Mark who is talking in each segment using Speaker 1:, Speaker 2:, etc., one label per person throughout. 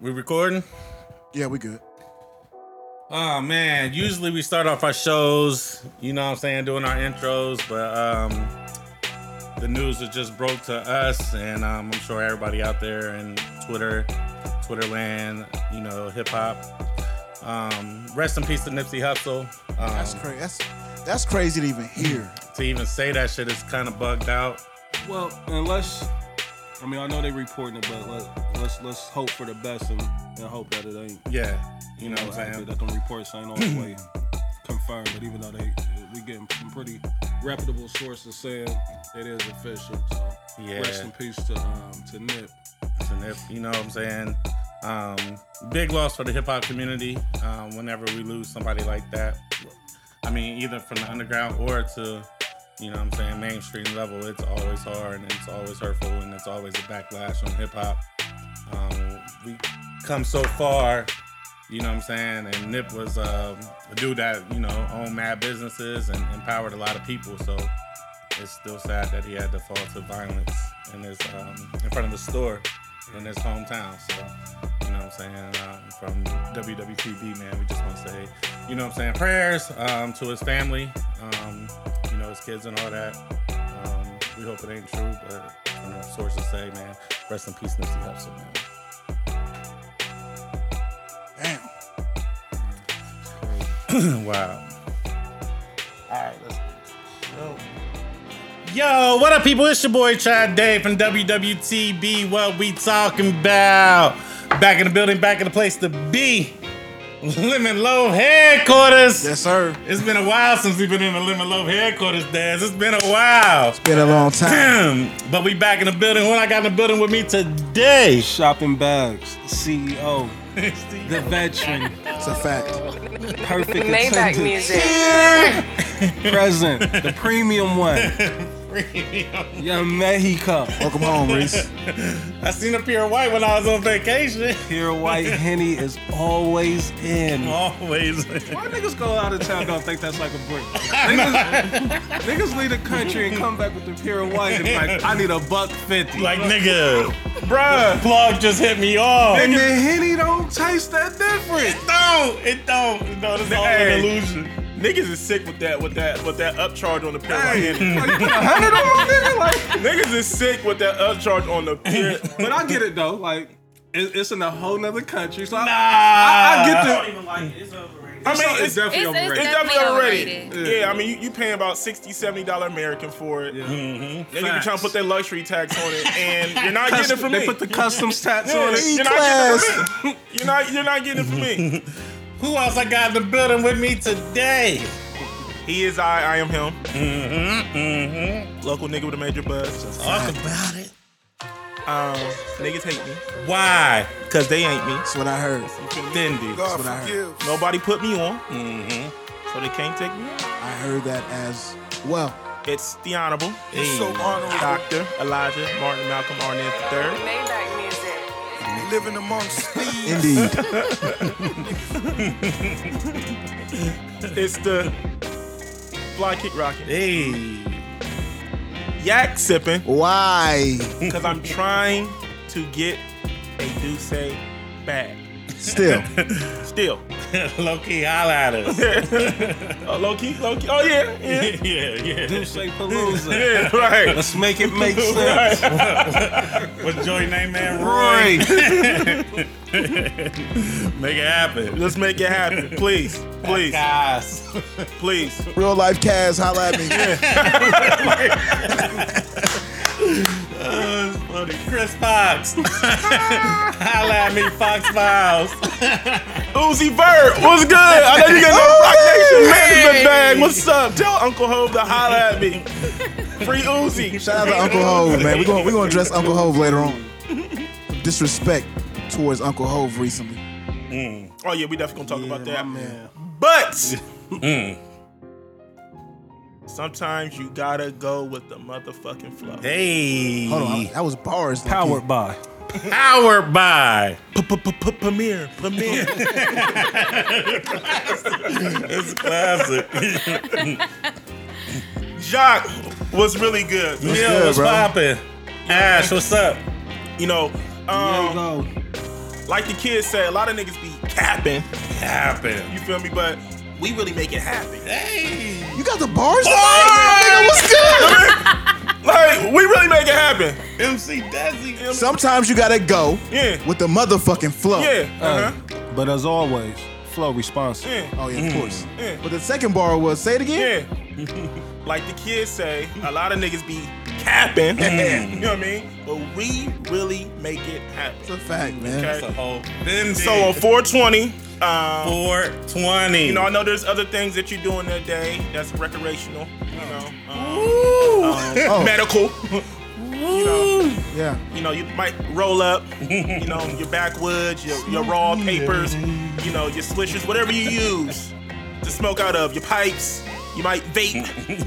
Speaker 1: We recording?
Speaker 2: Yeah, we good.
Speaker 1: Oh man, usually we start off our shows, you know what I'm saying, doing our intros, but um the news that just broke to us and um, I'm sure everybody out there in Twitter, Twitterland, you know, hip hop. Um, rest in peace to Nipsey Hussle.
Speaker 2: That's
Speaker 1: Um,
Speaker 2: crazy. That's that's crazy to even hear.
Speaker 1: to even say that shit is kind of bugged out.
Speaker 3: Well, unless I mean I know they reporting it, but let, let's let's hope for the best and, and hope that it ain't.
Speaker 1: Yeah, you know what I'm
Speaker 3: accurate,
Speaker 1: saying.
Speaker 3: that them reports ain't all the way confirmed. But even though they we getting some pretty reputable sources saying it is official. So
Speaker 1: Yeah.
Speaker 3: rest in peace to um to Nip.
Speaker 1: And if- you know what I'm saying? Um, big loss for the hip hop community um, whenever we lose somebody like that. I mean, either from the underground or to, you know what I'm saying, mainstream level, it's always hard and it's always hurtful and it's always a backlash on hip hop. Um, we come so far, you know what I'm saying? And Nip was um, a dude that, you know, owned mad businesses and empowered a lot of people. So it's still sad that he had to fall to violence in his um, in front of his store in his hometown. So you know what I'm saying. Um, from WWTB, man, we just want to say, you know what I'm saying, prayers um, to his family, um, you know his kids and all that. Um, we hope it ain't true, but you know, sources say, man, rest in peace, Nipsey Hussle, man.
Speaker 2: Damn.
Speaker 1: wow. All right, let's Yo, what up, people? It's your boy Chad Dave from WWTB. What we talking about? Back in the building, back in the place to be. Lemon Loaf headquarters.
Speaker 2: Yes, sir.
Speaker 1: It's been a while since we've been in the Lemon Loaf headquarters, Daz. It's been a while.
Speaker 2: Been a long time.
Speaker 1: but we back in the building. When I got in the building with me today,
Speaker 3: Shopping bags, CEO, the veteran,
Speaker 2: It's a fact.
Speaker 3: perfect
Speaker 4: Maybach
Speaker 3: attendance,
Speaker 4: music.
Speaker 3: present, the premium one, young Mexico,
Speaker 2: Welcome home, Reese.
Speaker 1: I seen a pure white when I was on vacation.
Speaker 3: pure white henny is always in.
Speaker 1: Always.
Speaker 3: Why niggas go out of town don't think that's like a brick? Niggas, niggas leave the country and come back with the pure white and like, I need a buck fifty.
Speaker 1: Like nigga, bruh, plug just hit me off.
Speaker 3: and the henny don't taste that different.
Speaker 1: it don't, it don't. No, this is all an
Speaker 5: Hey.
Speaker 1: illusion.
Speaker 5: Niggas is sick with that, with that, with that upcharge on the pure white
Speaker 3: Hey,
Speaker 5: henny.
Speaker 3: like, you put a hundred on my nigga, like.
Speaker 5: Niggas is sick with that upcharge on the pure.
Speaker 3: But I get it though, like it, it's in a whole nother country, so I, I
Speaker 1: Ah,
Speaker 3: get the. I mean, it's,
Speaker 5: it's-
Speaker 3: definitely
Speaker 4: it's- it's
Speaker 3: overrated.
Speaker 4: Definitely
Speaker 5: It's definitely overrated.
Speaker 4: overrated.
Speaker 5: Yeah, I mean, you, you paying about 60 $70 dollar American for it.
Speaker 3: Yeah.
Speaker 5: They be trying
Speaker 3: Facts.
Speaker 5: to put that luxury tax on it, and you're not getting it from
Speaker 3: they
Speaker 5: me.
Speaker 3: put the customs tats
Speaker 5: Yeah,
Speaker 3: on it.
Speaker 5: you're, not getting it from me. you're not, you're not getting it from me.
Speaker 1: Who else I got in the building with me today?
Speaker 5: He is I, I am him.
Speaker 3: Mm-hmm,
Speaker 5: Local nigga with a major buzz.
Speaker 1: Talk about it.
Speaker 5: Um, niggas hate me
Speaker 1: Why?
Speaker 5: because they ain't me.
Speaker 2: That's what I heard.
Speaker 1: Dindy.
Speaker 2: That's what I heard.
Speaker 5: Nobody put me on,
Speaker 3: Mm-hmm.
Speaker 5: so they can't take me. out.
Speaker 2: I heard that as well.
Speaker 5: It's the honorable.
Speaker 1: Hey.
Speaker 6: So honorable,
Speaker 5: Dr. Elijah Martin Malcolm Arnett III.
Speaker 4: Maybach music.
Speaker 6: living amongst thieves.
Speaker 2: Indeed.
Speaker 5: It's the fly kick rocket.
Speaker 1: Hey.
Speaker 5: Yak sipping
Speaker 2: Why?
Speaker 5: because I'm trying to get a Duce bag.
Speaker 2: Still.
Speaker 5: Still.
Speaker 1: low key holla at us.
Speaker 5: Oh, low key, low key. Oh, yeah, yeah.
Speaker 1: yeah, yeah.
Speaker 3: Duce Palooza.
Speaker 5: Yeah, right.
Speaker 3: Let's make it make sense.
Speaker 1: What's Joy name, man? Roy.
Speaker 3: Roy.
Speaker 1: Make it happen.
Speaker 5: Let's make it happen. Please, please,
Speaker 1: Guys.
Speaker 5: please.
Speaker 2: Real life Kaz, holla at me.
Speaker 1: Uh, it's funny. Chris Fox. Holla at me, Fox Files.
Speaker 5: Uzi Vert, what's good? I know you got no Rock Nation management bag. What's up? Tell Uncle Hove to holler at me. Free Uzi.
Speaker 2: Shout out to Uncle Hove, man. We're going we gonna address Uncle Hove later on. Disrespect towards Uncle Hove recently.
Speaker 5: Oh, yeah, we definitely gonna talk about
Speaker 3: Yeah,
Speaker 5: that.
Speaker 3: my man.
Speaker 5: But sometimes you gotta go with the motherfucking flow.
Speaker 1: Hey.
Speaker 2: Hold on. Oh, I- That was bars. low-key.
Speaker 3: Powered by.
Speaker 1: Powered by.
Speaker 5: Premier, Premier.
Speaker 1: It's classic.
Speaker 5: Jock was really good.
Speaker 1: What's
Speaker 2: good,
Speaker 1: what's
Speaker 2: bro?
Speaker 1: poppin'? Ash, what's up?
Speaker 5: You know, um,
Speaker 3: Diego.
Speaker 5: like the kids say, a lot of niggas be capping.
Speaker 1: Happen.
Speaker 5: You feel me? But we really make it happen.
Speaker 1: Hey.
Speaker 2: You got the bars?
Speaker 5: Bars!
Speaker 2: Nigga, what's good?
Speaker 5: Like we really make it happen.
Speaker 1: MC Desi. MC.
Speaker 2: Sometimes you gotta go
Speaker 5: Yeah.
Speaker 2: with the motherfucking
Speaker 3: Oh.
Speaker 2: flow.
Speaker 5: Yeah. Uh-huh.
Speaker 3: But as always, flow responsive.
Speaker 5: Yeah.
Speaker 2: Oh yeah, of course.
Speaker 5: yeah.
Speaker 2: But the second bar was say it again.
Speaker 5: Yeah. like the kids say, a lot of niggas be capping. you know what I mean? But we really make it
Speaker 2: It's
Speaker 5: happen.
Speaker 2: a fact, man.
Speaker 5: Okay.
Speaker 1: That's a whole. Then
Speaker 5: So on 420, um,
Speaker 1: 420.
Speaker 5: you know, I know there's other things that you do in that day that's recreational, you know, um,
Speaker 2: Oh.
Speaker 5: medical. you know,
Speaker 2: Yeah.
Speaker 5: you know, you might roll up, you know, your backwoods, your, your raw papers, you know, your swishers, whatever you use to smoke out of, your pipes. You might vape.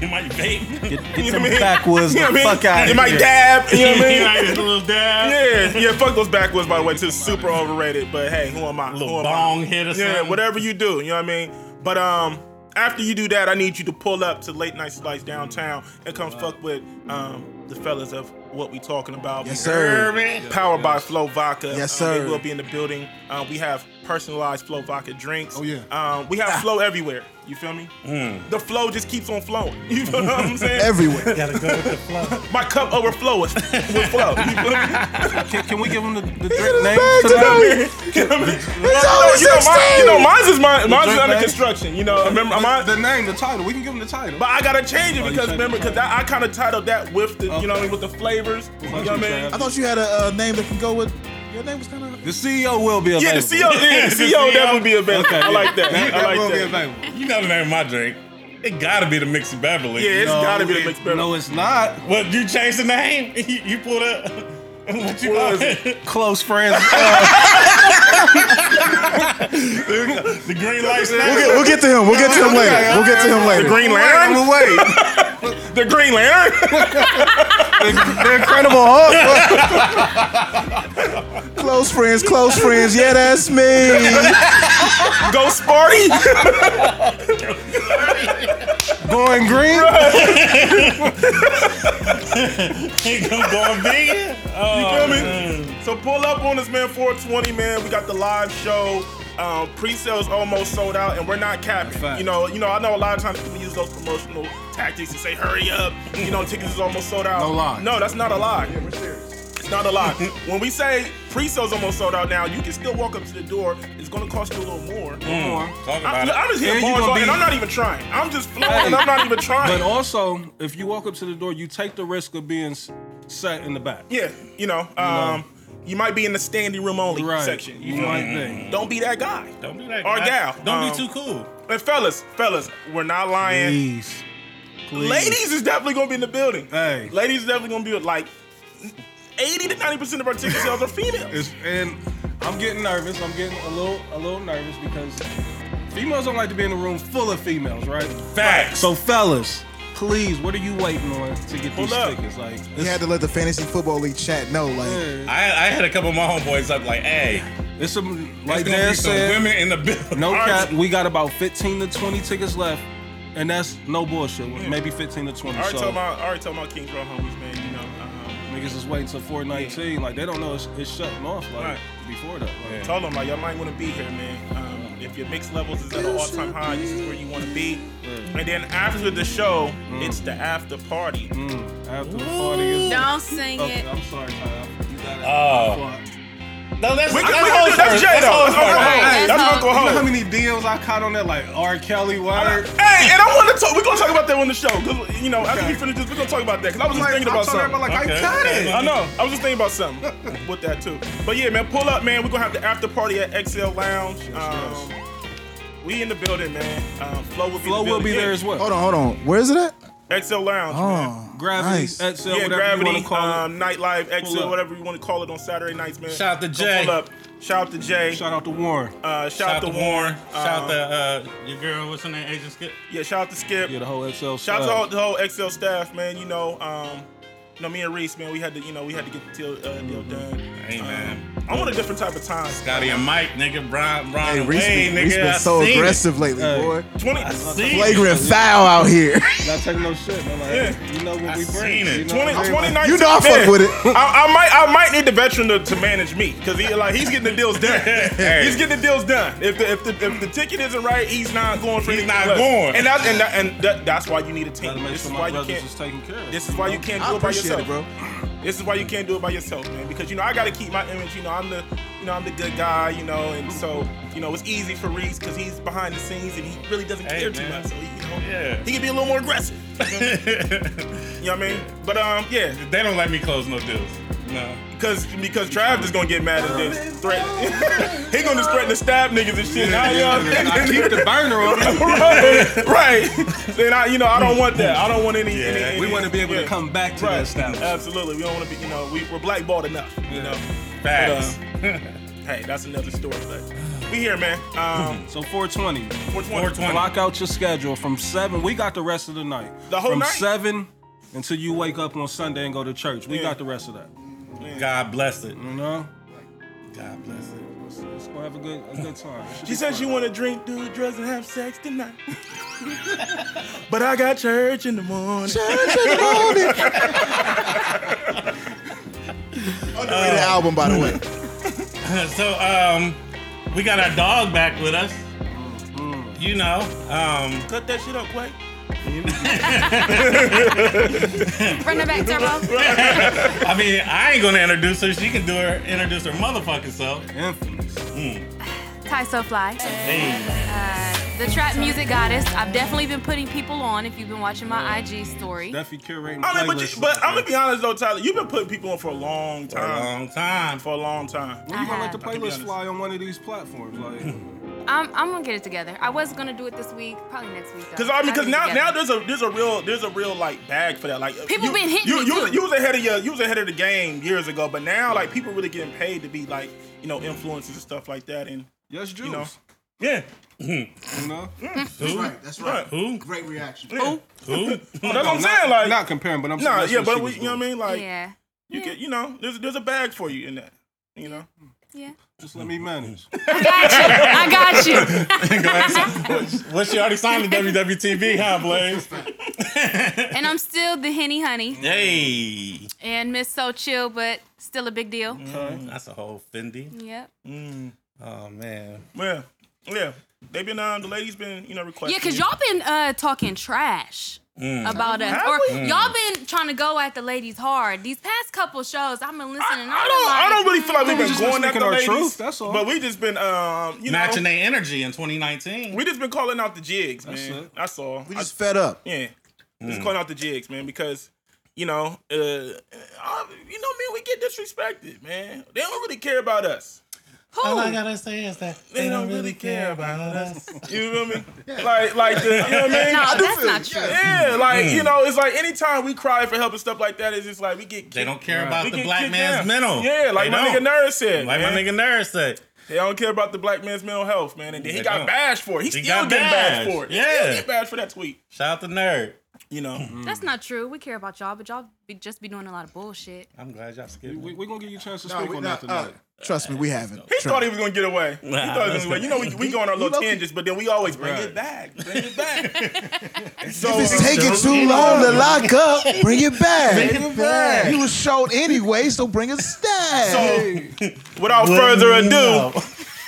Speaker 1: you might vape.
Speaker 3: Get, get
Speaker 5: You know
Speaker 3: them
Speaker 5: what I mean?
Speaker 3: backwoods
Speaker 5: You know
Speaker 3: the
Speaker 5: what I mean?
Speaker 3: fuck out
Speaker 5: You
Speaker 3: of
Speaker 5: might
Speaker 3: here.
Speaker 5: dab. You know what I mean?
Speaker 1: might get a little dab.
Speaker 5: Yeah, yeah, fuck those backwoods, by the way, too. Super overrated, but hey, who am I?
Speaker 1: Little
Speaker 5: who am
Speaker 1: bong
Speaker 5: I?
Speaker 1: hit or
Speaker 5: Yeah,
Speaker 1: something.
Speaker 5: whatever you do, you know what I mean? But um, after you do that, I need you to pull up to Late Night Slice downtown and come fuck with um the fellas of what we talking about.
Speaker 2: Yes,
Speaker 5: We-
Speaker 2: sir.
Speaker 1: Urban.
Speaker 5: Powered by Flow Vodka.
Speaker 2: Yes,
Speaker 5: Um,
Speaker 2: sir.
Speaker 5: they will be in the building. Um, we have personalized Flow Vodka drinks.
Speaker 3: Oh, yeah.
Speaker 5: Um, we
Speaker 2: Ah.
Speaker 5: have Flow everywhere. You feel me?
Speaker 1: Mm.
Speaker 5: The flow just keeps on flowing. You feel what I'm saying?
Speaker 2: Everywhere.
Speaker 1: Gotta go with the flow.
Speaker 5: My cup overfloweth with flow. You feel me?
Speaker 3: Can, can we give them the, the
Speaker 2: in
Speaker 3: drink
Speaker 2: his
Speaker 3: name
Speaker 2: bag
Speaker 3: tonight?
Speaker 2: today.
Speaker 5: No,
Speaker 2: always
Speaker 5: you, know, mine,
Speaker 2: 16.
Speaker 5: you know, mine's is mine. Mine's is
Speaker 3: drink
Speaker 5: under
Speaker 3: bag?
Speaker 5: construction. You know, remember, mine,
Speaker 3: The name, the title. We can give them the title.
Speaker 5: but I gotta change it
Speaker 3: you
Speaker 5: because
Speaker 3: changed
Speaker 5: remember,
Speaker 3: the
Speaker 5: because I, I kind of titled that with the, you know, what I mean, with the flavors. You know what I
Speaker 3: you,
Speaker 5: mean?
Speaker 2: I thought you had a uh, name that can go with. Your name was kind of.
Speaker 3: The CEO will be available.
Speaker 5: Yeah, the CO, yeah, the
Speaker 1: The
Speaker 5: CO
Speaker 1: CO.
Speaker 5: definitely be available.
Speaker 3: Okay,
Speaker 5: I
Speaker 3: yeah.
Speaker 5: like that.
Speaker 3: That- that
Speaker 5: I
Speaker 3: will
Speaker 5: like
Speaker 3: be
Speaker 5: that.
Speaker 3: available.
Speaker 1: You know the name of my drink. It gotta be the Mixie Beverly.
Speaker 5: Yeah, it's
Speaker 3: No,
Speaker 5: gotta be the
Speaker 3: it-
Speaker 5: mixed berry.
Speaker 3: No, it's not.
Speaker 1: What you changed the name? You, you pulled up. What you
Speaker 5: What
Speaker 1: call
Speaker 5: is it?
Speaker 1: it?
Speaker 3: Close friends. Uh,
Speaker 1: The green light
Speaker 2: We'll
Speaker 1: snack.
Speaker 2: get, we'll get to him. We'll get to him later. We'll get to him later.
Speaker 5: The Green Lantern.
Speaker 3: wait.
Speaker 5: The Green Lantern.
Speaker 3: The, the Incredible Hulk.
Speaker 2: Close friends, close friends. Yeah, that's me.
Speaker 5: Go Sparty.
Speaker 3: Going green.
Speaker 1: I'm going vegan. Oh,
Speaker 5: You feel me?
Speaker 1: man.
Speaker 5: So pull up on us, man. 420, man. We got the live show. Um, pre-sales almost sold out, and we're not capping.
Speaker 3: fact.
Speaker 5: You know, you know. I know a lot of times people use those promotional tactics to say, "Hurry up!" You know, tickets is almost sold out.
Speaker 3: No lie.
Speaker 5: No, that's not a lie. It's not a lie. when we say pre-sales almost sold out now, you can still walk up to the door. It's gonna cost you a little more.
Speaker 3: Mm.
Speaker 1: Talk
Speaker 5: I,
Speaker 1: about it.
Speaker 5: am just
Speaker 3: And
Speaker 5: hitting
Speaker 3: you
Speaker 5: bars,
Speaker 3: gonna
Speaker 5: all-
Speaker 3: be-
Speaker 5: and I'm not even trying. I'm just flowing,
Speaker 3: Hey.
Speaker 5: and I'm not even trying.
Speaker 3: But also, if you walk up to the door, you take the risk of being s- sat in the back.
Speaker 5: yeah, you know, um, you might be in the standing room only
Speaker 3: Right. Mm.
Speaker 5: section. You
Speaker 3: You
Speaker 5: know?
Speaker 3: might think.
Speaker 5: Don't be that guy.
Speaker 1: Don't be that.
Speaker 5: Or
Speaker 1: guy.
Speaker 5: gal.
Speaker 1: Don't
Speaker 5: Um,
Speaker 1: be too cool.
Speaker 5: And fellas, fellas, we're not lying.
Speaker 3: Please. Please.
Speaker 5: Ladies is definitely gonna be in the building.
Speaker 3: Hey.
Speaker 5: Ladies is definitely gonna be like 80 to 90% of our ticket sales are females.
Speaker 3: It's, and I'm getting nervous. I'm getting a little a little nervous because females don't like to be in a room full of females, right?
Speaker 1: Facts.
Speaker 3: So fellas, please, what are you waiting on to get these
Speaker 5: Hold up.
Speaker 3: tickets? Like
Speaker 2: You
Speaker 3: it's,
Speaker 2: had to let the fantasy football league chat know, like,
Speaker 1: I, I had a couple of my homeboys up like, hey,
Speaker 3: it's some
Speaker 1: there's
Speaker 3: like
Speaker 1: gonna
Speaker 3: Dan
Speaker 1: be some
Speaker 3: said.
Speaker 1: women in the building.
Speaker 3: No
Speaker 5: Ours-
Speaker 3: cap, we got about 15 to 20 tickets left, and that's no bullshit. Maybe 15 to 20.
Speaker 5: I already
Speaker 3: So
Speaker 5: told my I already told my Kings Row homies, man, you know. Um,
Speaker 3: niggas is waiting till 419. Like they don't know it's, it's shutting off like
Speaker 5: Right.
Speaker 3: before that. Like,
Speaker 5: told them like y'all might wanna be here, man. Um, if your mix levels is at an all-time high, this is where you wanna be. And then after the show, it's the after party.
Speaker 3: mm, after the party is.
Speaker 4: Don't sing
Speaker 3: Okay,
Speaker 4: it.
Speaker 3: I'm sorry, Kyle. You got it.
Speaker 1: Oh. No, that's
Speaker 5: We-
Speaker 1: that's
Speaker 5: we-
Speaker 1: whole
Speaker 5: that's
Speaker 1: story.
Speaker 5: Jay, though.
Speaker 1: whole
Speaker 5: That's
Speaker 1: story.
Speaker 5: Uncle Ho.
Speaker 4: Hey,
Speaker 5: That's
Speaker 4: that's
Speaker 5: Uncle
Speaker 4: all-
Speaker 5: Ho.
Speaker 3: You know how many DMs I caught on that like R. Kelly word?
Speaker 5: Hey, and I want to talk. We're gonna talk about that on the show. 'cause, you know, after we finish this, we're gonna talk about that. Cause I was just
Speaker 3: Like,
Speaker 5: thinking
Speaker 3: I'm
Speaker 5: about
Speaker 3: talking
Speaker 5: something.
Speaker 3: about like
Speaker 1: Okay.
Speaker 3: I got
Speaker 1: Okay.
Speaker 3: it.
Speaker 5: I know. I was just thinking about something with that too. But yeah, man, pull up, man. We're gonna have the after party at XL Lounge. Um, we in the building, man. Um, Flo will be.
Speaker 3: Flo
Speaker 5: in the
Speaker 3: will be there as well.
Speaker 2: hold on, hold on. Where is it at?
Speaker 5: well. XL Lounge. man.
Speaker 2: Oh,
Speaker 3: Gravity,
Speaker 2: nice.
Speaker 3: XL,
Speaker 5: Yeah,
Speaker 3: whatever you
Speaker 5: Gravity,
Speaker 3: want to call it.
Speaker 5: um, Nightlife,
Speaker 3: Pull
Speaker 5: XL,
Speaker 3: up.
Speaker 5: whatever you want to call it on Saturday nights, man.
Speaker 1: Shout out to
Speaker 5: Go
Speaker 1: Jay.
Speaker 5: Pull up. Shout out to Jay.
Speaker 3: Shout out to Warren.
Speaker 5: Uh,
Speaker 1: Shout out to Warren. Shout out
Speaker 5: Um,
Speaker 1: to uh, your girl. What's her name? Agent Skip.
Speaker 5: yeah. Shout out to Skip.
Speaker 1: Uh.
Speaker 3: Yeah, the whole XL.
Speaker 5: Shout out
Speaker 3: squad.
Speaker 5: to all- the whole XL staff, man. You know, um, you know, me and Reese, man, we had to, you know, we had to get the deal, uh, deal done.
Speaker 1: Mm-hmm. Hey, man.
Speaker 5: Um, I want a different type of time.
Speaker 1: Scotty and Mike, nigga, Brian, Brian,
Speaker 2: Hey,
Speaker 1: and
Speaker 2: Reese
Speaker 1: Wade,
Speaker 2: been,
Speaker 1: nigga.
Speaker 2: Reese been
Speaker 1: I
Speaker 2: so
Speaker 1: seen it.
Speaker 2: aggressive lately,
Speaker 1: Uh,
Speaker 2: boy.
Speaker 5: Twenty.
Speaker 1: I seen it.
Speaker 2: Flagrant foul out here.
Speaker 3: Not taking no shit. I'm like,
Speaker 5: Yeah.
Speaker 3: you know what
Speaker 1: I
Speaker 3: we bring.
Speaker 1: seen it.
Speaker 3: You know
Speaker 5: 20,
Speaker 3: what I mean?
Speaker 5: 2019.
Speaker 2: You know I fuck
Speaker 5: man,
Speaker 2: with it.
Speaker 5: I, I might I might need the veteran to, to manage me because he like he's getting the deals done.
Speaker 1: Hey.
Speaker 5: He's getting the deals done. If the if the, if the ticket isn't right, he's not going for
Speaker 1: He's
Speaker 5: anything
Speaker 1: not
Speaker 5: less.
Speaker 1: going.
Speaker 5: And that, and that, and that, that's why you need a team.
Speaker 3: Gotta make
Speaker 5: This is
Speaker 3: sure
Speaker 5: why
Speaker 3: my
Speaker 5: you
Speaker 3: brothers
Speaker 5: can't.
Speaker 3: is taken care of.
Speaker 5: This is why you can't do
Speaker 2: I
Speaker 5: it by
Speaker 2: appreciate
Speaker 5: yourself,
Speaker 2: it, bro.
Speaker 5: This is why you can't do it by yourself, man. Because you know I gotta keep my image. You know I'm the, you know I'm the good guy. You know, and so you know it's easy for Reese because he's behind the scenes and he really doesn't
Speaker 1: Hey,
Speaker 5: care too
Speaker 1: man.
Speaker 5: much. So he, you know,
Speaker 1: Yeah.
Speaker 5: he can be a little more aggressive. You know what I mean? But um, yeah,
Speaker 1: they don't let me close no deals. No.
Speaker 5: Cause because Trav is gonna get mad at this threat. he gonna just threaten to stab niggas and shit. Now, you know,
Speaker 3: I keep the burner on.
Speaker 5: right, right. Then I, you know, I don't want that. I don't want any. any, any
Speaker 3: We want to be able to
Speaker 5: yeah.
Speaker 3: come back to
Speaker 5: Right.
Speaker 3: that establishment.
Speaker 5: Absolutely, we don't want to be. You know, we, we're blackballed enough. You know,
Speaker 1: Facts.
Speaker 5: uh, hey, that's another story. But we here, man. Um,
Speaker 3: So 420.
Speaker 5: 420.
Speaker 1: 420.
Speaker 3: Block out your schedule from seven. We got the rest of the night.
Speaker 5: The whole
Speaker 3: from
Speaker 5: night?
Speaker 3: seven until you wake up on Sunday and go to church. We
Speaker 5: Yeah.
Speaker 3: got the rest of that.
Speaker 1: God bless it.
Speaker 5: Mm.
Speaker 3: You know,
Speaker 1: God bless it.
Speaker 3: let's go have a good a good time. It should
Speaker 5: She
Speaker 3: be
Speaker 5: said
Speaker 3: fun.
Speaker 5: she want to drink, do drugs, and have sex tonight. but I got church in the morning.
Speaker 2: Underrated album, by the way.
Speaker 1: So um, we got our dog back with us.
Speaker 5: Mm-hmm.
Speaker 1: You know, um,
Speaker 5: Cut that shit up, Quay.
Speaker 4: Run it back, Turbo.
Speaker 1: I mean, I ain't gonna introduce her. She can do her introduce her motherfucking self.
Speaker 3: infamous.
Speaker 4: Ty So Fly,
Speaker 1: Hey,
Speaker 4: the trap music goddess. I've definitely been putting people on if you've been watching my IG story.
Speaker 3: Duffy curating.
Speaker 5: I mean, but,
Speaker 3: playlists.
Speaker 5: you, but I'm gonna be honest though, Tyler. You've been putting people on for a long
Speaker 1: for a
Speaker 5: time.
Speaker 1: long time.
Speaker 5: For a long time.
Speaker 3: When you gonna let the
Speaker 5: I can be
Speaker 3: playlist
Speaker 5: honest.
Speaker 3: fly on one of these platforms? Like,
Speaker 4: I'm, I'm gonna get it together. I was gonna do it this week, probably next week. though.
Speaker 5: Cause I mean,
Speaker 4: I'll
Speaker 5: cause
Speaker 4: get it
Speaker 5: now
Speaker 4: together.
Speaker 5: now there's a there's a real there's a real like bag for that. Like uh,
Speaker 4: People
Speaker 5: you,
Speaker 4: been hitting
Speaker 5: you,
Speaker 4: me,
Speaker 5: you, was-
Speaker 4: too.
Speaker 5: you was ahead of your you was ahead of the game years ago, but now like people really getting paid to be like you know influencers and stuff like that. And
Speaker 3: yes, Juice. You
Speaker 5: know.
Speaker 3: know,
Speaker 1: Yeah.
Speaker 2: That's right. That's
Speaker 5: right.
Speaker 1: Who?
Speaker 2: Great reaction.
Speaker 1: Who?
Speaker 5: that's what I'm saying. Like
Speaker 3: not comparing, but I'm saying
Speaker 5: nah,
Speaker 3: that's
Speaker 5: yeah,
Speaker 3: what
Speaker 5: but
Speaker 3: she
Speaker 5: we,
Speaker 3: was
Speaker 5: you know what
Speaker 3: doing.
Speaker 5: I mean. Like
Speaker 4: Yeah.
Speaker 5: you
Speaker 4: yeah.
Speaker 5: get you know there's there's a bag for you in that. You know.
Speaker 4: yeah.
Speaker 3: Just let me manage.
Speaker 4: I got you. I got you.
Speaker 1: Well, she already signed to WWTV, huh, Blaze?
Speaker 4: And I'm still the Henny Honey
Speaker 1: Hey.
Speaker 4: and Miss So Chill, but still a big deal.
Speaker 5: Mm-hmm. Uh-huh.
Speaker 1: That's a whole Fendi.
Speaker 4: Yep.
Speaker 1: Oh man.
Speaker 5: Yeah, yeah. They've been um the ladies been you know requesting.
Speaker 4: Yeah, cause
Speaker 5: it.
Speaker 4: y'all been uh, talking trash about us,
Speaker 5: Have
Speaker 4: or
Speaker 5: we?
Speaker 4: y'all been trying to go at the ladies hard. These past couple shows, I've been listening.
Speaker 5: I,
Speaker 4: and
Speaker 5: I don't. I
Speaker 4: I'm
Speaker 5: don't really feel like we've
Speaker 3: We
Speaker 5: been
Speaker 3: just
Speaker 5: going
Speaker 3: speaking
Speaker 5: after
Speaker 3: our
Speaker 5: ladies.
Speaker 3: truth, that's all.
Speaker 5: But we just been um you
Speaker 1: Matching
Speaker 5: know
Speaker 1: their energy in 2019.
Speaker 5: we just been calling out the jigs, man.
Speaker 3: it. Mm.
Speaker 5: That's all.
Speaker 2: We
Speaker 5: I-
Speaker 2: just fed up.
Speaker 5: yeah, just calling out the jigs, man, because. You know, uh, uh, you know, man, we get disrespected, man. They don't really care about us.
Speaker 1: All I
Speaker 4: Who?
Speaker 1: gotta say is that
Speaker 5: They, don't, really care about us. You feel me? Like, like the, you know what I mean?
Speaker 4: No,
Speaker 2: do
Speaker 4: that's
Speaker 2: feel
Speaker 4: not
Speaker 2: it,
Speaker 4: true.
Speaker 5: Yeah, like you know, it's like anytime we cry for help and stuff like that, it's just like we get.
Speaker 1: They don't
Speaker 5: kicked-
Speaker 1: care about
Speaker 5: we
Speaker 1: the
Speaker 5: get
Speaker 1: black
Speaker 5: kicked
Speaker 1: man's
Speaker 5: down.
Speaker 1: mental.
Speaker 5: Yeah, like
Speaker 1: They
Speaker 5: my nigga
Speaker 1: don't.
Speaker 5: Nerd said.
Speaker 1: Like
Speaker 5: man.
Speaker 1: my nigga Nerd said.
Speaker 5: They don't care about the black man's mental health, man. And then he
Speaker 1: They
Speaker 5: got
Speaker 1: don't.
Speaker 5: bashed for it.
Speaker 1: He
Speaker 5: He, still
Speaker 1: got
Speaker 5: getting bashed.
Speaker 1: bashed.
Speaker 5: for it. He
Speaker 1: Yeah. Mm-hmm.
Speaker 5: still get bashed for that tweet.
Speaker 1: Shout out to Nerd.
Speaker 5: You know.
Speaker 4: That's not true. We care about y'all, but y'all be, just be doing a lot of bullshit.
Speaker 1: I'm glad y'all skipped.
Speaker 3: We're
Speaker 1: it.
Speaker 3: gonna give you a chance to
Speaker 2: No,
Speaker 3: speak
Speaker 2: we
Speaker 3: on
Speaker 2: not-
Speaker 3: that tonight.
Speaker 2: uh, Trust me, we haven't.
Speaker 5: He
Speaker 2: Trust
Speaker 5: thought he
Speaker 2: me.
Speaker 5: was gonna get away. He
Speaker 1: Nah,
Speaker 5: thought he
Speaker 1: that's
Speaker 5: was gonna get away. You know, we, we go on our little tangents, but then we always bring it
Speaker 3: Right.
Speaker 5: back. Bring it back. so
Speaker 2: If it's
Speaker 5: um,
Speaker 2: taking too long to lock up, bring it back. Bring it back. You was short anyway, so bring us stack.
Speaker 5: so without further ado,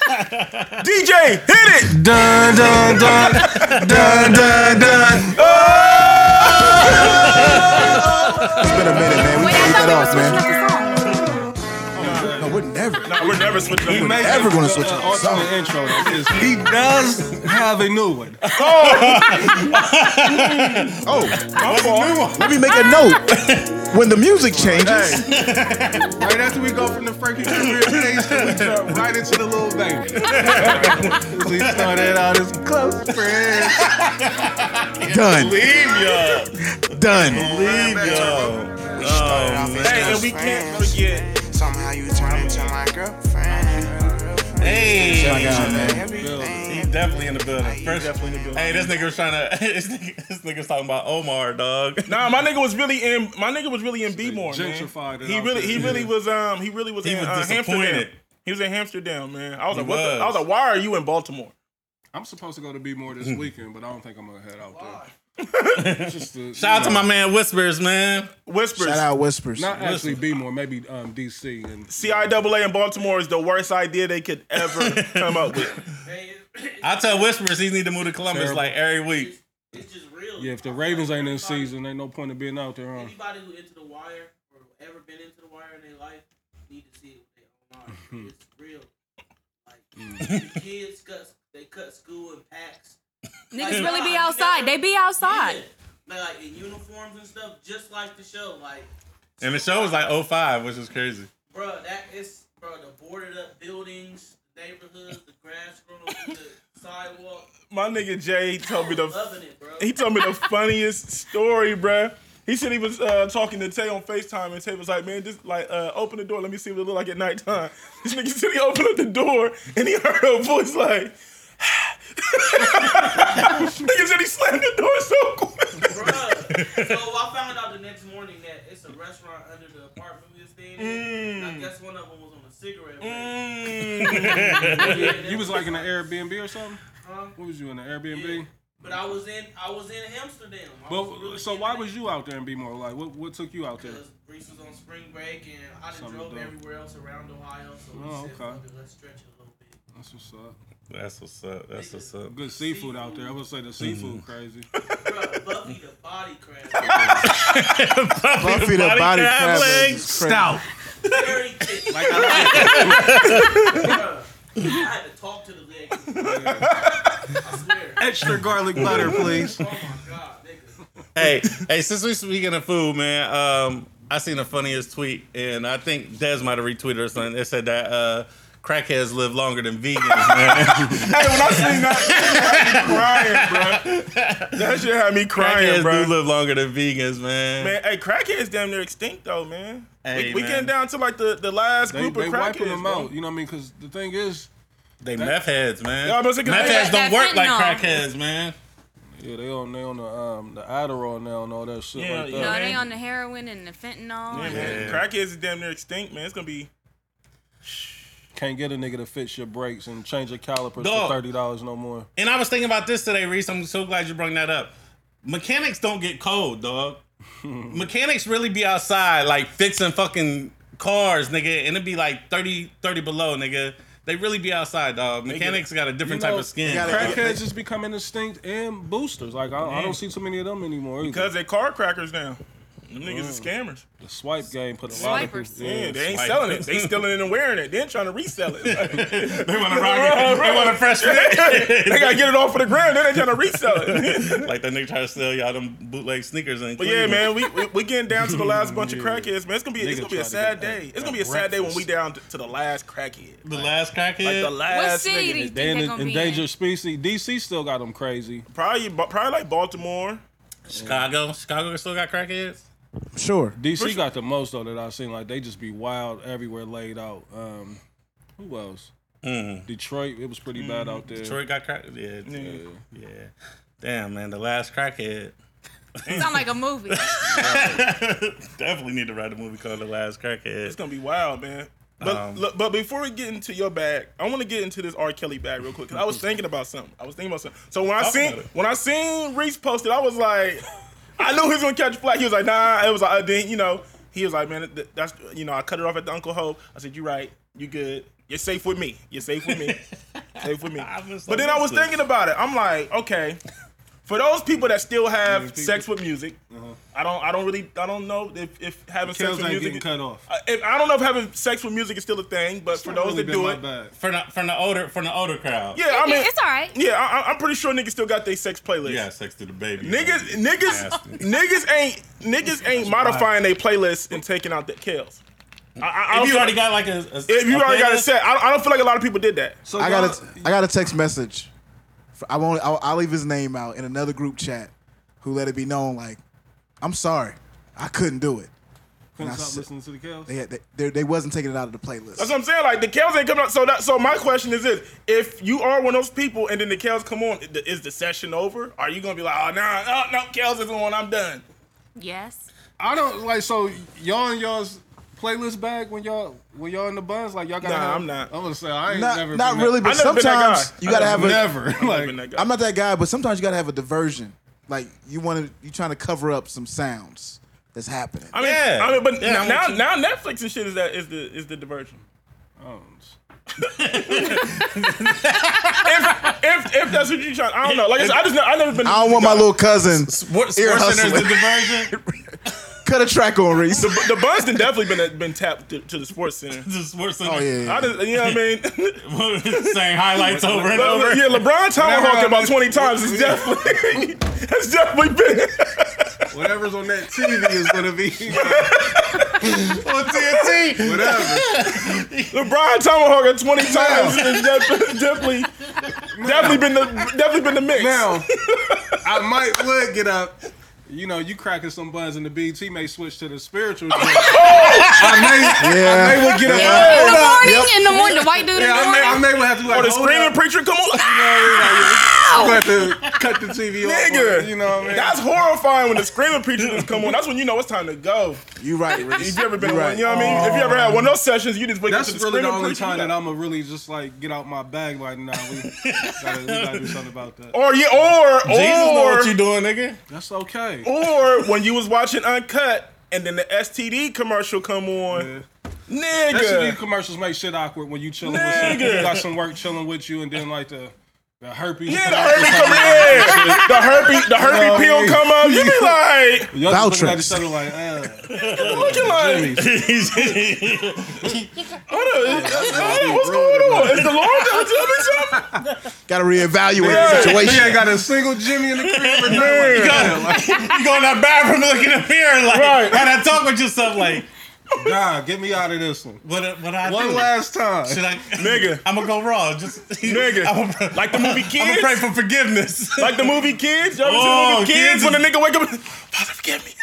Speaker 5: DJ, hit it!
Speaker 3: Dun dun dun dun dun dun.
Speaker 2: it's been a minute, man. We
Speaker 4: Wait,
Speaker 2: can't
Speaker 4: I
Speaker 2: get
Speaker 4: thought we were
Speaker 2: that off,
Speaker 4: switching up
Speaker 2: man.
Speaker 4: the song.
Speaker 2: No, we're never.
Speaker 5: No, we're never switching. up.
Speaker 2: Ever gonna switch
Speaker 3: uh,
Speaker 2: up the
Speaker 3: alternate
Speaker 2: song.
Speaker 3: intro. though, 'cause He does have a new one.
Speaker 2: Oh,
Speaker 5: My fault.
Speaker 2: let me make a note. When the music changes,
Speaker 3: Right after we go from the Frankie career stage, we jump right into the little baby. 'Cause he started out as close friends.
Speaker 2: done,
Speaker 1: Leave y'all.
Speaker 2: done.
Speaker 1: Leave y'all. Oh man.
Speaker 5: Hey, and we can't forget.
Speaker 7: Somehow you turn into my girlfriend.
Speaker 5: Oh
Speaker 1: Hey,
Speaker 2: Check out, man.
Speaker 1: he's
Speaker 6: Everything.
Speaker 1: definitely in the building. First,
Speaker 5: definitely in the building.
Speaker 1: Hey, this nigga was trying to. This nigga, this nigga was talking about Omar, dog.
Speaker 5: Nah, my nigga was really in. My nigga was really in Bmore, man.
Speaker 3: gentrified it
Speaker 5: He
Speaker 3: out
Speaker 5: really,
Speaker 3: there.
Speaker 5: he really was. Um, he really was.
Speaker 1: He
Speaker 5: in,
Speaker 1: was
Speaker 5: uh, Amsterdam.
Speaker 1: disappointed.
Speaker 5: He was in Amsterdam, man. I was
Speaker 1: He
Speaker 5: like, what the-
Speaker 1: was.
Speaker 5: I was like, why are you in Baltimore?
Speaker 3: I'm supposed to go to B more this weekend, but I don't think I'm gonna head out there. Just to,
Speaker 1: Shout out
Speaker 3: you
Speaker 1: to
Speaker 3: know,
Speaker 1: my man Whispers, man.
Speaker 5: Whispers.
Speaker 2: Shout out Whispers.
Speaker 3: Not actually B more, maybe um, DC and
Speaker 5: CIAA in Baltimore is the worst idea they could ever come up with.
Speaker 1: I tell Whispers he need to move to Columbus
Speaker 3: Terrible.
Speaker 1: like every week.
Speaker 7: It's just real.
Speaker 3: Yeah, if the Ravens ain't in season, ain't no point in being out there, huh?
Speaker 7: Anybody who into the wire or ever been into the wire in their life need to see it with their own eyes. it's real. Like the kids cut, they cut school in packs.
Speaker 4: Niggas really be outside. They be outside.
Speaker 7: Yeah. Like, like in uniforms and stuff, just like the show. Like,
Speaker 1: And the show was like 05, which is crazy.
Speaker 7: bro, that is bro the boarded up buildings, the neighborhoods, the grass growing over the sidewalk.
Speaker 5: My nigga Jay told me the
Speaker 7: Loving it, bro.
Speaker 5: he told me the funniest story, bruh. He said he was uh, talking to Tay on FaceTime, and Tay was like, "Man, just like uh, open the door. Let me see what it look like at nighttime." This nigga said he opened up the door, and he heard a voice like, "Nigga said he slammed the door so quick."
Speaker 7: Bruh. so I found out the next morning that it's a restaurant under the apartment we was staying in.
Speaker 3: Mm.
Speaker 7: I guess one of them was on a cigarette break.
Speaker 3: Mm. You was like in an Airbnb or something? What was you in an Airbnb?
Speaker 7: But I was in I was in Amsterdam. I was
Speaker 3: Well,
Speaker 7: really
Speaker 3: so
Speaker 7: in
Speaker 3: why
Speaker 7: there
Speaker 3: was you out there in B more? Like, what what took you out there?
Speaker 7: Because Reese was on spring break and I done
Speaker 3: Something
Speaker 7: drove
Speaker 3: dope.
Speaker 7: everywhere else around Ohio. So we
Speaker 3: Oh,
Speaker 7: said,
Speaker 3: okay.
Speaker 7: "Fuck it, let's stretch it a little bit.
Speaker 3: That's what's up.
Speaker 1: That's what's up. That's what's up.
Speaker 3: Good seafood out there. I would say the seafood crazy.
Speaker 7: Bruh, Buffy the body crab.
Speaker 2: Buffy the body
Speaker 1: leg
Speaker 2: crab legs is crazy.
Speaker 1: stout.
Speaker 7: Very thick. Like, Bruh, I had to talk to the Oh leg. I swear.
Speaker 3: Extra garlic butter, please.
Speaker 7: Oh my god, nigga.
Speaker 1: hey, hey, since we speaking of food, man, um, I seen the funniest tweet, and I think Des might have retweeted or something. It said that uh, crackheads live longer than vegans, man.
Speaker 5: Hey, when I seen that, that had me crying, bruh. That shit had me crying,
Speaker 1: crackheads
Speaker 5: bruh.
Speaker 1: do live longer than vegans, man.
Speaker 5: Man, hey, crackheads damn near extinct though, man.
Speaker 1: Hey,
Speaker 5: we we
Speaker 1: man.
Speaker 5: getting down to like the, the last
Speaker 3: They,
Speaker 5: group
Speaker 3: they
Speaker 5: of
Speaker 3: wiping
Speaker 5: crackheads.
Speaker 3: them
Speaker 5: bro.
Speaker 3: out. You know what I mean? Because the thing is,
Speaker 1: They meth heads, man.
Speaker 5: Yeah, I was
Speaker 1: meth
Speaker 5: thinking
Speaker 1: heads
Speaker 5: that-
Speaker 1: don't
Speaker 4: that
Speaker 1: work like
Speaker 4: fentanyl.
Speaker 1: crackheads, man.
Speaker 3: yeah, they on they on the um the Adderall now and all that shit
Speaker 5: Yeah,
Speaker 3: right
Speaker 5: yeah.
Speaker 3: there.
Speaker 4: No,
Speaker 5: man.
Speaker 4: they on the heroin and the fentanyl.
Speaker 5: Yeah,
Speaker 4: and-
Speaker 5: man.
Speaker 1: Yeah.
Speaker 5: Crackheads is damn near extinct, man. It's gonna be
Speaker 3: Can't get a nigga to fix your brakes and change your calipers
Speaker 1: Dog.
Speaker 3: for thirty dollars no more.
Speaker 1: And I was thinking about this today, Reese. I'm so glad you brought that up. Mechanics don't get cold, dog. Mechanics really be outside, like fixing fucking cars, nigga, and it be like 30, 30 below, nigga. They really be outside, dog. Mechanics got a different
Speaker 3: You
Speaker 1: type
Speaker 3: know,
Speaker 1: of skin.
Speaker 2: gotta-
Speaker 1: dog.
Speaker 3: Crackheads just becoming extinct and boosters. Like I, I don't see too many of them anymore. Either.
Speaker 5: cause they car crackers now. Them niggas is scammers.
Speaker 3: the swipe game put a lot of people.
Speaker 4: Swipers.
Speaker 5: Yeah, they ain't
Speaker 1: Like-
Speaker 5: selling it. They stealing it and wearing it. Then trying to resell it. Like,
Speaker 1: they want to rock it. They want a fresh
Speaker 5: they
Speaker 1: fit.
Speaker 5: gotta get it off of the ground. Then they trying to resell it.
Speaker 1: like that nigga try to sell y'all them bootleg sneakers and.
Speaker 5: But yeah, man, we, we we getting down to the last bunch of crackheads, man. It's gonna be it's
Speaker 3: Nigga
Speaker 5: gonna be
Speaker 3: tried
Speaker 5: a
Speaker 3: to
Speaker 5: sad
Speaker 3: get that-
Speaker 5: day. It's gonna
Speaker 3: that
Speaker 5: be a sad day when
Speaker 3: breakfast.
Speaker 5: we down to, to the last crackhead,
Speaker 1: The last crackhead.
Speaker 5: like the
Speaker 4: What
Speaker 5: last
Speaker 4: city
Speaker 5: nigga.
Speaker 4: do you
Speaker 5: that-
Speaker 4: think
Speaker 3: They in
Speaker 4: they
Speaker 3: the
Speaker 4: gonna be
Speaker 3: endangered
Speaker 4: in?
Speaker 3: species. DC still got them crazy.
Speaker 5: Probably probably like Baltimore.
Speaker 1: Chicago. Chicago still got crackheads.
Speaker 2: Sure.
Speaker 3: DC got the most though that I've seen. Like they just be wild everywhere, laid out. Um, who else? Detroit. It was pretty bad
Speaker 4: Mm-hmm.
Speaker 3: out there.
Speaker 1: Detroit got crack. Yeah, yeah, yeah. Damn, man, the last crackhead.
Speaker 4: Sound like a movie.
Speaker 1: Definitely need to write a movie called The Last Crackhead.
Speaker 5: It's gonna be wild, man. But
Speaker 1: Um,
Speaker 5: look, but before we get into your bag, I want to get into this R. Kelly bag real quick because I was thinking about something. I was thinking about something. So when I
Speaker 1: Talk
Speaker 5: seen
Speaker 1: about it.
Speaker 5: when I seen Reese posted, I was like, I knew he was gonna catch a flag. He was like, Nah, it was like I didn't, you know. He was like, Man, th- that's you know, I cut it off at the Uncle Hope. I said, You right, you good, you're safe with me, you're safe with me, safe with me.
Speaker 1: I was like,
Speaker 5: But then I was
Speaker 1: this is-
Speaker 5: thinking about it. I'm like, okay, for those people that still have sex with music.
Speaker 1: Uh-huh.
Speaker 5: I don't. I don't really. I don't know if, if having sex
Speaker 3: Tails
Speaker 5: with
Speaker 3: ain't
Speaker 5: music.
Speaker 3: getting cut off.
Speaker 5: I, if, I don't know if having sex with music is still a thing, but for
Speaker 3: Not
Speaker 5: those
Speaker 3: really
Speaker 5: that
Speaker 3: been
Speaker 5: do
Speaker 3: my
Speaker 5: it,
Speaker 3: bag.
Speaker 1: From the from the older from the older crowd.
Speaker 5: yeah, I mean,
Speaker 4: it's all right.
Speaker 5: yeah, I, I- I'm pretty sure niggas still got their sex playlist.
Speaker 1: Yeah, sex to the baby.
Speaker 5: Niggas, niggas,
Speaker 1: Nasty.
Speaker 5: niggas ain't niggas ain't modifying their playlist and taking out the kills. I, I, I don't
Speaker 1: If you
Speaker 5: feel-
Speaker 1: already got like a, a
Speaker 5: if you
Speaker 1: a
Speaker 5: already got a
Speaker 1: playlist,
Speaker 5: set, I, I don't feel like a lot of people did that.
Speaker 3: So
Speaker 2: I
Speaker 3: y'all-
Speaker 2: got a I got a text message. For- I won't. I'll, I'll leave his name out in another group chat. Who let it be known? Like, I'm sorry, I couldn't do it. And I
Speaker 3: Couldn't stop
Speaker 2: said-
Speaker 3: listening to the Kels.
Speaker 2: They, had, they, they they wasn't taking it out of the playlist.
Speaker 5: That's what I'm saying. Like the Kels ain't coming up. So that. So my question is this: If you are one of those people, and then the Kels come on, i- is the session over? Are you gonna be like, oh nah, oh, no, Kels is on, I'm done.
Speaker 4: Yes.
Speaker 3: I don't like so y'all in y'all's playlist bag when y'all when y'all in the buns like y'all gotta.
Speaker 5: Nah,
Speaker 3: have-
Speaker 5: I'm not.
Speaker 3: I'm gonna say I ain't
Speaker 2: not
Speaker 3: never.
Speaker 2: not
Speaker 3: been
Speaker 2: really, but
Speaker 3: That,
Speaker 5: I've never been that
Speaker 2: sometimes
Speaker 5: guy.
Speaker 2: you gotta have a.
Speaker 3: never.
Speaker 5: I've
Speaker 3: Like
Speaker 5: been that guy.
Speaker 2: I'm not that guy, but sometimes you gotta have a diversion. Like you want to, you trying to cover up some sounds that's happening.
Speaker 5: I mean,
Speaker 1: Yeah.
Speaker 5: I mean, but
Speaker 1: Yeah, I'm
Speaker 5: now,
Speaker 1: with
Speaker 5: now, now Netflix and shit is that is the is the diversion. Oh. If if that's what you're trying, I don't know. Like I, said, I just ne- I never been.
Speaker 2: I don't want my little cousin
Speaker 1: Sports,
Speaker 2: Ear
Speaker 1: sports centers the
Speaker 2: hustling.
Speaker 1: diversion.
Speaker 2: cut a track on Reese.
Speaker 5: the Buns done definitely been been tapped to, to the sports center.
Speaker 1: the sports center.
Speaker 2: Oh
Speaker 5: I
Speaker 2: yeah,
Speaker 5: just, you know what I mean?
Speaker 1: Saying highlights over and
Speaker 5: Le-
Speaker 1: over.
Speaker 5: Le- yeah,
Speaker 3: Whenever
Speaker 5: LeBron tomahawked
Speaker 3: I-
Speaker 5: about twenty times. It's definitely that's definitely been.
Speaker 3: whatever's on that TV is gonna be
Speaker 1: On TNT.
Speaker 3: whatever.
Speaker 5: LeBron tomahawked twenty times. It's definitely definitely, definitely been the definitely been the mix.
Speaker 3: Now, I might would get up. You know, you cracking some buns in the BT may switch to the spiritual. joint. I may, I
Speaker 2: yeah.
Speaker 3: may would get up.
Speaker 4: In the
Speaker 3: Hold up.
Speaker 4: morning, in the morning, the white dude
Speaker 3: Yeah, I may, I
Speaker 4: in the morning.
Speaker 3: may would have to like.
Speaker 5: or the
Speaker 3: hold
Speaker 5: screaming
Speaker 3: up.
Speaker 5: preacher, come on,
Speaker 3: I'm gonna have to cut the TV off.
Speaker 5: nigga.
Speaker 3: you know what I mean?
Speaker 5: That's horrifying when the screaming preacher just come on. That's when you know it's time to go.
Speaker 2: you right, Reese.
Speaker 5: If you ever been
Speaker 2: You
Speaker 5: on one,
Speaker 2: right.
Speaker 5: you know what I mean? If you ever had one of those sessions, you just wake
Speaker 3: That's
Speaker 5: up to the
Speaker 3: really the
Speaker 5: screaming
Speaker 3: only
Speaker 5: preacher.
Speaker 3: time
Speaker 5: you
Speaker 3: that
Speaker 5: like-
Speaker 3: I'ma really just like get out my bag. Like, nah, we gotta, we gotta do something about that.
Speaker 5: or yeah, or or
Speaker 1: Jesus know what you doing, nigga.
Speaker 3: That's okay.
Speaker 5: or when you was watching Uncut and then the STD commercial come on,
Speaker 3: STD
Speaker 5: nigga.
Speaker 3: commercials make shit awkward when you chilling with some,
Speaker 5: Nigga.
Speaker 3: you got some work chilling with you, and then like the the herpes.
Speaker 5: Yeah, the herpes come in. The herpes, the
Speaker 3: No,
Speaker 5: herpes pill
Speaker 3: nigga.
Speaker 5: come up. You be like,
Speaker 3: Y'all just looking at
Speaker 2: Valtrex.
Speaker 3: each other like, uh,
Speaker 5: looking like,
Speaker 3: Jimmy's.
Speaker 5: what the- what's going on? Is the Lord gonna tell me something?
Speaker 2: Gotta reevaluate
Speaker 5: Yeah.
Speaker 2: the situation.
Speaker 3: He ain't got a single Jimmy in the crib. Or nothing.
Speaker 5: You got-
Speaker 1: You go in that bathroom, look in the mirror, like,
Speaker 5: Right.
Speaker 1: and I talk with yourself, like,
Speaker 3: Nah, get me out of this one.
Speaker 1: what, what I
Speaker 3: One
Speaker 1: do?
Speaker 3: last time.
Speaker 1: Should I,
Speaker 5: Nigga.
Speaker 1: I'm gonna go raw. Just
Speaker 5: Nigga.
Speaker 1: I'm gonna,
Speaker 5: Like the movie
Speaker 1: I'm gonna
Speaker 5: Kids.
Speaker 1: pray for forgiveness.
Speaker 5: Like the movie Kids. Y'all ever seen
Speaker 1: Oh,
Speaker 5: the movie Kids
Speaker 1: Kids
Speaker 5: when the nigga wake up and, Father, forgive me.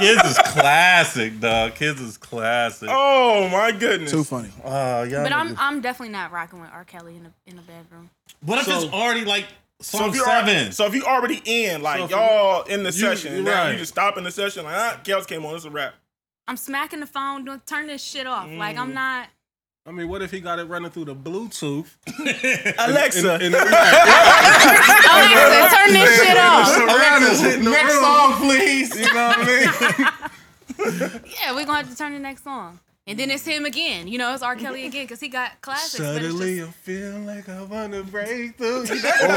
Speaker 1: Kids is classic, dog. Kids is classic. Oh,
Speaker 5: Oh my goodness.
Speaker 2: Too funny.
Speaker 1: Uh, y'all
Speaker 4: But I'm
Speaker 1: niggas.
Speaker 4: I'm definitely not rocking with R. Kelly in the in the bedroom.
Speaker 1: What if
Speaker 3: So-
Speaker 1: it's already like
Speaker 5: So
Speaker 1: song
Speaker 5: if, you're
Speaker 1: seven?
Speaker 5: already, so if you already in,
Speaker 3: So
Speaker 5: like
Speaker 3: for-
Speaker 5: y'all in the session,
Speaker 3: you
Speaker 5: and now
Speaker 3: right.
Speaker 5: you just stop in the session, like ah, Kels came on, it's a wrap.
Speaker 4: I'm smacking the phone. Don't turn this shit off. Like
Speaker 1: Mm.
Speaker 4: I'm not.
Speaker 3: I mean, what if he got it running through the Bluetooth?
Speaker 5: Alexa,
Speaker 3: And the, right,
Speaker 4: Alexa, turn this shit off.
Speaker 3: surroundings hitting the
Speaker 1: Next
Speaker 3: room.
Speaker 1: song, please.
Speaker 3: You know what I mean?
Speaker 4: Yeah, we're gonna have to turn the next song. And then it's him again. You know, it's R. Kelly again because he got classics. but it's
Speaker 3: Suddenly
Speaker 4: just-
Speaker 3: I'm feeling like I wanna break through.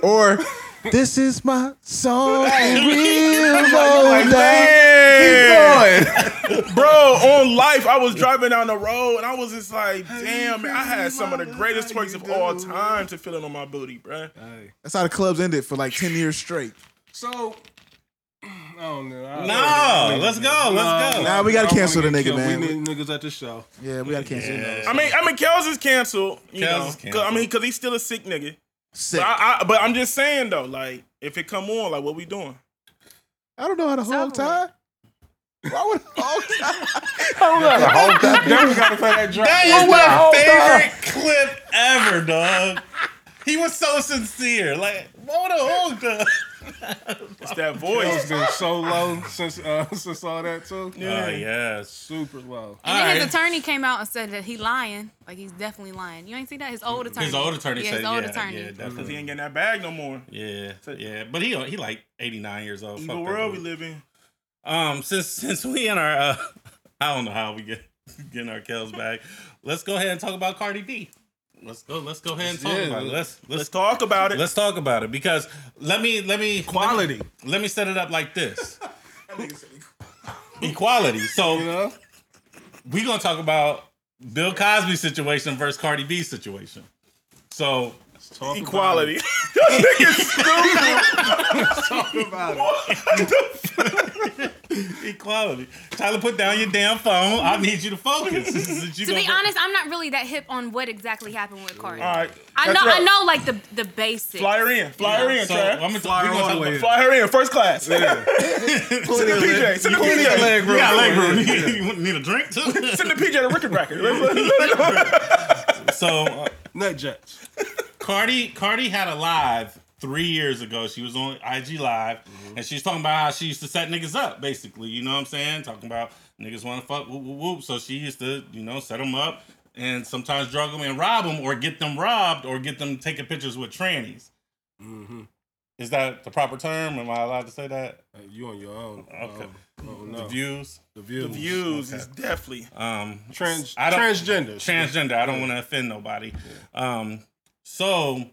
Speaker 2: Or or this is my song. in real mode.
Speaker 5: bro, on life, I was driving down the road and I was just like, damn, man, I had some of the greatest twerks of all time to feel it on my booty, bro.
Speaker 2: That's how the clubs ended for like ten years straight.
Speaker 3: So, I don't know. I-
Speaker 1: No, let's go. Let's go.
Speaker 2: Nah, we gotta
Speaker 3: I don't
Speaker 2: cancel
Speaker 3: wanna
Speaker 2: the
Speaker 3: get
Speaker 2: nigga, man.
Speaker 3: killed. We need niggas at the show.
Speaker 2: Yeah, we gotta cancel. those.
Speaker 5: I mean, I mean, Kels is canceled. You
Speaker 1: Kels
Speaker 5: know,
Speaker 1: is
Speaker 5: 'cause- I mean,
Speaker 1: canceled.
Speaker 5: because he's still a sick nigga.
Speaker 2: Sick.
Speaker 5: But, I, I, but I'm just saying though, like, if it come on, like, what we doing?
Speaker 2: I don't know how to hog tie.
Speaker 4: Subway.
Speaker 2: Why would a hog tie?
Speaker 3: Now we gotta play that drop.
Speaker 1: That is my favorite clip ever, dog. He was so sincere. Like, what a hold up.
Speaker 5: It's that
Speaker 3: It's
Speaker 5: voice.
Speaker 3: been so low since uh, since all that too.
Speaker 1: Oh, yes.
Speaker 3: Super low.
Speaker 4: And then
Speaker 1: Alright.
Speaker 4: his attorney came out and said that he lying. Like he's definitely lying. You ain't see that? His old attorney.
Speaker 1: His old attorney Mm-hmm.
Speaker 4: yeah,
Speaker 1: said,
Speaker 4: his old
Speaker 1: yeah,
Speaker 4: attorney.
Speaker 1: yeah,
Speaker 5: Cause he
Speaker 1: definitely.
Speaker 5: ain't getting that bag no more.
Speaker 1: Yeah, yeah. But he he like 89 years old.
Speaker 5: Evil
Speaker 1: Fuck that
Speaker 5: world we
Speaker 1: dude.
Speaker 5: live in.
Speaker 1: Um, since since we in our, uh, I don't know how we get getting our kills back. Let's go ahead and talk about Cardi B. Let's go. Let's go ahead and talk
Speaker 3: Yeah,
Speaker 1: about it. Let's
Speaker 5: Let's
Speaker 1: let's talk.
Speaker 5: talk about it.
Speaker 1: Let's talk about it because let me let me
Speaker 3: Quality.
Speaker 1: Let me, let me set it up like this. Equality. So
Speaker 3: You know?
Speaker 1: we're gonna talk about Bill Cosby situation versus Cardi B situation. So
Speaker 3: Let's talk
Speaker 5: Equality.
Speaker 3: About it.
Speaker 1: Equality. Tyler, put down your damn phone. I need you to focus. You
Speaker 4: To be
Speaker 1: gonna-
Speaker 4: honest, I'm not really that hip on what exactly happened with Cardi.
Speaker 5: All right.
Speaker 4: I know,
Speaker 5: That's
Speaker 4: I
Speaker 5: up.
Speaker 4: know, like the the basics.
Speaker 5: Fly her in. Fly her in,
Speaker 1: So
Speaker 5: Trav.
Speaker 1: I'm gonna
Speaker 3: Fly
Speaker 1: we
Speaker 3: her
Speaker 1: gonna
Speaker 3: all
Speaker 1: talk
Speaker 3: the way
Speaker 1: about-
Speaker 3: in.
Speaker 5: Fly her in. First class.
Speaker 3: Yeah.
Speaker 5: Send the PJ. Send the
Speaker 3: You need a
Speaker 5: PJ.
Speaker 3: leg room.
Speaker 1: You got leg room.
Speaker 3: Yeah.
Speaker 1: You need a drink too.
Speaker 5: Send the PJ to Ricky Bracket.
Speaker 1: so uh,
Speaker 3: Nut judge.
Speaker 1: Cardi Cardi had a live three years ago. She was on IG Live
Speaker 3: Mm-hmm.
Speaker 1: and she was talking about how she used to set niggas up, basically. You know what I'm saying? Talking about niggas want to fuck, whoop, whoop, whoop. So she used to, you know, set them up and sometimes drug them and rob them or get them robbed or get them taking pictures with trannies.
Speaker 3: Mm-hmm.
Speaker 1: Is that the proper term? Am I allowed to say that?
Speaker 3: You on your own.
Speaker 1: Okay.
Speaker 3: Oh, oh, no.
Speaker 1: The views.
Speaker 3: The view.
Speaker 5: The views is definitely.
Speaker 1: Um,
Speaker 3: Trans,
Speaker 1: I don't-
Speaker 3: transgender.
Speaker 1: transgender. I don't want to offend nobody. Um, so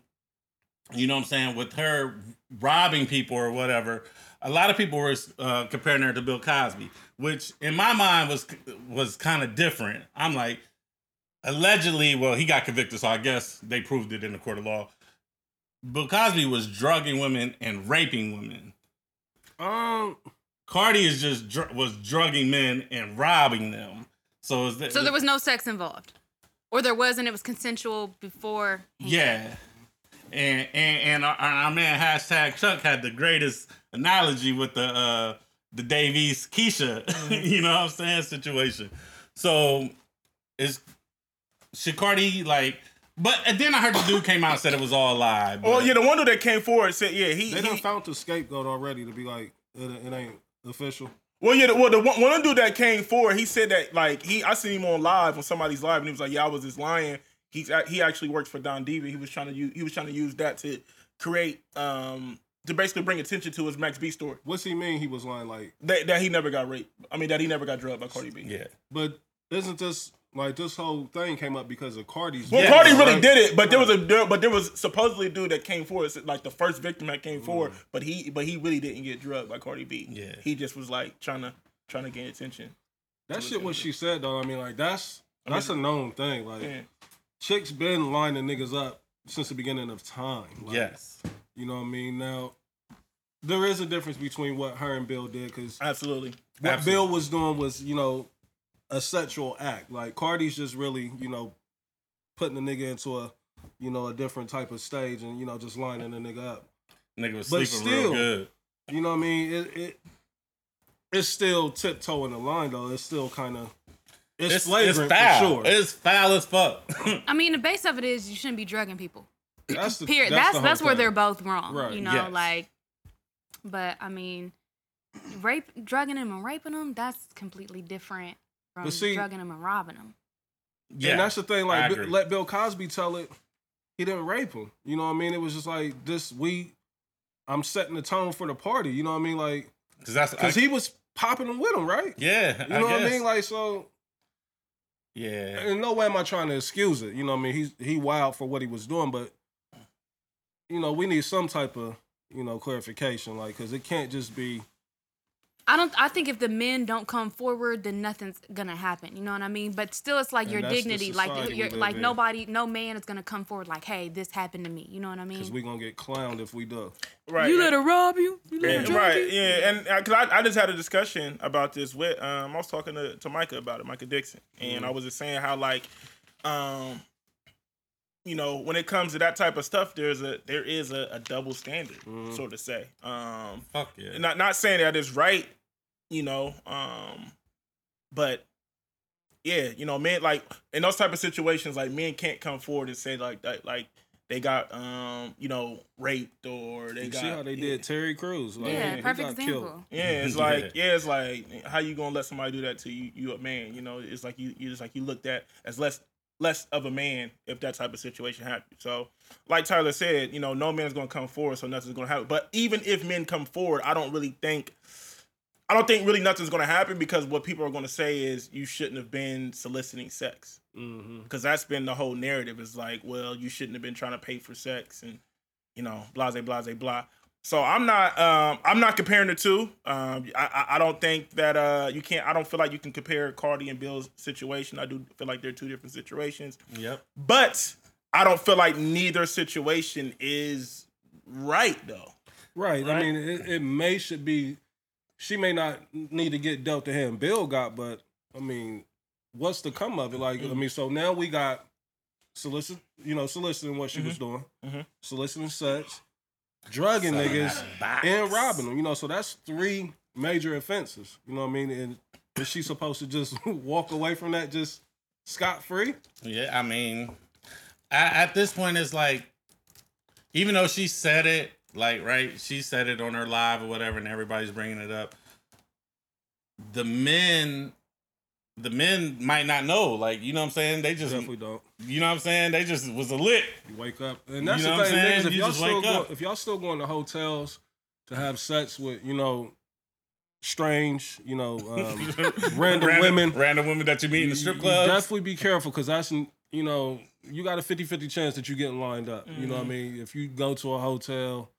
Speaker 1: you know what I'm saying with her robbing people or whatever. A lot of people were uh, comparing her to Bill Cosby, which in my mind was was kind of different. I'm like, allegedly, well, he got convicted, so I guess they proved it in the court of law. Bill Cosby was drugging women and raping women.
Speaker 3: Um,
Speaker 1: Cardi is just dr- was drugging men and robbing them. So is that,
Speaker 4: So there was no sex involved, or there was, and it was consensual before.
Speaker 1: Yeah. And and, and our, our man hashtag Chuck had the greatest analogy with the uh the Davies Keisha, you know what I'm saying, situation. So is Shikardi like but and then I heard the dude came out and said it was all a lie.
Speaker 3: Oh,
Speaker 5: Well,
Speaker 1: but-
Speaker 5: yeah, the one dude that came forward said, yeah, he.
Speaker 3: they done
Speaker 5: he
Speaker 3: found the scapegoat already to be like it, it ain't official.
Speaker 5: well, yeah, the, well, the one, one dude that came forward, he said that like he, I seen him on live on somebody's live, and he was like, yeah, I was just lying. He's act- he actually works for Don Diva. He was trying to use he was trying to use that to create um to basically bring attention to his Max B story
Speaker 3: What's he mean? He was lying like,
Speaker 5: that, that he never got raped. I mean that he never got drugged by Cardi B.
Speaker 1: yeah.
Speaker 3: but isn't this like this whole thing came up because of Cardi's?
Speaker 5: Well,
Speaker 1: Yeah,
Speaker 5: Cardi
Speaker 1: right.
Speaker 5: really did it, but there was a there- but there was supposedly a dude that came forward, so, like the first victim that came forward, but he but he really didn't get drugged by Cardi B.
Speaker 1: Yeah.
Speaker 5: he just was like trying to trying to gain attention.
Speaker 3: That shit what she said though. I mean, like that's that's a known thing. Like
Speaker 5: Yeah.
Speaker 3: chicks been lining niggas up since the beginning of time. Like,
Speaker 1: Yes.
Speaker 3: you know what I mean. Now there is a difference between what her and Bill did because
Speaker 5: Absolutely.
Speaker 3: what
Speaker 1: Absolutely.
Speaker 3: Bill was doing was, you know, a sexual act. Like Cardi's just really, you know, putting the nigga into a, you know, a different type of stage and you know just lining the nigga up.
Speaker 1: Nigga was
Speaker 3: But
Speaker 1: sleeping
Speaker 3: still-
Speaker 1: real good.
Speaker 3: You know what I mean? It, it it's still tiptoeing the line though. It's still kind of it's,
Speaker 1: It's, it's
Speaker 3: flagrant
Speaker 1: foul.
Speaker 3: for sure.
Speaker 1: It's foul as fuck.
Speaker 4: I mean, the base of it is you shouldn't be drugging people.
Speaker 3: that's the,
Speaker 4: Period. That's
Speaker 3: the
Speaker 4: that's,
Speaker 3: whole
Speaker 4: where
Speaker 3: thing.
Speaker 4: they're both wrong.
Speaker 3: Right,
Speaker 4: You know,
Speaker 1: yes.
Speaker 4: like. But I mean, rape, drugging them and raping them, that's completely different from
Speaker 3: But see-
Speaker 4: drugging them and robbing them.
Speaker 1: yeah.
Speaker 3: And that's the thing.
Speaker 1: I
Speaker 3: Like,
Speaker 1: agree.
Speaker 3: let Bill Cosby tell it. He didn't rape him. You know what I mean? It was just like this. We, I'm setting the tone for the party. You know what I mean? Like,
Speaker 1: Cause that's
Speaker 3: because
Speaker 1: I-
Speaker 3: he was popping them with him, right?
Speaker 1: Yeah.
Speaker 3: You know
Speaker 1: I
Speaker 3: what I
Speaker 1: guess.
Speaker 3: mean? Like so,
Speaker 1: yeah.
Speaker 3: in no way am I trying to excuse it. You know what I mean? He's he wild for what he was doing, but you know we need some type of you know clarification, like because it can't just be
Speaker 4: I don't. I think if the men don't come forward, then nothing's gonna happen. You know what I mean? But still, it's like
Speaker 3: And
Speaker 4: your
Speaker 3: that's the
Speaker 4: dignity.
Speaker 3: society
Speaker 4: Like,
Speaker 3: we
Speaker 4: you're,
Speaker 3: live
Speaker 4: like
Speaker 3: in.
Speaker 4: nobody, no man is gonna come forward like, "Hey, this happened to me." You know what I mean?
Speaker 3: because we gonna get clowned if we do.
Speaker 5: Right.
Speaker 4: you let her rob you. You let her
Speaker 5: Yeah,
Speaker 4: drug
Speaker 5: right.
Speaker 4: you.
Speaker 5: Yeah, and because I, I just had a discussion about this with um, I was talking to, to Micah about it, Micah Dixon, and I was just saying how like, um, you know, when it comes to that type of stuff, there's a there is a, a double standard, so to say. Um,
Speaker 1: Fuck yeah.
Speaker 5: not not saying that it's right, you know, um, but yeah, you know, men like in those type of situations, like men can't come forward and say like that, like they got um, you know, raped or they
Speaker 3: You
Speaker 5: got
Speaker 3: see how they did Terry Crews? Like,
Speaker 4: Yeah,
Speaker 3: he
Speaker 4: perfect
Speaker 3: got
Speaker 4: example.
Speaker 3: killed.
Speaker 5: Yeah, it's
Speaker 1: Yeah.
Speaker 5: like yeah, it's like how you gonna let somebody do that to you? You a man, you know? It's like you you just like you looked at as less less of a man if that type of situation happened. So, like Tyler said, you know, no man's gonna come forward, so nothing's gonna happen. But even if men come forward, I don't really think. I don't think really nothing's gonna happen because what people are gonna say is you shouldn't have been soliciting sex
Speaker 3: Mhm.
Speaker 5: because that's been the whole narrative is like, well, you shouldn't have been trying to pay for sex and you know, blase, blase, blah. So I'm not, um, I'm not comparing the two. Um, I, I, I don't think that uh, you can't. I don't feel like you can compare Cardi and Bill's situation. I do feel like they're two different situations,
Speaker 1: Yep.
Speaker 5: but I don't feel like neither situation is right though.
Speaker 3: Right. I mean, it, it may should be she may not need to get dealt the hand Bill got, but I mean, what's the come of it? Like, I mean, so now we got solicit, you know, soliciting what she was doing, soliciting such, drugging niggas, and robbing them. You know, so that's three major offenses. You know what I mean? And is she supposed to just walk away from that just scot free?
Speaker 1: Yeah, I mean, I, at this point, it's like, even though she said it, like, right, she said it on her live or whatever, and everybody's bringing it up. The men, the men might not know, like, you know what I'm saying? They just,
Speaker 3: Definitely don't.
Speaker 1: you know what I'm saying? They just was a lit.
Speaker 3: You wake up, and that's
Speaker 1: You know
Speaker 3: the
Speaker 1: what I'm
Speaker 3: thing,
Speaker 1: saying?
Speaker 3: niggas. If
Speaker 1: You
Speaker 3: y'all
Speaker 1: just
Speaker 3: still
Speaker 1: wake
Speaker 3: go,
Speaker 1: up.
Speaker 3: if y'all still going to hotels to have sex with, you know, strange, you know, um, random, women,
Speaker 1: random women that you meet in the strip
Speaker 3: you
Speaker 1: clubs.
Speaker 3: definitely be careful because that's you know you got a 50-50 chance that you getting lined up. You
Speaker 1: Mm-hmm.
Speaker 3: know what I mean? If you go to a hotel,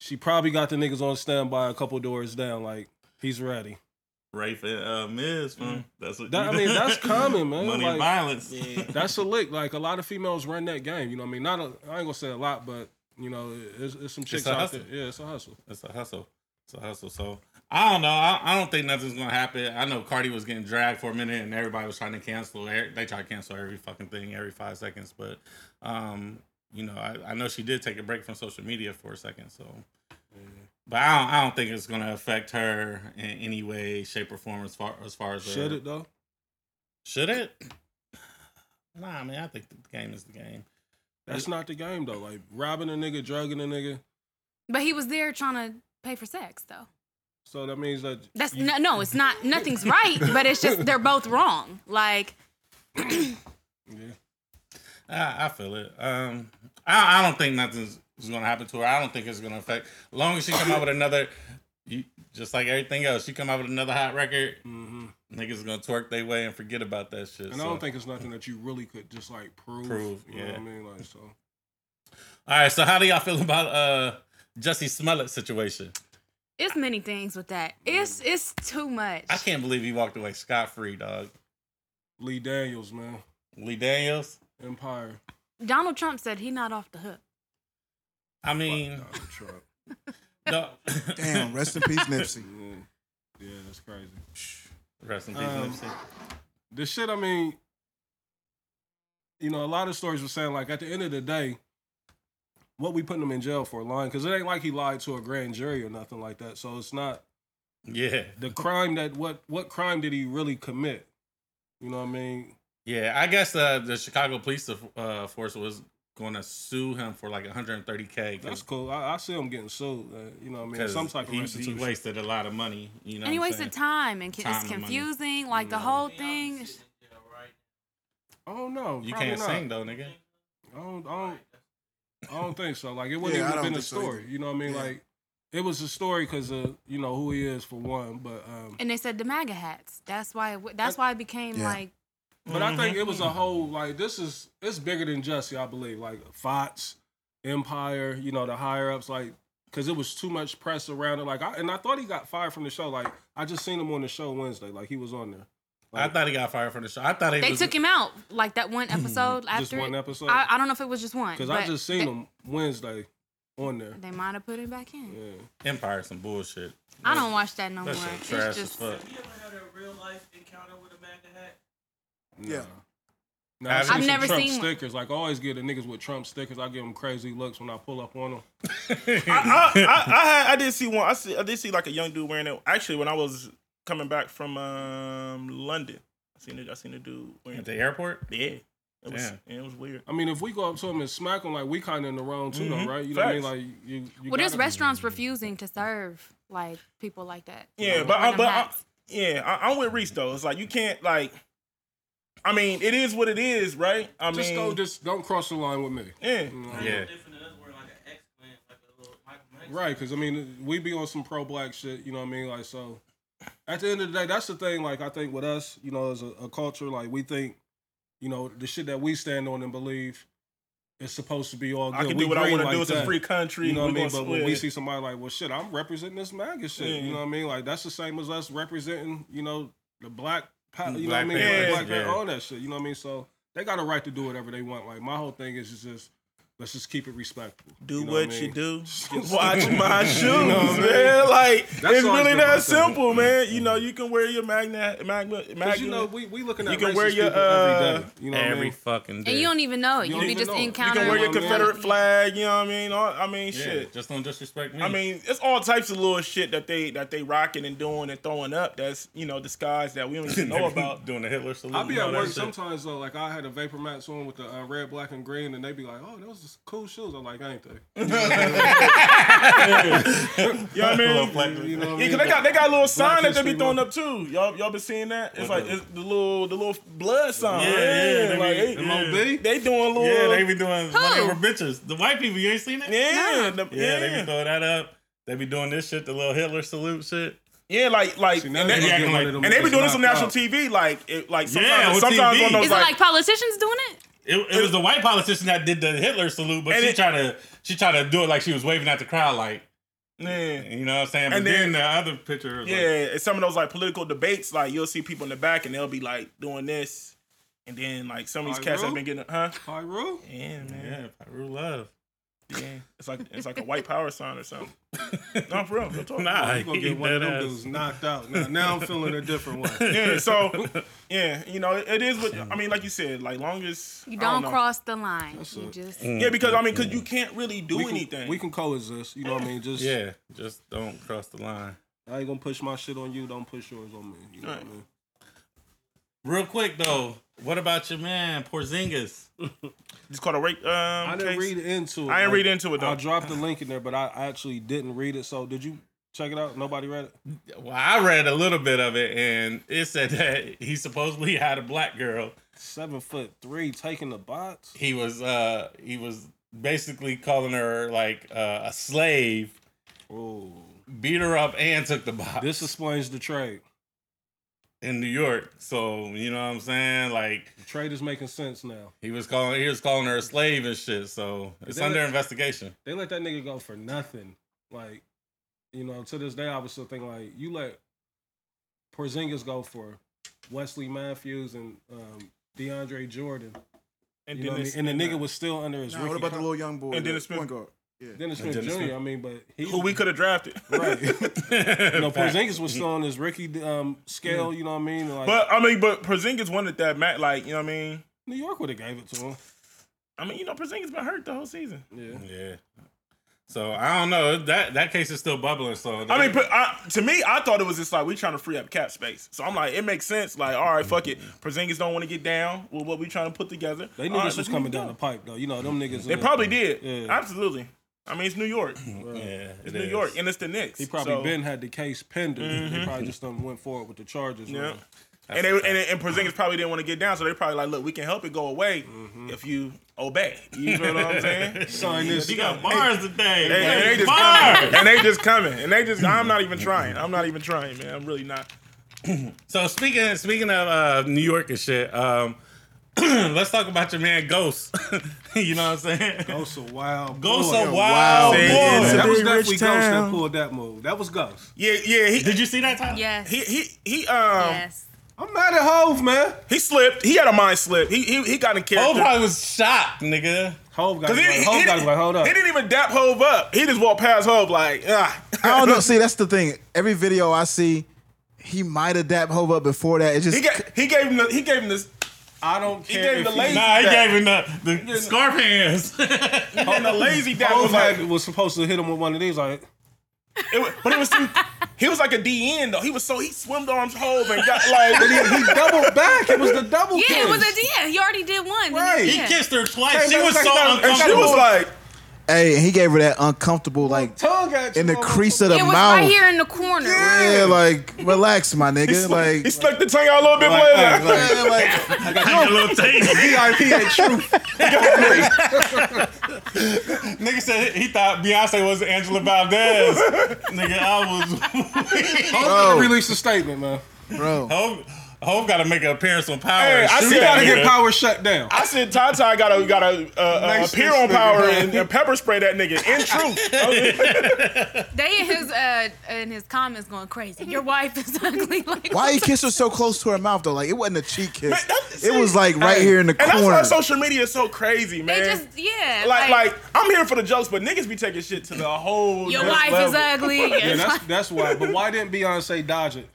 Speaker 3: she probably got the niggas on standby a couple doors down, like. He's ready.
Speaker 1: Rafe and uh, Miz, man. That's what
Speaker 3: Mm. That- I mean, that's common, man.
Speaker 1: Money
Speaker 3: Like-
Speaker 1: and violence.
Speaker 3: That's a lick. Like a lot of females run that game. You know what I mean? Not a, I ain't gonna say a lot, but you know, it's, it's some chicks
Speaker 1: a
Speaker 3: out
Speaker 1: hustle.
Speaker 3: there. Yeah, it's a hustle.
Speaker 1: It's a hustle. It's a hustle. So I don't know. I, I don't think nothing's gonna happen. I know Cardi was getting dragged for a minute, and everybody was trying to cancel. Every- They try to cancel every fucking thing every five seconds. But um, you know, I, I know she did take a break from social media for a second. So, but I don't, I don't think it's gonna affect her in any way, shape, or form as far as far as her-
Speaker 3: Should it though?
Speaker 1: Should it? Nah, man. I think the game is the game.
Speaker 3: That's not the game though. Like robbing a nigga, drugging a nigga.
Speaker 4: But he was there trying to pay for sex, though.
Speaker 3: So that means that
Speaker 4: That's no, no. It's not. Nothing's right, but it's just they're both wrong. Like
Speaker 1: I, I feel it. Um, I, I don't think nothing's going to happen to her. I don't think it's going to affect. Long as she come out with another, you, just like everything else, she come out with another hot record. Niggas going to twerk their way and forget about that shit.
Speaker 3: And I Mm-hmm. don't think it's nothing that you really could just like prove.
Speaker 1: Prove,
Speaker 3: you know what I
Speaker 1: yeah.
Speaker 3: mean? Like so.
Speaker 1: All right. So how do y'all feel about uh Jesse Smollett situation?
Speaker 4: it's many things with that. It's it's too much.
Speaker 1: I can't believe he walked away scot free, dog.
Speaker 3: Lee Daniels, man.
Speaker 1: Lee Daniels.
Speaker 3: Empire.
Speaker 4: Donald Trump said he not off the hook.
Speaker 1: I mean,
Speaker 3: Donald Trump.
Speaker 1: no.
Speaker 2: Damn, rest in peace, Nipsey.
Speaker 3: Yeah. yeah, that's crazy.
Speaker 1: Rest in peace,
Speaker 3: Um,
Speaker 1: Nipsey.
Speaker 3: The shit, I mean, you know, a lot of stories were saying like at the end of the day, what we putting him in jail for lying, because it ain't like he lied to a grand jury or nothing like that. So it's not
Speaker 1: Yeah.
Speaker 3: the crime that what what crime did he really commit? You know what I mean?
Speaker 1: Yeah, I guess uh, the Chicago police uh, force was going to sue him for like 130k
Speaker 3: That's
Speaker 1: because
Speaker 3: cool. I, I see him getting sued. Uh, you know what I mean? Some type of
Speaker 1: he, he
Speaker 3: restitution.
Speaker 1: wasted a lot of money. You know,
Speaker 4: and he
Speaker 1: what I'm
Speaker 4: wasted
Speaker 1: saying?
Speaker 4: time and
Speaker 1: Time
Speaker 4: it's
Speaker 1: and money.
Speaker 4: confusing. Like the whole thing.
Speaker 7: Sitting in jail, right?
Speaker 3: Oh no,
Speaker 1: You
Speaker 3: probably
Speaker 1: can't
Speaker 3: not.
Speaker 1: sing though, nigga.
Speaker 3: I don't, I don't, I don't think so. Like it wouldn't
Speaker 2: Yeah, I don't
Speaker 3: even have been a
Speaker 2: think so
Speaker 3: story. you know what I mean?
Speaker 2: Yeah.
Speaker 3: Like it was a story because of you know who he is for one. But um,
Speaker 4: And they said the MAGA hats. That's why. It, w- that's why it became
Speaker 2: Yeah.
Speaker 4: like
Speaker 3: but
Speaker 1: Mm-hmm.
Speaker 3: I think it was a whole like this is it's bigger than Jesse. I believe like Fox, Empire. You know the higher ups like because it was too much press around it. Like I, and I thought he got fired from the show. Like I just seen him on the show Wednesday. Like he was on there.
Speaker 1: I thought he got fired from the show. I thought he
Speaker 4: they
Speaker 1: was,
Speaker 4: took him out. Like that one episode after.
Speaker 3: Just one
Speaker 4: it.
Speaker 3: episode.
Speaker 4: I, I don't know if it was just one.
Speaker 3: Because I
Speaker 4: but
Speaker 3: just seen
Speaker 4: they,
Speaker 3: him Wednesday on there.
Speaker 4: They might have put him back in.
Speaker 3: Yeah.
Speaker 1: Empire some bullshit.
Speaker 4: I don't watch that no more.
Speaker 1: That's some
Speaker 4: It's
Speaker 1: trash as
Speaker 4: just
Speaker 1: fuck.
Speaker 7: Have you ever had a real life encounter with a MAGA
Speaker 2: Yeah.
Speaker 7: hat?
Speaker 3: Nah, I
Speaker 1: I've
Speaker 3: see some
Speaker 4: never
Speaker 3: Trump
Speaker 4: seen one.
Speaker 3: stickers. Like I always get the niggas with Trump stickers. I give them crazy looks when I pull up on them.
Speaker 5: I, I, I, I, had, I did see one. I see, I did see like a young dude wearing it. Actually, when I was coming back from um, London, I seen it. I seen a dude wearing
Speaker 1: At
Speaker 5: it.
Speaker 1: the airport,
Speaker 5: Yeah, it was. Yeah.
Speaker 1: Damn.
Speaker 5: It was weird.
Speaker 3: I mean, if we go up to them and smack them, like we kind of in the wrong too,
Speaker 5: Mm-hmm.
Speaker 3: though, right? You know what I mean? Like you. you
Speaker 4: Well, there's
Speaker 3: gotta-
Speaker 4: restaurants
Speaker 1: Mm-hmm.
Speaker 4: refusing to serve like people like that. Like,
Speaker 5: Yeah,
Speaker 1: uh,
Speaker 5: but I,
Speaker 4: random
Speaker 5: but I,
Speaker 4: hats.
Speaker 5: yeah, I, I'm with Reese though. It's like you can't like. I mean, it is what it is, right? I
Speaker 3: Just
Speaker 5: mean,
Speaker 3: go. Just don't cross the line with me.
Speaker 5: yeah.
Speaker 1: yeah.
Speaker 7: Different than us wearing like an X clan, like a little Michael Max.
Speaker 3: Right, because I mean, we be on some pro black shit, you know what I mean? Like, so at the end of the day, that's the thing. Like, I think with us, you know, as a, a culture, like, we think, you know, the shit that we stand on and believe is supposed to be all good.
Speaker 5: I can
Speaker 3: We
Speaker 5: do what I
Speaker 3: green
Speaker 5: want to
Speaker 3: like
Speaker 5: do. It's
Speaker 3: that.
Speaker 5: a free country.
Speaker 3: You know what I
Speaker 5: We
Speaker 3: mean?
Speaker 5: gonna-
Speaker 3: But when we
Speaker 5: yeah.
Speaker 3: see somebody like, well, shit, I'm representing this MAGA shit. You
Speaker 5: Yeah.
Speaker 3: know what I mean? Like, that's the same as us representing, you know, the black, pa- you know what I
Speaker 1: Black
Speaker 3: mean?
Speaker 5: Panthers,
Speaker 3: black,
Speaker 1: yeah.
Speaker 3: all that shit. You know what I mean? So they got a right to do whatever they want. Like, my whole thing is just Let's just keep it respectful.
Speaker 5: Do
Speaker 3: You know
Speaker 5: what
Speaker 3: I
Speaker 5: you
Speaker 3: mean?
Speaker 5: do. Watch my shoes, man. Like
Speaker 3: That's
Speaker 5: it's
Speaker 3: all
Speaker 5: really
Speaker 3: I'm
Speaker 5: that
Speaker 3: about to say.
Speaker 5: simple, man. You know, you can wear your magnet, magnet, magnet.
Speaker 3: 'Cause you know, we we looking at
Speaker 5: You can wear
Speaker 3: racist
Speaker 5: your,
Speaker 3: people
Speaker 5: uh,
Speaker 3: every day. You know what I
Speaker 1: Every
Speaker 3: mean?
Speaker 1: fucking day.
Speaker 4: And you don't even know it.
Speaker 3: You
Speaker 4: You,
Speaker 3: don't
Speaker 4: be
Speaker 3: even
Speaker 4: just
Speaker 3: know it. You can
Speaker 5: You
Speaker 4: encountering.
Speaker 5: can wear your
Speaker 3: Well, man.
Speaker 5: Confederate flag. You know what I mean? All, I mean,
Speaker 1: yeah,
Speaker 5: shit.
Speaker 1: Just don't disrespect me.
Speaker 5: I mean, it's all types of little shit that they that they rocking and doing and throwing up. That's you know disguise that we don't even know about.
Speaker 1: doing the Hitler salute.
Speaker 3: I be
Speaker 1: and all
Speaker 3: at
Speaker 1: that
Speaker 3: work
Speaker 1: shit.
Speaker 3: sometimes though. Like I had a vapor mats on with the uh, red, black, and green, and they be like, "Oh, those is cool shoes." I'm like, "Ain't they?"
Speaker 5: You know what I
Speaker 3: You
Speaker 5: mean?
Speaker 3: know what I
Speaker 5: Yeah,
Speaker 3: mean?
Speaker 5: 'cause they got they got a little sign that they
Speaker 3: History
Speaker 5: be throwing
Speaker 3: Month.
Speaker 5: up too. Y'all y'all been seeing that? It's like it's the little the little blood sign. Yeah,
Speaker 1: yeah, they
Speaker 5: like
Speaker 1: be-
Speaker 5: they,
Speaker 1: them old
Speaker 5: they,
Speaker 3: B.
Speaker 5: they doing a little
Speaker 1: Yeah, they be doing when they
Speaker 4: Who?
Speaker 1: were bitches. The white people, you ain't seen it?
Speaker 5: yeah, the-
Speaker 1: Yeah,
Speaker 5: yeah,
Speaker 1: they be
Speaker 5: yeah,
Speaker 1: throwing that up. They be doing this shit, the little Hitler salute shit.
Speaker 5: like like
Speaker 3: See,
Speaker 5: and
Speaker 3: now they
Speaker 5: they,
Speaker 3: gonna
Speaker 1: acting like-
Speaker 3: get one of them
Speaker 5: and they be
Speaker 3: niggas
Speaker 5: doing this on
Speaker 3: knocked
Speaker 5: national
Speaker 3: out.
Speaker 5: TV. Like it, like sometimes
Speaker 1: Yeah, on
Speaker 5: sometimes
Speaker 1: TV.
Speaker 5: on those
Speaker 4: Is it like
Speaker 5: like.
Speaker 4: politicians doing it?
Speaker 1: It, it was the white politician that did the Hitler salute, but
Speaker 5: And
Speaker 1: she
Speaker 5: it-
Speaker 1: tried to she tried to do it like she was waving at the crowd, like
Speaker 5: Yeah.
Speaker 1: you know what I'm saying. But
Speaker 5: And
Speaker 1: then,
Speaker 5: then-
Speaker 1: the other picture, was like,
Speaker 5: Yeah, and some of those like political debates, like you'll see people in the back and they'll be like doing this, and then like some of these
Speaker 3: Like,
Speaker 5: cats have
Speaker 3: really?
Speaker 5: been getting, huh?
Speaker 3: Pyro.
Speaker 5: Yeah, man.
Speaker 1: yeah, Pyru love.
Speaker 5: Yeah. it's like it's like a white power sign or something. no, for real. real talk.
Speaker 1: Nah,
Speaker 3: I'm gonna
Speaker 1: he
Speaker 3: get one of
Speaker 1: dead
Speaker 3: them
Speaker 1: ass.
Speaker 3: dudes knocked out. Now, now I'm feeling a different way.
Speaker 5: Yeah, so yeah, you know, it, it is what I mean. Like you said, like longest
Speaker 4: You
Speaker 5: I don't
Speaker 4: don't
Speaker 5: know. Mm.
Speaker 4: cross the line. you
Speaker 3: it.
Speaker 4: just
Speaker 5: Yeah, because I mean, because you can't really do
Speaker 3: We can,
Speaker 5: anything.
Speaker 3: we can coexist. You know what I mean? Just
Speaker 1: Yeah, just don't cross the line.
Speaker 3: I ain't gonna push my shit on you. Don't push yours on me. You know what I mean?
Speaker 1: Real quick though, what about your man Porzingis?
Speaker 5: just call a rape. Um,
Speaker 3: I didn't
Speaker 5: case.
Speaker 3: read into it.
Speaker 5: I didn't
Speaker 3: Like,
Speaker 5: read into it, though.
Speaker 3: I dropped the link in there, but I actually didn't read it. So did you check it out? Nobody read it.
Speaker 1: Well, I read a little bit of it, and it said that he supposedly had a black girl.
Speaker 3: Seven foot three, taking the box.
Speaker 1: He was uh he was basically calling her like uh, a slave,
Speaker 3: Oh,
Speaker 1: beat her up, and took the box
Speaker 3: this explains the trade.
Speaker 1: in New York. So you know what I'm saying? Like
Speaker 3: The trade is making sense now.
Speaker 1: he was calling he was calling her a slave and shit. So it's
Speaker 3: They-
Speaker 1: under investigation.
Speaker 3: They let that nigga go for nothing. Like, you know, to this day, I was still thinking like, you let Porzingis go for Wesley Matthews and um, DeAndre Jordan.
Speaker 5: and
Speaker 3: You know what I mean?
Speaker 5: it's-
Speaker 3: And the nigga was still under his.
Speaker 2: Nah, what about the little young boy?
Speaker 5: And Dennis
Speaker 2: the point
Speaker 5: Smith.
Speaker 2: guard. Yeah.
Speaker 3: Dennis
Speaker 1: And
Speaker 3: Smith
Speaker 1: Dennis
Speaker 3: Jr.
Speaker 1: Smith.
Speaker 3: I mean, but he
Speaker 5: who we could have drafted.
Speaker 3: right. you know,
Speaker 1: Facts.
Speaker 3: Porzingis was still on his Ricky um, scale. You know what I mean? Like,
Speaker 5: But I mean, but Porzingis wanted that Matt. Like you know what I mean.
Speaker 3: New York would have gave it to him.
Speaker 5: I mean, you know, Porzingis been hurt the whole season.
Speaker 3: Yeah.
Speaker 1: Yeah. So I don't know. That that case is still bubbling. So
Speaker 5: I mean, but I, to me, I thought it was just like we trying to free up cap space. So I'm like, it makes sense. Like, all right, fuck it. Porzingis don't want to get down with what we trying to put together.
Speaker 3: Mm-hmm. They
Speaker 5: All
Speaker 3: niggas
Speaker 5: right,
Speaker 3: was
Speaker 5: let's
Speaker 3: coming
Speaker 5: move
Speaker 3: down
Speaker 5: on.
Speaker 3: the pipe though. You know, them niggas.
Speaker 5: They probably did.
Speaker 3: Yeah.
Speaker 5: Absolutely. I mean, it's New York. It's
Speaker 1: yeah, it
Speaker 5: New
Speaker 1: is.
Speaker 5: York, and it's the Knicks.
Speaker 3: He probably
Speaker 5: So- Mm-hmm.
Speaker 3: been had the case pending. They probably just done went forward with the charges.
Speaker 5: Yeah.
Speaker 3: man.
Speaker 5: And they and, and Porzingis probably didn't want to get down, so they probably like, look, we can help it go away
Speaker 3: Mm-hmm.
Speaker 5: if you obey. You know what I'm saying?
Speaker 3: Sign this.
Speaker 1: She got bars today.
Speaker 5: They- and, they
Speaker 1: man.
Speaker 5: just
Speaker 1: bars.
Speaker 5: coming, and they just coming, and they just. I'm not even trying. I'm not even trying, man. I'm really not.
Speaker 1: So speaking speaking of uh, New York and shit, um, let's talk about your man Ghost. you know what I'm saying?
Speaker 3: Ghost a wild.
Speaker 1: Ghost
Speaker 3: boy.
Speaker 1: a wild
Speaker 5: Oh, Say
Speaker 1: boy.
Speaker 5: it.
Speaker 3: That was
Speaker 5: Big
Speaker 3: definitely
Speaker 5: rich
Speaker 3: Ghost that
Speaker 5: town.
Speaker 3: pulled that move. That was Ghost.
Speaker 5: Yeah, yeah. He
Speaker 1: Did you see that? Tyler?
Speaker 4: yes,
Speaker 5: he he he. Um,
Speaker 4: yes.
Speaker 3: I'm mad at Hove, man.
Speaker 5: he slipped. He had a mind slip. He he, he got in
Speaker 1: Bo
Speaker 5: character.
Speaker 1: probably was shocked, nigga.
Speaker 3: Hove got
Speaker 5: Cause
Speaker 3: his
Speaker 5: he,
Speaker 3: like,
Speaker 5: he,
Speaker 3: Hove got his
Speaker 5: didn't,
Speaker 3: like, hold up.
Speaker 5: he didn't even dap Hove up. He just walked past Hove like, ah.
Speaker 2: I don't know. See, that's the thing. Every video I see, he might have dapped Hove up before that. It just
Speaker 5: He ga- he gave him the, he gave him this
Speaker 3: I don't
Speaker 5: he
Speaker 3: care.
Speaker 5: gave
Speaker 3: if
Speaker 5: the lazy-
Speaker 1: Nah, he
Speaker 5: Yeah.
Speaker 1: gave him the, the scarf hands.
Speaker 5: and the lazy dap
Speaker 3: Hove
Speaker 5: was like,
Speaker 3: had, was supposed to hit him with one of these. Like,
Speaker 5: It wa- but it was too. He was like a DN though. He was so he swimmed arms hove and got like.
Speaker 3: he doubled back. It was the double.
Speaker 4: Yeah,
Speaker 3: kiss.
Speaker 4: it was a yeah. He already did one.
Speaker 3: Right.
Speaker 1: he
Speaker 4: Yeah.
Speaker 1: kissed her twice. She
Speaker 5: and
Speaker 1: was so
Speaker 5: and she was
Speaker 1: uncomfortable.
Speaker 5: like,
Speaker 2: hey, he gave her that uncomfortable like
Speaker 3: tongue at you,
Speaker 2: in the
Speaker 3: motherfucker.
Speaker 2: crease of the
Speaker 4: It was
Speaker 2: mouth.
Speaker 4: right here in the corner.
Speaker 2: Yeah, like relax, my
Speaker 5: he,
Speaker 2: nigga.
Speaker 5: sl-
Speaker 2: Like,
Speaker 5: he stuck the tongue out a little bit
Speaker 3: Like,
Speaker 5: later.
Speaker 3: like,
Speaker 2: Yeah, like
Speaker 1: A little taste.
Speaker 3: VIP at truth.
Speaker 1: Nigga said he thought Beyonce was Angela Valdez. nigga, I was.
Speaker 2: Bro.
Speaker 3: Hove released a statement, man.
Speaker 2: bro.
Speaker 1: Hov, Hov got to make an appearance on Power.
Speaker 5: Hey,
Speaker 1: and
Speaker 5: I
Speaker 1: shoot
Speaker 5: see
Speaker 3: You
Speaker 1: that
Speaker 3: gotta
Speaker 1: nigga.
Speaker 3: get power shut down.
Speaker 5: I said Tata gotta gotta uh, uh,
Speaker 3: Next
Speaker 5: appear
Speaker 3: this
Speaker 5: on
Speaker 3: nigga,
Speaker 5: power
Speaker 3: man.
Speaker 5: and, and pepper spray that nigga. In truth,
Speaker 4: They in his uh in his comments going crazy. Your wife is ugly. Like
Speaker 2: Why he
Speaker 4: what the-
Speaker 2: kissed her so close to her mouth though? Like it wasn't a cheek kiss.
Speaker 5: that's-
Speaker 2: It was like right
Speaker 5: Hey,
Speaker 2: here in the
Speaker 5: and
Speaker 2: corner.
Speaker 5: that's why social media is so crazy, man.
Speaker 4: They just yeah.
Speaker 5: like, like I'm here for the jokes, but niggas be taking shit to the whole.
Speaker 4: your
Speaker 5: next
Speaker 4: wife is
Speaker 5: level.
Speaker 4: ugly.
Speaker 3: Yeah, that's that's why. But why didn't Beyonce dodge it?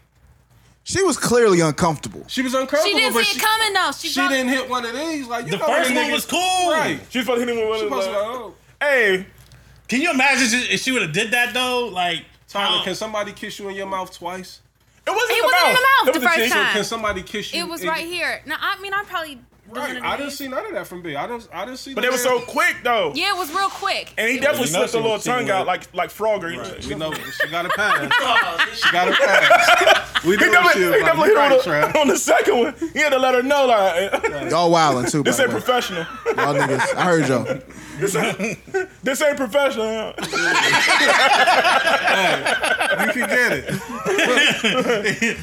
Speaker 2: She was clearly uncomfortable.
Speaker 3: She was
Speaker 4: she
Speaker 3: uncomfortable,
Speaker 4: didn't
Speaker 3: but she,
Speaker 4: see it coming though. She,
Speaker 3: she
Speaker 4: probably-
Speaker 3: didn't hit one of these. Like you
Speaker 1: The
Speaker 3: know
Speaker 1: first
Speaker 3: them
Speaker 1: one
Speaker 3: niggas-
Speaker 1: was cool.
Speaker 3: Right.
Speaker 5: She's supposed to hit him with
Speaker 3: She
Speaker 5: one
Speaker 3: supposed
Speaker 5: of
Speaker 3: to be like,
Speaker 5: those.
Speaker 3: oh.
Speaker 5: Hey,
Speaker 1: Can you imagine she- if she would have did that though? Like,
Speaker 3: Tyler,
Speaker 1: how-
Speaker 3: can somebody kiss you in your mouth twice?
Speaker 5: it wasn't
Speaker 4: It
Speaker 5: in the
Speaker 4: wasn't in
Speaker 5: mouth.
Speaker 4: the mouth
Speaker 5: It
Speaker 4: the
Speaker 5: was a
Speaker 4: first
Speaker 5: cheek.
Speaker 4: time.
Speaker 3: Can somebody kiss you?
Speaker 4: it was
Speaker 3: in-
Speaker 4: right here. No, I mean I probably
Speaker 3: Right. I didn't see none of that from B. I didn't. I didn't see.
Speaker 5: But
Speaker 3: the
Speaker 5: they were so
Speaker 3: damn-
Speaker 5: quick though,
Speaker 4: Yeah, it was real quick.
Speaker 5: and he
Speaker 4: It
Speaker 5: definitely
Speaker 4: was-
Speaker 1: You know
Speaker 5: slipped a
Speaker 1: she
Speaker 5: little
Speaker 1: was
Speaker 5: tongue
Speaker 1: cheating
Speaker 5: out like like Frogger.
Speaker 3: We know she got a pass.
Speaker 7: Oh, this
Speaker 3: She got a pass. We
Speaker 5: He
Speaker 3: know
Speaker 5: definitely,
Speaker 3: she
Speaker 5: he
Speaker 3: was like,
Speaker 5: definitely
Speaker 3: you
Speaker 5: hit her
Speaker 3: right,
Speaker 5: with a-
Speaker 3: Trav.
Speaker 5: on the second one. He had to let her know like
Speaker 2: Y'all wildin' too.
Speaker 5: this
Speaker 2: by
Speaker 5: ain't
Speaker 2: the way.
Speaker 5: professional.
Speaker 2: Y'all niggas. I heard y'all.
Speaker 5: This ain't, this ain't professional.
Speaker 3: You can get it.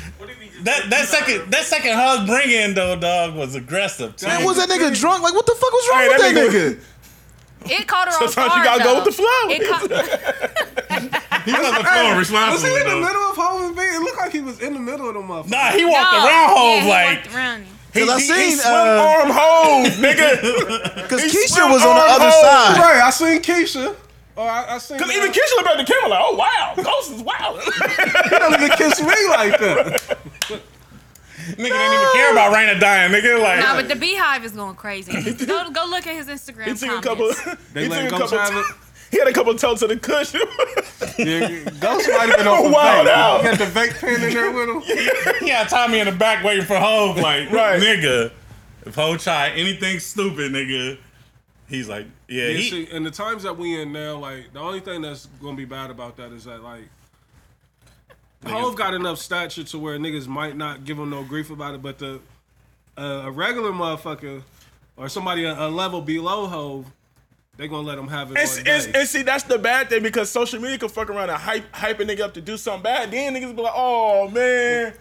Speaker 1: that that second that second hug bring in though, dog, was aggressive. Too.
Speaker 2: Man, was that nigga drunk? Like what the fuck was wrong
Speaker 5: Hey,
Speaker 2: with
Speaker 5: that
Speaker 2: that,
Speaker 5: nigga-
Speaker 2: nigga?
Speaker 4: It caught her off
Speaker 5: Sometimes you
Speaker 4: guard.
Speaker 5: gotta go
Speaker 4: though.
Speaker 5: with the flow.
Speaker 4: It caught-
Speaker 1: he was on the floor
Speaker 3: Was he
Speaker 1: responsible.
Speaker 3: in the
Speaker 1: though.
Speaker 3: middle of Hov and B? It looked like he was in the middle of the motherfucker.
Speaker 1: Nah, he walked
Speaker 4: No,
Speaker 1: around
Speaker 4: yeah,
Speaker 1: Hov
Speaker 4: he
Speaker 1: like
Speaker 4: walked around him.
Speaker 5: He,
Speaker 2: I
Speaker 5: he- he
Speaker 2: seen,
Speaker 5: swung
Speaker 2: uh,
Speaker 5: arm home, nigga.
Speaker 2: Because
Speaker 5: He
Speaker 2: Keisha
Speaker 5: swung
Speaker 2: was on the
Speaker 5: on
Speaker 2: other
Speaker 5: hold.
Speaker 2: side.
Speaker 3: Right. I seen Keisha. Oh, I, I seen.
Speaker 5: Cause even Keisha looked at the camera like, oh wow, Ghost is wild.
Speaker 3: don't even kiss me like that.
Speaker 1: nigga didn't even care about Raina dying. Nigga like
Speaker 4: Nah, but the beehive is going crazy. go go look at his Instagram.
Speaker 5: he took a
Speaker 4: comments.
Speaker 5: couple.
Speaker 3: They
Speaker 5: he
Speaker 3: let
Speaker 5: took a
Speaker 3: go
Speaker 5: couple.
Speaker 3: time
Speaker 5: t- he had a couple toes to the cushion.
Speaker 3: Yeah, Ghost might have been off the
Speaker 5: Wild
Speaker 3: vape.
Speaker 5: out.
Speaker 3: He had the vape pen in there with him.
Speaker 1: yeah, Tommy in the back waiting for Hov like
Speaker 5: Right.
Speaker 1: nigga. If Hov try anything stupid, nigga, he's like yeah.
Speaker 3: And,
Speaker 1: he,
Speaker 3: see, and the times that we in now, like the only thing that's gonna be bad about that is that like Hove got enough stature to where niggas might not give him no grief about it, but the uh, a regular motherfucker or somebody a, a level below Hove, they gonna let him have it.
Speaker 5: And, s-
Speaker 3: all
Speaker 5: and, s-
Speaker 3: day.
Speaker 5: and see, that's the bad thing because social media can fuck around and hype, hype a nigga up to do something bad. Then niggas be like, oh man.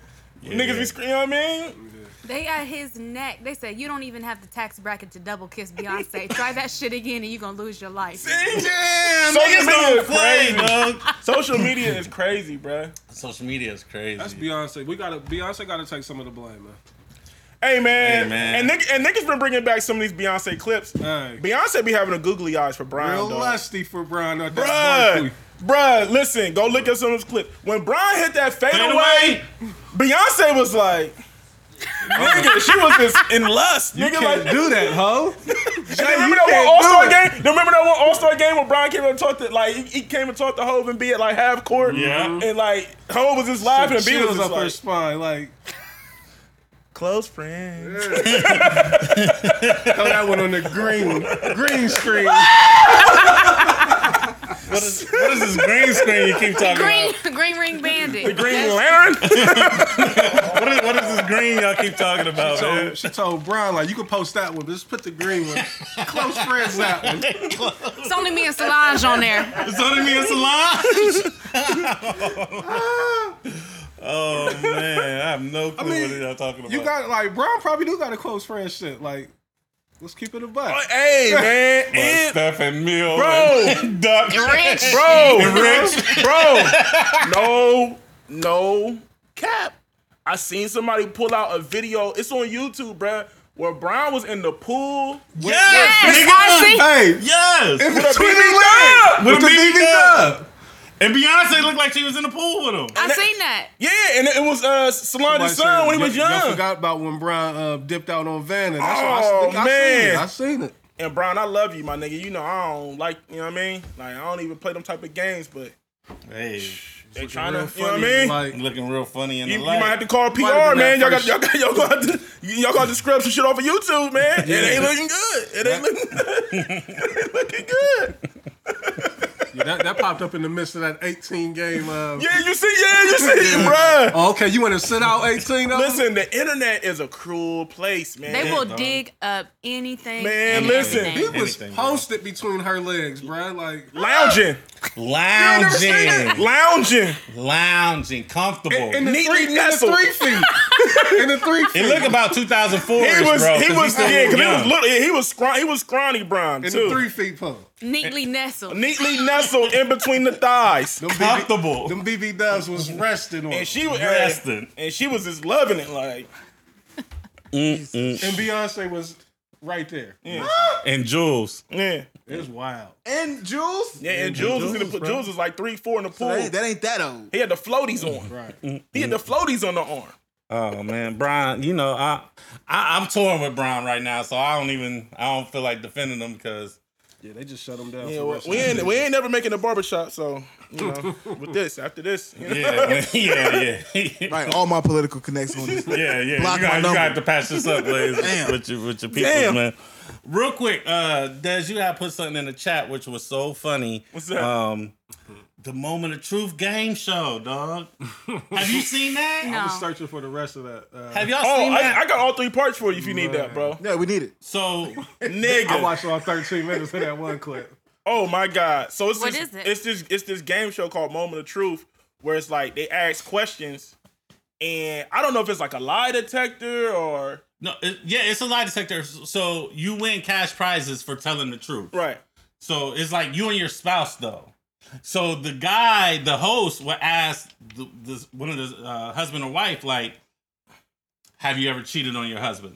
Speaker 5: niggas be screaming, you know what I mean?
Speaker 4: They at his neck. They said you don't even have the tax bracket to double kiss Beyonce. Try that shit again, and you are gonna lose your life.
Speaker 1: Damn,
Speaker 5: Social
Speaker 1: niggas
Speaker 5: media
Speaker 1: don't
Speaker 5: is
Speaker 1: play,
Speaker 5: crazy.
Speaker 1: dog.
Speaker 5: Social media is crazy, bruh.
Speaker 1: Social media is crazy.
Speaker 3: that's Beyonce. We gotta Beyonce gotta take some of the blame, man.
Speaker 5: Hey man.
Speaker 1: Hey, man.
Speaker 5: And, nigg- and niggas been bringing back some of these Beyonce clips.
Speaker 3: Hey.
Speaker 5: Beyonce be having a googly eyes for Brian.
Speaker 3: Real
Speaker 5: dog.
Speaker 3: lusty for Brian out
Speaker 5: Bruh,
Speaker 3: there.
Speaker 5: bruh, listen, go look at some of his clips. When Brian hit that fadeaway,
Speaker 1: Fadeaway.
Speaker 5: Beyonce was like, nigga, she was just in lust.
Speaker 3: You
Speaker 5: nigga, like,
Speaker 3: can't do that, ho.
Speaker 5: And then remember that
Speaker 3: can't
Speaker 5: one
Speaker 3: do
Speaker 5: All Star
Speaker 3: it.
Speaker 5: game? Then remember that one All Star game where Brian came and talked to like he, he came and talked to Hove and B at like half court.
Speaker 1: Yeah.
Speaker 5: and like Hove was just laughing and B was
Speaker 3: Chills
Speaker 5: just
Speaker 3: up her
Speaker 5: like
Speaker 3: spine, like
Speaker 5: close friends.
Speaker 3: throw that one on the green green screen.
Speaker 1: What is, what is this green screen you keep talking
Speaker 4: Green,
Speaker 1: about?
Speaker 4: green ring bandit. The
Speaker 5: Green Lantern.
Speaker 1: What is, what is this green y'all keep talking about, man?
Speaker 3: So she told Brian, like, you can post that one, but just put the green one. Close friends that one.
Speaker 4: It's only me and Solange on there.
Speaker 1: It's only me and Solange. oh man, I have no clue
Speaker 3: mean,
Speaker 1: what y'all talking about.
Speaker 3: You got like Brian probably do got a close friend shit. Like, let's keep it a buck.
Speaker 5: hey man,
Speaker 1: But
Speaker 5: and-
Speaker 1: Steph and Mill,
Speaker 5: Bro.
Speaker 1: and Duck,
Speaker 4: Rich.
Speaker 5: bro,
Speaker 1: Rich.
Speaker 5: bro, no, no cap. I seen somebody pull out a video. It's on YouTube, bruh, where Brian was in the pool. with-
Speaker 1: Yes,
Speaker 4: Yes,
Speaker 1: nigga.
Speaker 4: I see.
Speaker 3: Hey,
Speaker 1: Yes,
Speaker 3: with a
Speaker 5: BB
Speaker 3: BB dub.
Speaker 1: With
Speaker 3: With
Speaker 1: a
Speaker 3: a
Speaker 1: BB
Speaker 3: BB dub.
Speaker 1: and Beyonce looked like she was in the pool with him.
Speaker 4: I seen that.
Speaker 5: Yeah, and it it was uh, Solange's son when he was
Speaker 3: Y'all
Speaker 5: young.
Speaker 3: forgot about when Brian uh, dipped out on Vanna. That's
Speaker 5: Oh,
Speaker 3: what I,
Speaker 5: man.
Speaker 3: I seen it. I seen it.
Speaker 5: And Brian, I love you, my nigga. You know I don't like, you know what I mean? Like I don't even play them type of games, but
Speaker 1: Hey,
Speaker 5: they trying to,
Speaker 3: Real
Speaker 5: you know what I
Speaker 3: funny,
Speaker 5: mean?
Speaker 3: Like,
Speaker 1: looking real funny in
Speaker 5: you,
Speaker 1: the
Speaker 5: you
Speaker 1: light.
Speaker 5: might have to call PR,
Speaker 3: Might have been
Speaker 5: man.
Speaker 3: that
Speaker 5: Y'all got,
Speaker 3: first-
Speaker 5: y'all got, y'all got to, y'all got to scrub some shit off of YouTube, man. It ain't looking good. It ain't looking, it ain't looking good.
Speaker 3: yeah, that, that popped up in the midst of that 18 game. Uh,
Speaker 5: Yeah, you see, yeah, you see, bruh.
Speaker 3: Oh, okay, you want to sit out 18 though?
Speaker 5: Listen, the internet is a cruel place, man.
Speaker 4: They will
Speaker 1: dog.
Speaker 4: dig up anything.
Speaker 5: Man,
Speaker 4: and
Speaker 5: listen.
Speaker 3: He
Speaker 4: everything.
Speaker 3: was
Speaker 1: Anything, bro.
Speaker 3: posted between her legs, bruh. Like,
Speaker 5: lounging,
Speaker 1: lounging,
Speaker 5: lounging.
Speaker 1: lounging, comfortable.
Speaker 3: in the,
Speaker 5: Neatly
Speaker 3: three, in the
Speaker 5: nestled.
Speaker 3: three feet. in the three
Speaker 1: It looked about 2004.
Speaker 5: He was,
Speaker 1: bro,
Speaker 5: he was, yeah, because he was
Speaker 1: looking.
Speaker 5: little, yeah, he was scrawny, he was scrawny Brian
Speaker 3: in
Speaker 5: too.
Speaker 3: the three feet pump.
Speaker 4: Neatly nestled.
Speaker 5: Neatly nestled in between the thighs,
Speaker 3: Them BB,
Speaker 1: comfortable.
Speaker 3: them BB doves was resting on.
Speaker 5: and she was
Speaker 1: Resting.
Speaker 5: and she was just loving it, like
Speaker 1: Mm-mm.
Speaker 3: and Beyonce was right there.
Speaker 1: And Jules.
Speaker 5: yeah,
Speaker 3: It's wild.
Speaker 2: And Jules?
Speaker 5: yeah. And Jules was in the pool. Jules was like three, four in the pool.
Speaker 2: That ain't, that ain't that old.
Speaker 5: he had the floaties on.
Speaker 3: Right.
Speaker 5: He had the floaties on the arm.
Speaker 1: Oh man, Brian. You know, I, I I'm torn with Brian right now, so I don't even I don't feel like defending him because
Speaker 3: Yeah, they just shut them down.
Speaker 5: Yeah,
Speaker 3: for
Speaker 5: well,
Speaker 3: resting.
Speaker 5: we ain't we ain't never making a barbershop, so you know, with this after this, you know.
Speaker 1: yeah, yeah, yeah,
Speaker 2: Right, all my political connections on this.
Speaker 1: yeah, yeah. you
Speaker 2: Block
Speaker 1: got
Speaker 2: my
Speaker 1: you
Speaker 2: number.
Speaker 1: got to patch this up, Blaze,
Speaker 2: Damn.
Speaker 1: with your with your people,
Speaker 5: Damn.
Speaker 1: man. Real quick, uh, Des, you had put something in the chat which was so funny.
Speaker 5: What's that?
Speaker 1: Um, the Moment of Truth game show, dog. Have you seen that?
Speaker 4: No.
Speaker 3: I was searching for the rest of that. Uh,
Speaker 1: Have y'all
Speaker 5: oh,
Speaker 1: seen that?
Speaker 5: I, I got all three parts for you if you need that, bro.
Speaker 2: Yeah, we need it.
Speaker 1: so
Speaker 3: I
Speaker 5: Nigga,
Speaker 3: watched all 13 minutes of that one clip.
Speaker 5: oh my god. So it's
Speaker 4: What
Speaker 5: this,
Speaker 4: is it?
Speaker 5: it's this it's this game show called Moment of Truth where it's like they ask questions, and I don't know if it's like a lie detector or
Speaker 1: no, it- yeah, it's a lie detector. So you win cash prizes for telling the truth.
Speaker 5: right.
Speaker 1: So it's like you and your spouse though. So the guy, the host, would ask the, this, one of the uh, husband or wife, like, "Have you ever cheated on your husband?"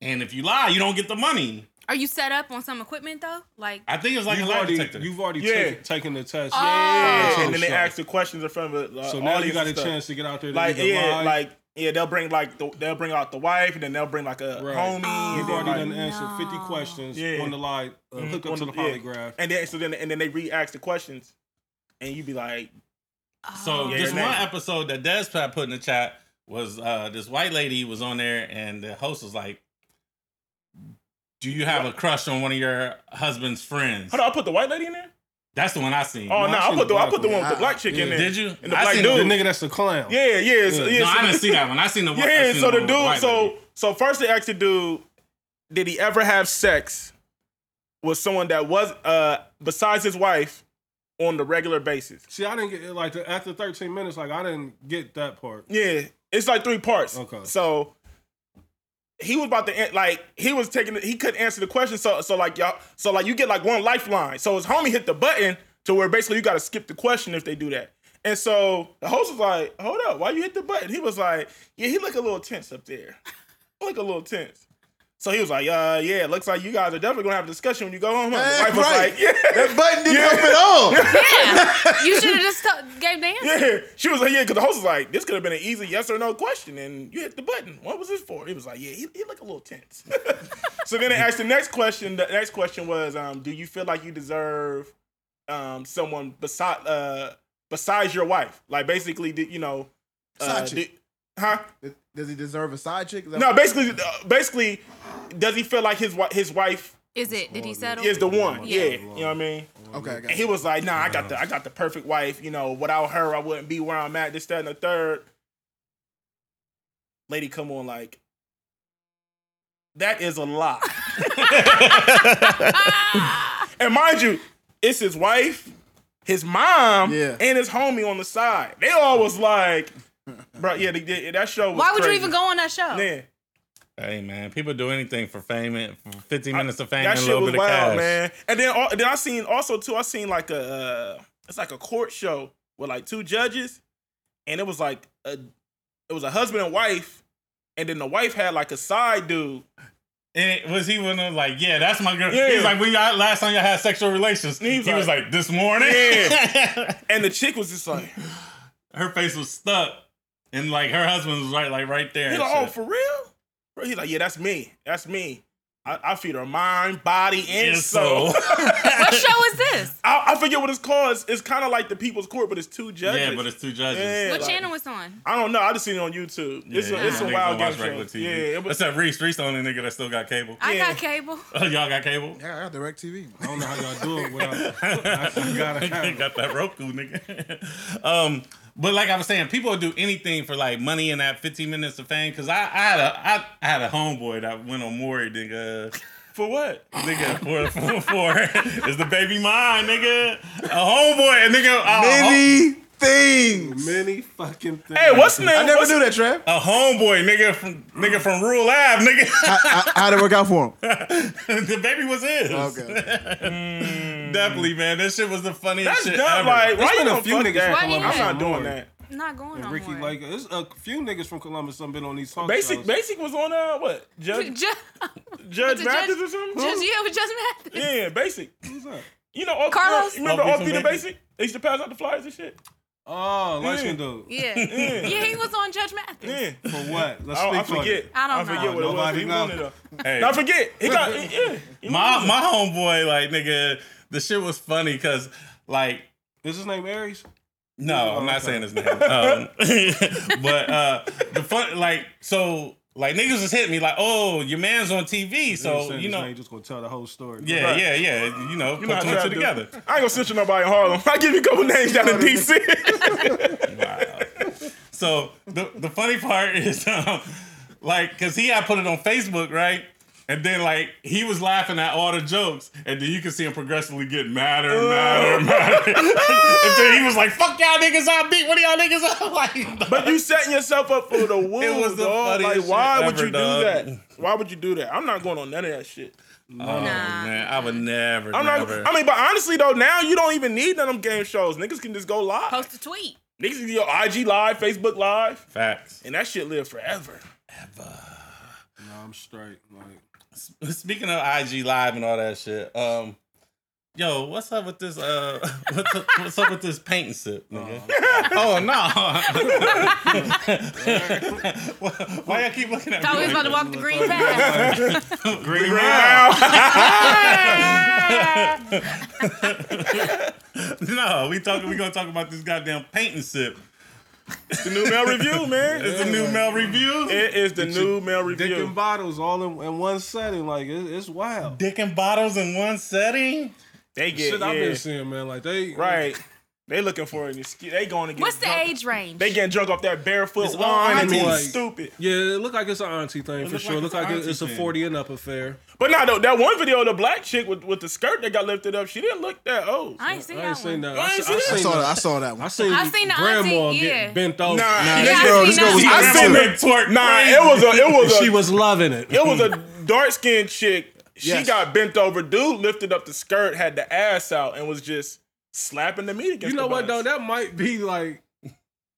Speaker 1: And if you lie, you don't get the money.
Speaker 4: Are you set up on some equipment though? Like,
Speaker 1: I think it was like
Speaker 3: You've
Speaker 1: a lie
Speaker 3: already,
Speaker 1: detector.
Speaker 3: you've already
Speaker 5: Yeah.
Speaker 3: taken, taken the test.
Speaker 4: Oh.
Speaker 5: and then they
Speaker 3: So-
Speaker 5: ask the questions in front of uh,
Speaker 3: So now you
Speaker 5: audience
Speaker 3: got
Speaker 5: and
Speaker 3: a
Speaker 5: stuff.
Speaker 3: chance to get out there. To
Speaker 5: like
Speaker 3: either
Speaker 5: yeah,
Speaker 3: lie.
Speaker 5: like yeah, they'll bring like the, they'll bring out the wife, and then they'll bring like a
Speaker 3: Right.
Speaker 5: homie,
Speaker 3: you've
Speaker 5: and
Speaker 3: already done
Speaker 5: then like,
Speaker 3: answered 50
Speaker 4: No.
Speaker 3: questions
Speaker 5: Yeah. Mm-hmm.
Speaker 3: on the lie, uh, hook up
Speaker 5: on
Speaker 3: to the
Speaker 5: the- yeah.
Speaker 3: polygraph.
Speaker 5: and then so then and then they re-ask the questions, and you be like,
Speaker 1: so
Speaker 5: Oh.
Speaker 4: uh,
Speaker 5: yeah,
Speaker 1: this
Speaker 5: man.
Speaker 1: one episode that Despot put in the chat was uh, this white lady was on there, and the host was like, "Do you have a crush on one of your husband's friends?"
Speaker 5: hold on, I put the white lady in there.
Speaker 1: That's the one I seen.
Speaker 5: Oh no,
Speaker 3: No, I
Speaker 5: I,
Speaker 3: seen
Speaker 5: put the
Speaker 3: the
Speaker 5: I put the
Speaker 3: black
Speaker 5: one with the
Speaker 2: one.
Speaker 5: black chick in there.
Speaker 1: Did you?
Speaker 5: And the
Speaker 1: I
Speaker 5: black
Speaker 1: seen
Speaker 5: dude.
Speaker 3: The nigga that's a clown.
Speaker 5: Yeah, yeah, so,
Speaker 3: Yeah.
Speaker 5: yeah.
Speaker 1: no,
Speaker 5: so-
Speaker 1: I didn't see that one. I seen the one. I
Speaker 5: yeah,
Speaker 1: seen
Speaker 5: so
Speaker 1: one
Speaker 5: the
Speaker 1: with white
Speaker 5: dude, so
Speaker 1: lady.
Speaker 5: so first they asked the dude, did he ever have sex with someone that was uh besides his wife on the regular basis?
Speaker 3: See, I didn't get like the, after 13 minutes. Like I didn't get that part.
Speaker 5: Yeah, it's like three parts.
Speaker 3: Okay.
Speaker 5: So he was about to an- like he was taking he couldn't answer the question. So so like y'all so like you get like one lifeline. So his homie hit the button to where basically you got to skip the question if they do that. And so the host was like, "Hold up, why you hit the button?" He was like, "Yeah, he look a little tense up there. Look a little tense." So he was like, "Uh, yeah, looks like you guys are definitely gonna have a discussion when you go home." The
Speaker 2: Hey,
Speaker 5: wife was
Speaker 2: right.
Speaker 5: like, "Yeah."
Speaker 2: That button didn't
Speaker 5: Yeah.
Speaker 2: help at all.
Speaker 4: yeah, you should have just t- gave the answer.
Speaker 5: Yeah, she was like, yeah, because the host was like, this could have been an easy yes or no question, and you hit the button. What was this for? He was like, yeah, he, he looked a little tense. so then they asked the next question. The next question was, um, do you feel like you deserve um, someone beside uh, besides your wife? Like basically, did you know? Uh,
Speaker 2: Side
Speaker 5: do,
Speaker 2: chick.
Speaker 5: huh?
Speaker 2: Does he deserve a side chick? Is that-
Speaker 5: No, basically, uh, basically, does he feel like his wi- his wife
Speaker 4: Is it? Did he settle?
Speaker 5: is the one?
Speaker 4: Yeah.
Speaker 5: Yeah, you know what I mean.
Speaker 2: Okay, I got
Speaker 5: And he
Speaker 2: it.
Speaker 5: was like, "Nah, I got the I got the perfect wife. You know, without her, I wouldn't be where I'm at." This, that, and the third. Lady, come on, like that is a lie. and mind you, it's his wife, his mom,
Speaker 2: Yeah.
Speaker 5: and his homie on the side. They all was like, "Bro, yeah, they, they, that show." Was
Speaker 4: Why would
Speaker 5: crazy.
Speaker 4: you even go on that show?
Speaker 5: Yeah,
Speaker 1: Hey man, people do anything for fame and for 15 minutes of fame
Speaker 5: that
Speaker 1: and a
Speaker 5: shit
Speaker 1: little
Speaker 5: was
Speaker 1: bit of
Speaker 5: wild,
Speaker 1: cash.
Speaker 5: man. And then, all, then I seen also too. I seen like a uh, it's like a court show with like two judges, and it was like a it was a husband and wife, and then the wife had like a side dude.
Speaker 1: And it- was he one of like, yeah, that's my girl.
Speaker 5: Yeah.
Speaker 1: He was like, when y'all last time y'all had sexual relations,
Speaker 5: And
Speaker 1: he
Speaker 5: he
Speaker 1: was,
Speaker 5: was
Speaker 1: like,
Speaker 5: like-
Speaker 1: this morning.
Speaker 5: And the chick was just like, he's
Speaker 1: her face was stuck, and like her husband was right, like right there.
Speaker 5: like,
Speaker 1: and
Speaker 5: oh,
Speaker 1: shit.
Speaker 5: for real? Bro, he's like, yeah, that's me. That's me. I, I feed her mind, body, and
Speaker 1: And
Speaker 5: soul.
Speaker 4: What show is this?
Speaker 5: I, I forget what it's called. It's, kind of like the People's Court, but it's two judges.
Speaker 1: yeah, but it's two judges.
Speaker 5: Yeah,
Speaker 4: What
Speaker 5: like-
Speaker 4: channel was on?
Speaker 5: I don't know. I just seen it on YouTube. it's
Speaker 1: Yeah,
Speaker 5: a,
Speaker 1: niggas
Speaker 5: it's a
Speaker 1: don't
Speaker 5: wild
Speaker 1: watch
Speaker 5: game show.
Speaker 1: regular TV.
Speaker 5: Yeah, it was,
Speaker 1: Except Reese. Reese the only nigga that still got cable.
Speaker 4: I
Speaker 5: Yeah.
Speaker 4: got cable.
Speaker 1: Oh, y'all got cable?
Speaker 2: Yeah, I got direct TV.
Speaker 3: I don't know how y'all do it without. I gotta have it.
Speaker 1: got that Roku, nigga. um, but like I was saying, people would do anything for like money in that 15 minutes of fame. Cause I, I had a I, I had a homeboy that went on Maury, nigga.
Speaker 5: for what?
Speaker 1: Nigga, for for, for is the baby mine, nigga. A homeboy, a nigga. Uh,
Speaker 2: Anything. things.
Speaker 3: Many fucking things.
Speaker 5: Hey, what's the name?
Speaker 2: I never
Speaker 5: what's,
Speaker 2: knew that, Trav.
Speaker 1: A homeboy, nigga from nigga from Rural Ave, nigga.
Speaker 2: How, how, would it work out for him?
Speaker 1: the baby was his.
Speaker 2: Okay.
Speaker 1: Definitely, man. That shit was the funniest
Speaker 5: That's
Speaker 1: shit
Speaker 5: dumb.
Speaker 1: ever.
Speaker 5: Like, why
Speaker 3: There's
Speaker 5: you
Speaker 3: been a
Speaker 5: gonna
Speaker 3: few
Speaker 5: fuck
Speaker 3: niggas
Speaker 5: that?
Speaker 4: from
Speaker 5: I'm
Speaker 4: Columbus
Speaker 5: not
Speaker 4: that
Speaker 5: doing
Speaker 3: born.
Speaker 5: that.
Speaker 4: Not going on.
Speaker 3: Ricky
Speaker 4: more.
Speaker 3: like there's a few niggas from Columbus that been on these talk
Speaker 5: Basic,
Speaker 3: shows.
Speaker 5: basic was on uh what Judge
Speaker 4: Judge,
Speaker 5: Judge
Speaker 4: Judge-
Speaker 5: Mathis or something.
Speaker 4: Judge, yeah, with Judge Mathis.
Speaker 5: Yeah, basic.
Speaker 3: Who's that?
Speaker 5: You know, all,
Speaker 4: Carlos?
Speaker 5: Remember
Speaker 1: Oakley
Speaker 5: all
Speaker 1: from
Speaker 5: three the
Speaker 1: Vegas.
Speaker 5: basic? They used to pass out the flyers and shit.
Speaker 3: Oh, light skin
Speaker 5: Yeah.
Speaker 3: dude.
Speaker 4: Yeah. yeah, he was on Judge Mathis.
Speaker 5: Yeah.
Speaker 3: For what? Let's
Speaker 5: I,
Speaker 3: speak
Speaker 5: I
Speaker 3: for
Speaker 5: forget.
Speaker 3: it.
Speaker 4: I don't
Speaker 5: I
Speaker 4: know.
Speaker 5: forget what it was.
Speaker 3: Nobody
Speaker 5: He
Speaker 3: know.
Speaker 5: won it up.
Speaker 1: Hey,
Speaker 5: I forget. He got yeah. He
Speaker 1: my
Speaker 5: won it.
Speaker 1: my homeboy, like nigga, the shit was funny because like
Speaker 3: Is his name Aries?
Speaker 5: Oh,
Speaker 1: No, I'm not saying his name. Um, but uh, the fun, like, so, like, niggas was hitting me like, "Oh, your man's on TV," so
Speaker 3: Saying
Speaker 1: you
Speaker 3: his
Speaker 1: know,
Speaker 3: name, just gonna tell the whole story.
Speaker 1: yeah,
Speaker 5: Right.
Speaker 1: yeah, yeah, you know,
Speaker 5: You
Speaker 1: put
Speaker 5: know how
Speaker 1: two
Speaker 5: Trav
Speaker 1: and two
Speaker 5: do.
Speaker 1: together.
Speaker 5: I ain't gonna censor nobody in Harlem. I give you a couple names down in DC.
Speaker 1: So the the funny part is, um, like, cause he had put it on Facebook, right? And then like he was laughing at all the jokes, and then you can see him progressively get madder, and madder, and madder. and then he was like, "Fuck y'all niggas, I beat one of y'all niggas up." like,
Speaker 5: but you setting yourself up for the woo.
Speaker 1: It was the
Speaker 5: dog.
Speaker 1: funniest
Speaker 5: Like, why
Speaker 1: shit
Speaker 5: would
Speaker 1: ever,
Speaker 5: you
Speaker 1: dog.
Speaker 5: do that? Why would you do that? I'm not going on none of that shit.
Speaker 1: oh man, I would never.
Speaker 5: I'm
Speaker 1: never.
Speaker 5: not. I mean, but honestly though, now you don't even need none of them game shows. Niggas can just go live.
Speaker 4: Post a tweet.
Speaker 5: Niggas can go IG live, Facebook live,
Speaker 1: facts.
Speaker 5: and that shit live forever.
Speaker 3: No, I'm straight. Like,
Speaker 1: Speaking of IG Live and all that shit, um, yo, what's up with this? Uh, what's, up, what's up with this paint and sip, nigga? Oh no! Why y'all keep looking at
Speaker 4: Thought we
Speaker 1: me? Like
Speaker 4: was about to walk the green path.
Speaker 1: green no, we talking. We gonna talk about this goddamn paint and sip.
Speaker 5: The new mail review, man.
Speaker 1: It's the new mail review.
Speaker 5: It is the new mail
Speaker 3: dick
Speaker 5: review.
Speaker 3: and bottles all in, in one setting. Like, it, it's wild.
Speaker 1: Dick and bottles in one setting.
Speaker 5: They get
Speaker 3: Shit,
Speaker 5: yeah.
Speaker 3: I've been seeing, man. Like, they
Speaker 5: right. They looking for an excuse. They going to get.
Speaker 4: What's the
Speaker 5: drunk.
Speaker 4: age range?
Speaker 5: They getting drunk off that barefoot
Speaker 1: It's
Speaker 5: wine and
Speaker 1: aunties.
Speaker 5: being
Speaker 3: Like-
Speaker 5: stupid.
Speaker 3: Yeah, it look like it's an auntie thing for
Speaker 1: look
Speaker 3: sure.
Speaker 1: like
Speaker 3: look
Speaker 1: it's a
Speaker 3: like it-
Speaker 1: auntie
Speaker 3: it's a
Speaker 1: thing.
Speaker 3: forty and up affair.
Speaker 5: But no, no, that one video of the black chick with, with the skirt that got lifted up, she didn't look that old.
Speaker 4: I ain't seen
Speaker 3: I
Speaker 4: that
Speaker 3: ain't seen
Speaker 4: one.
Speaker 3: that.
Speaker 5: I
Speaker 3: I,
Speaker 5: ain't
Speaker 3: seen, I,
Speaker 5: seen
Speaker 2: I
Speaker 3: seen
Speaker 2: saw that.
Speaker 3: that.
Speaker 2: I saw that
Speaker 3: I
Speaker 2: one.
Speaker 3: seen,
Speaker 4: I seen the
Speaker 3: grandma
Speaker 4: auntie,
Speaker 3: get
Speaker 4: yeah.
Speaker 3: bent over.
Speaker 5: Nah,
Speaker 2: this
Speaker 4: I
Speaker 2: girl-
Speaker 4: seen
Speaker 2: this girl
Speaker 4: that.
Speaker 2: was
Speaker 1: I
Speaker 2: Paint
Speaker 1: seen
Speaker 2: and
Speaker 1: that twerk.
Speaker 5: nah,
Speaker 1: crazy.
Speaker 5: it was a it was
Speaker 3: She
Speaker 5: a
Speaker 3: was loving it.
Speaker 5: it was a dark skinned chick. She
Speaker 2: Yes.
Speaker 5: got bent over. Dude lifted up the skirt, had the ass out, and was just slapping the meat against.
Speaker 3: You know
Speaker 5: the
Speaker 3: what though?
Speaker 5: buns.
Speaker 3: That might be like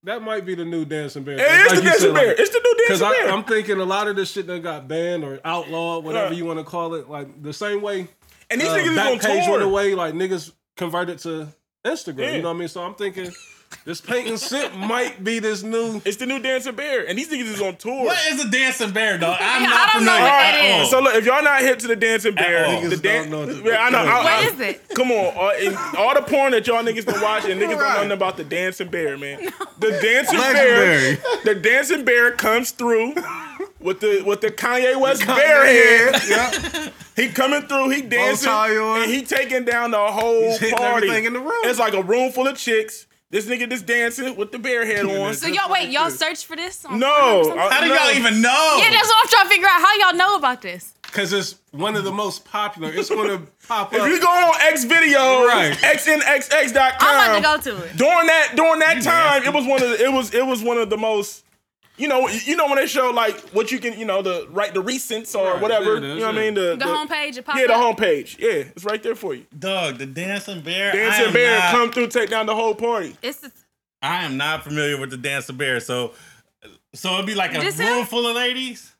Speaker 3: that might be the new dancing bear.
Speaker 5: It is
Speaker 3: Like
Speaker 5: the
Speaker 3: you
Speaker 5: dancing
Speaker 3: said,
Speaker 5: bear.
Speaker 3: like-
Speaker 5: it's the new
Speaker 3: Cause
Speaker 5: dancing
Speaker 3: I,
Speaker 5: bear.
Speaker 3: I'm thinking a lot of this shit that got banned or outlawed, whatever
Speaker 5: Right.
Speaker 3: you want to call it, like the same way
Speaker 5: and these
Speaker 3: uh,
Speaker 5: niggas
Speaker 3: back
Speaker 5: is on
Speaker 3: page
Speaker 5: tour.
Speaker 3: went away, like niggas converted to Instagram.
Speaker 5: Yeah.
Speaker 3: You know what I mean? So I'm thinking this paint and sip might be this new.
Speaker 5: It's the new dancing bear, and these niggas is on tour.
Speaker 1: What is a dancing bear, dog? I'm
Speaker 4: Yeah, I
Speaker 1: not
Speaker 4: don't know
Speaker 1: familiar
Speaker 4: what
Speaker 1: at
Speaker 4: that is.
Speaker 1: all.
Speaker 5: uh, So look, if y'all not hip to the dancing bear,
Speaker 1: At all.
Speaker 5: the
Speaker 3: Niggas
Speaker 5: dan-
Speaker 3: don't know what the-
Speaker 5: yeah, I know. I,
Speaker 4: What
Speaker 5: I-
Speaker 4: is it?
Speaker 5: Come on, all, and all the porn that y'all niggas been watching, niggas don't know nothing about the dancing bear, man. The dancing bear,
Speaker 2: Legendary.
Speaker 5: the dancing bear comes through with the with the Kanye West bear head.
Speaker 2: yeah.
Speaker 5: He coming through, he dancing,
Speaker 2: tie on.
Speaker 5: and he taking down the whole
Speaker 2: hitting
Speaker 5: party.
Speaker 2: everything in the room.
Speaker 5: It's like a room full of chicks. This nigga just dancing with the bear head on.
Speaker 4: So y'all wait, y'all search for this? on Pornhub or
Speaker 5: no,
Speaker 4: something?
Speaker 5: I-
Speaker 1: How do
Speaker 5: no.
Speaker 1: y'all even know?
Speaker 4: Yeah, that's what I'm trying to figure out. How y'all know about this?
Speaker 3: Cause it's one of the most popular. It's gonna pop
Speaker 5: If
Speaker 3: up.
Speaker 5: you go on X video,
Speaker 3: Right.
Speaker 5: xnxx.com.
Speaker 4: I'm about to go to it.
Speaker 5: during that during that time, it was one of the, it was it was one of the most. You know, you know when they show like what you can, you know, the right the recents or
Speaker 3: Right,
Speaker 5: whatever.
Speaker 3: there it is,
Speaker 5: you know what I
Speaker 3: yeah.
Speaker 5: mean? The,
Speaker 4: The homepage, it popped
Speaker 5: Yeah, the
Speaker 4: up.
Speaker 5: homepage. Yeah, it's right there for you.
Speaker 1: Dog, the dancing bear. I
Speaker 5: Dancing
Speaker 1: am
Speaker 5: Bear
Speaker 1: not-
Speaker 5: come through, take down the whole party.
Speaker 4: It's the,
Speaker 1: I am not familiar with the dancing bear, so so it'd be like a
Speaker 4: This
Speaker 1: room
Speaker 4: him?
Speaker 1: full of ladies.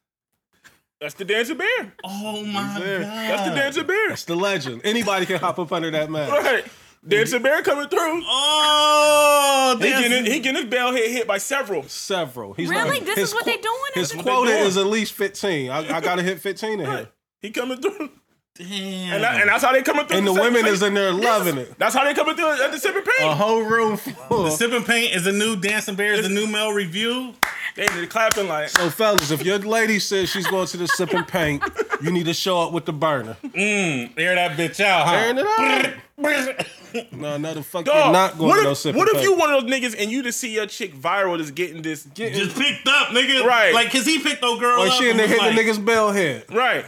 Speaker 5: That's the Dancing Bear.
Speaker 1: Oh my
Speaker 3: there.
Speaker 1: god,
Speaker 5: That's the Dancing Bear.
Speaker 3: It's the legend. Anybody can hop up under that man.
Speaker 5: Right. Dancing Bear coming through.
Speaker 1: Oh,
Speaker 5: He
Speaker 1: dancing-
Speaker 5: getting, he getting his bell hit hit by several.
Speaker 3: Several. He's
Speaker 4: really?
Speaker 3: like-
Speaker 4: This
Speaker 3: his
Speaker 4: is what
Speaker 3: qu-
Speaker 4: they doing?
Speaker 3: His
Speaker 4: Is it-
Speaker 3: quota is at least 15. I, I gotta hit 15 in here.
Speaker 5: He coming through,
Speaker 1: Damn.
Speaker 5: and, that, and that's how they coming through.
Speaker 3: Mm. And the
Speaker 5: separate
Speaker 3: women
Speaker 5: place.
Speaker 3: is in there loving it. Oh.
Speaker 5: That's how they coming through at the separate page.
Speaker 3: A whole room full.
Speaker 1: Sipping paint is the new dancing bear. Is the new male review.
Speaker 5: They they clapping like.
Speaker 3: So fellas, if your lady says she's going to the sip and paint, you need to show up with the burner.
Speaker 1: Air that bitch out,
Speaker 3: Burn
Speaker 1: huh?
Speaker 3: it up. No, no, the fuck
Speaker 5: Dog,
Speaker 3: you're not going
Speaker 5: what
Speaker 3: to
Speaker 5: if,
Speaker 3: no sip
Speaker 5: what
Speaker 3: and
Speaker 5: if
Speaker 3: paint.
Speaker 5: you one of those niggas and you just see your chick viral just getting this
Speaker 1: Just picked up, nigga.
Speaker 5: Right.
Speaker 1: Like, cause he picked no girl
Speaker 3: or
Speaker 1: up.
Speaker 3: she in
Speaker 1: and
Speaker 3: there
Speaker 1: was
Speaker 3: hitting
Speaker 1: like,
Speaker 3: the niggas bell head.
Speaker 5: right.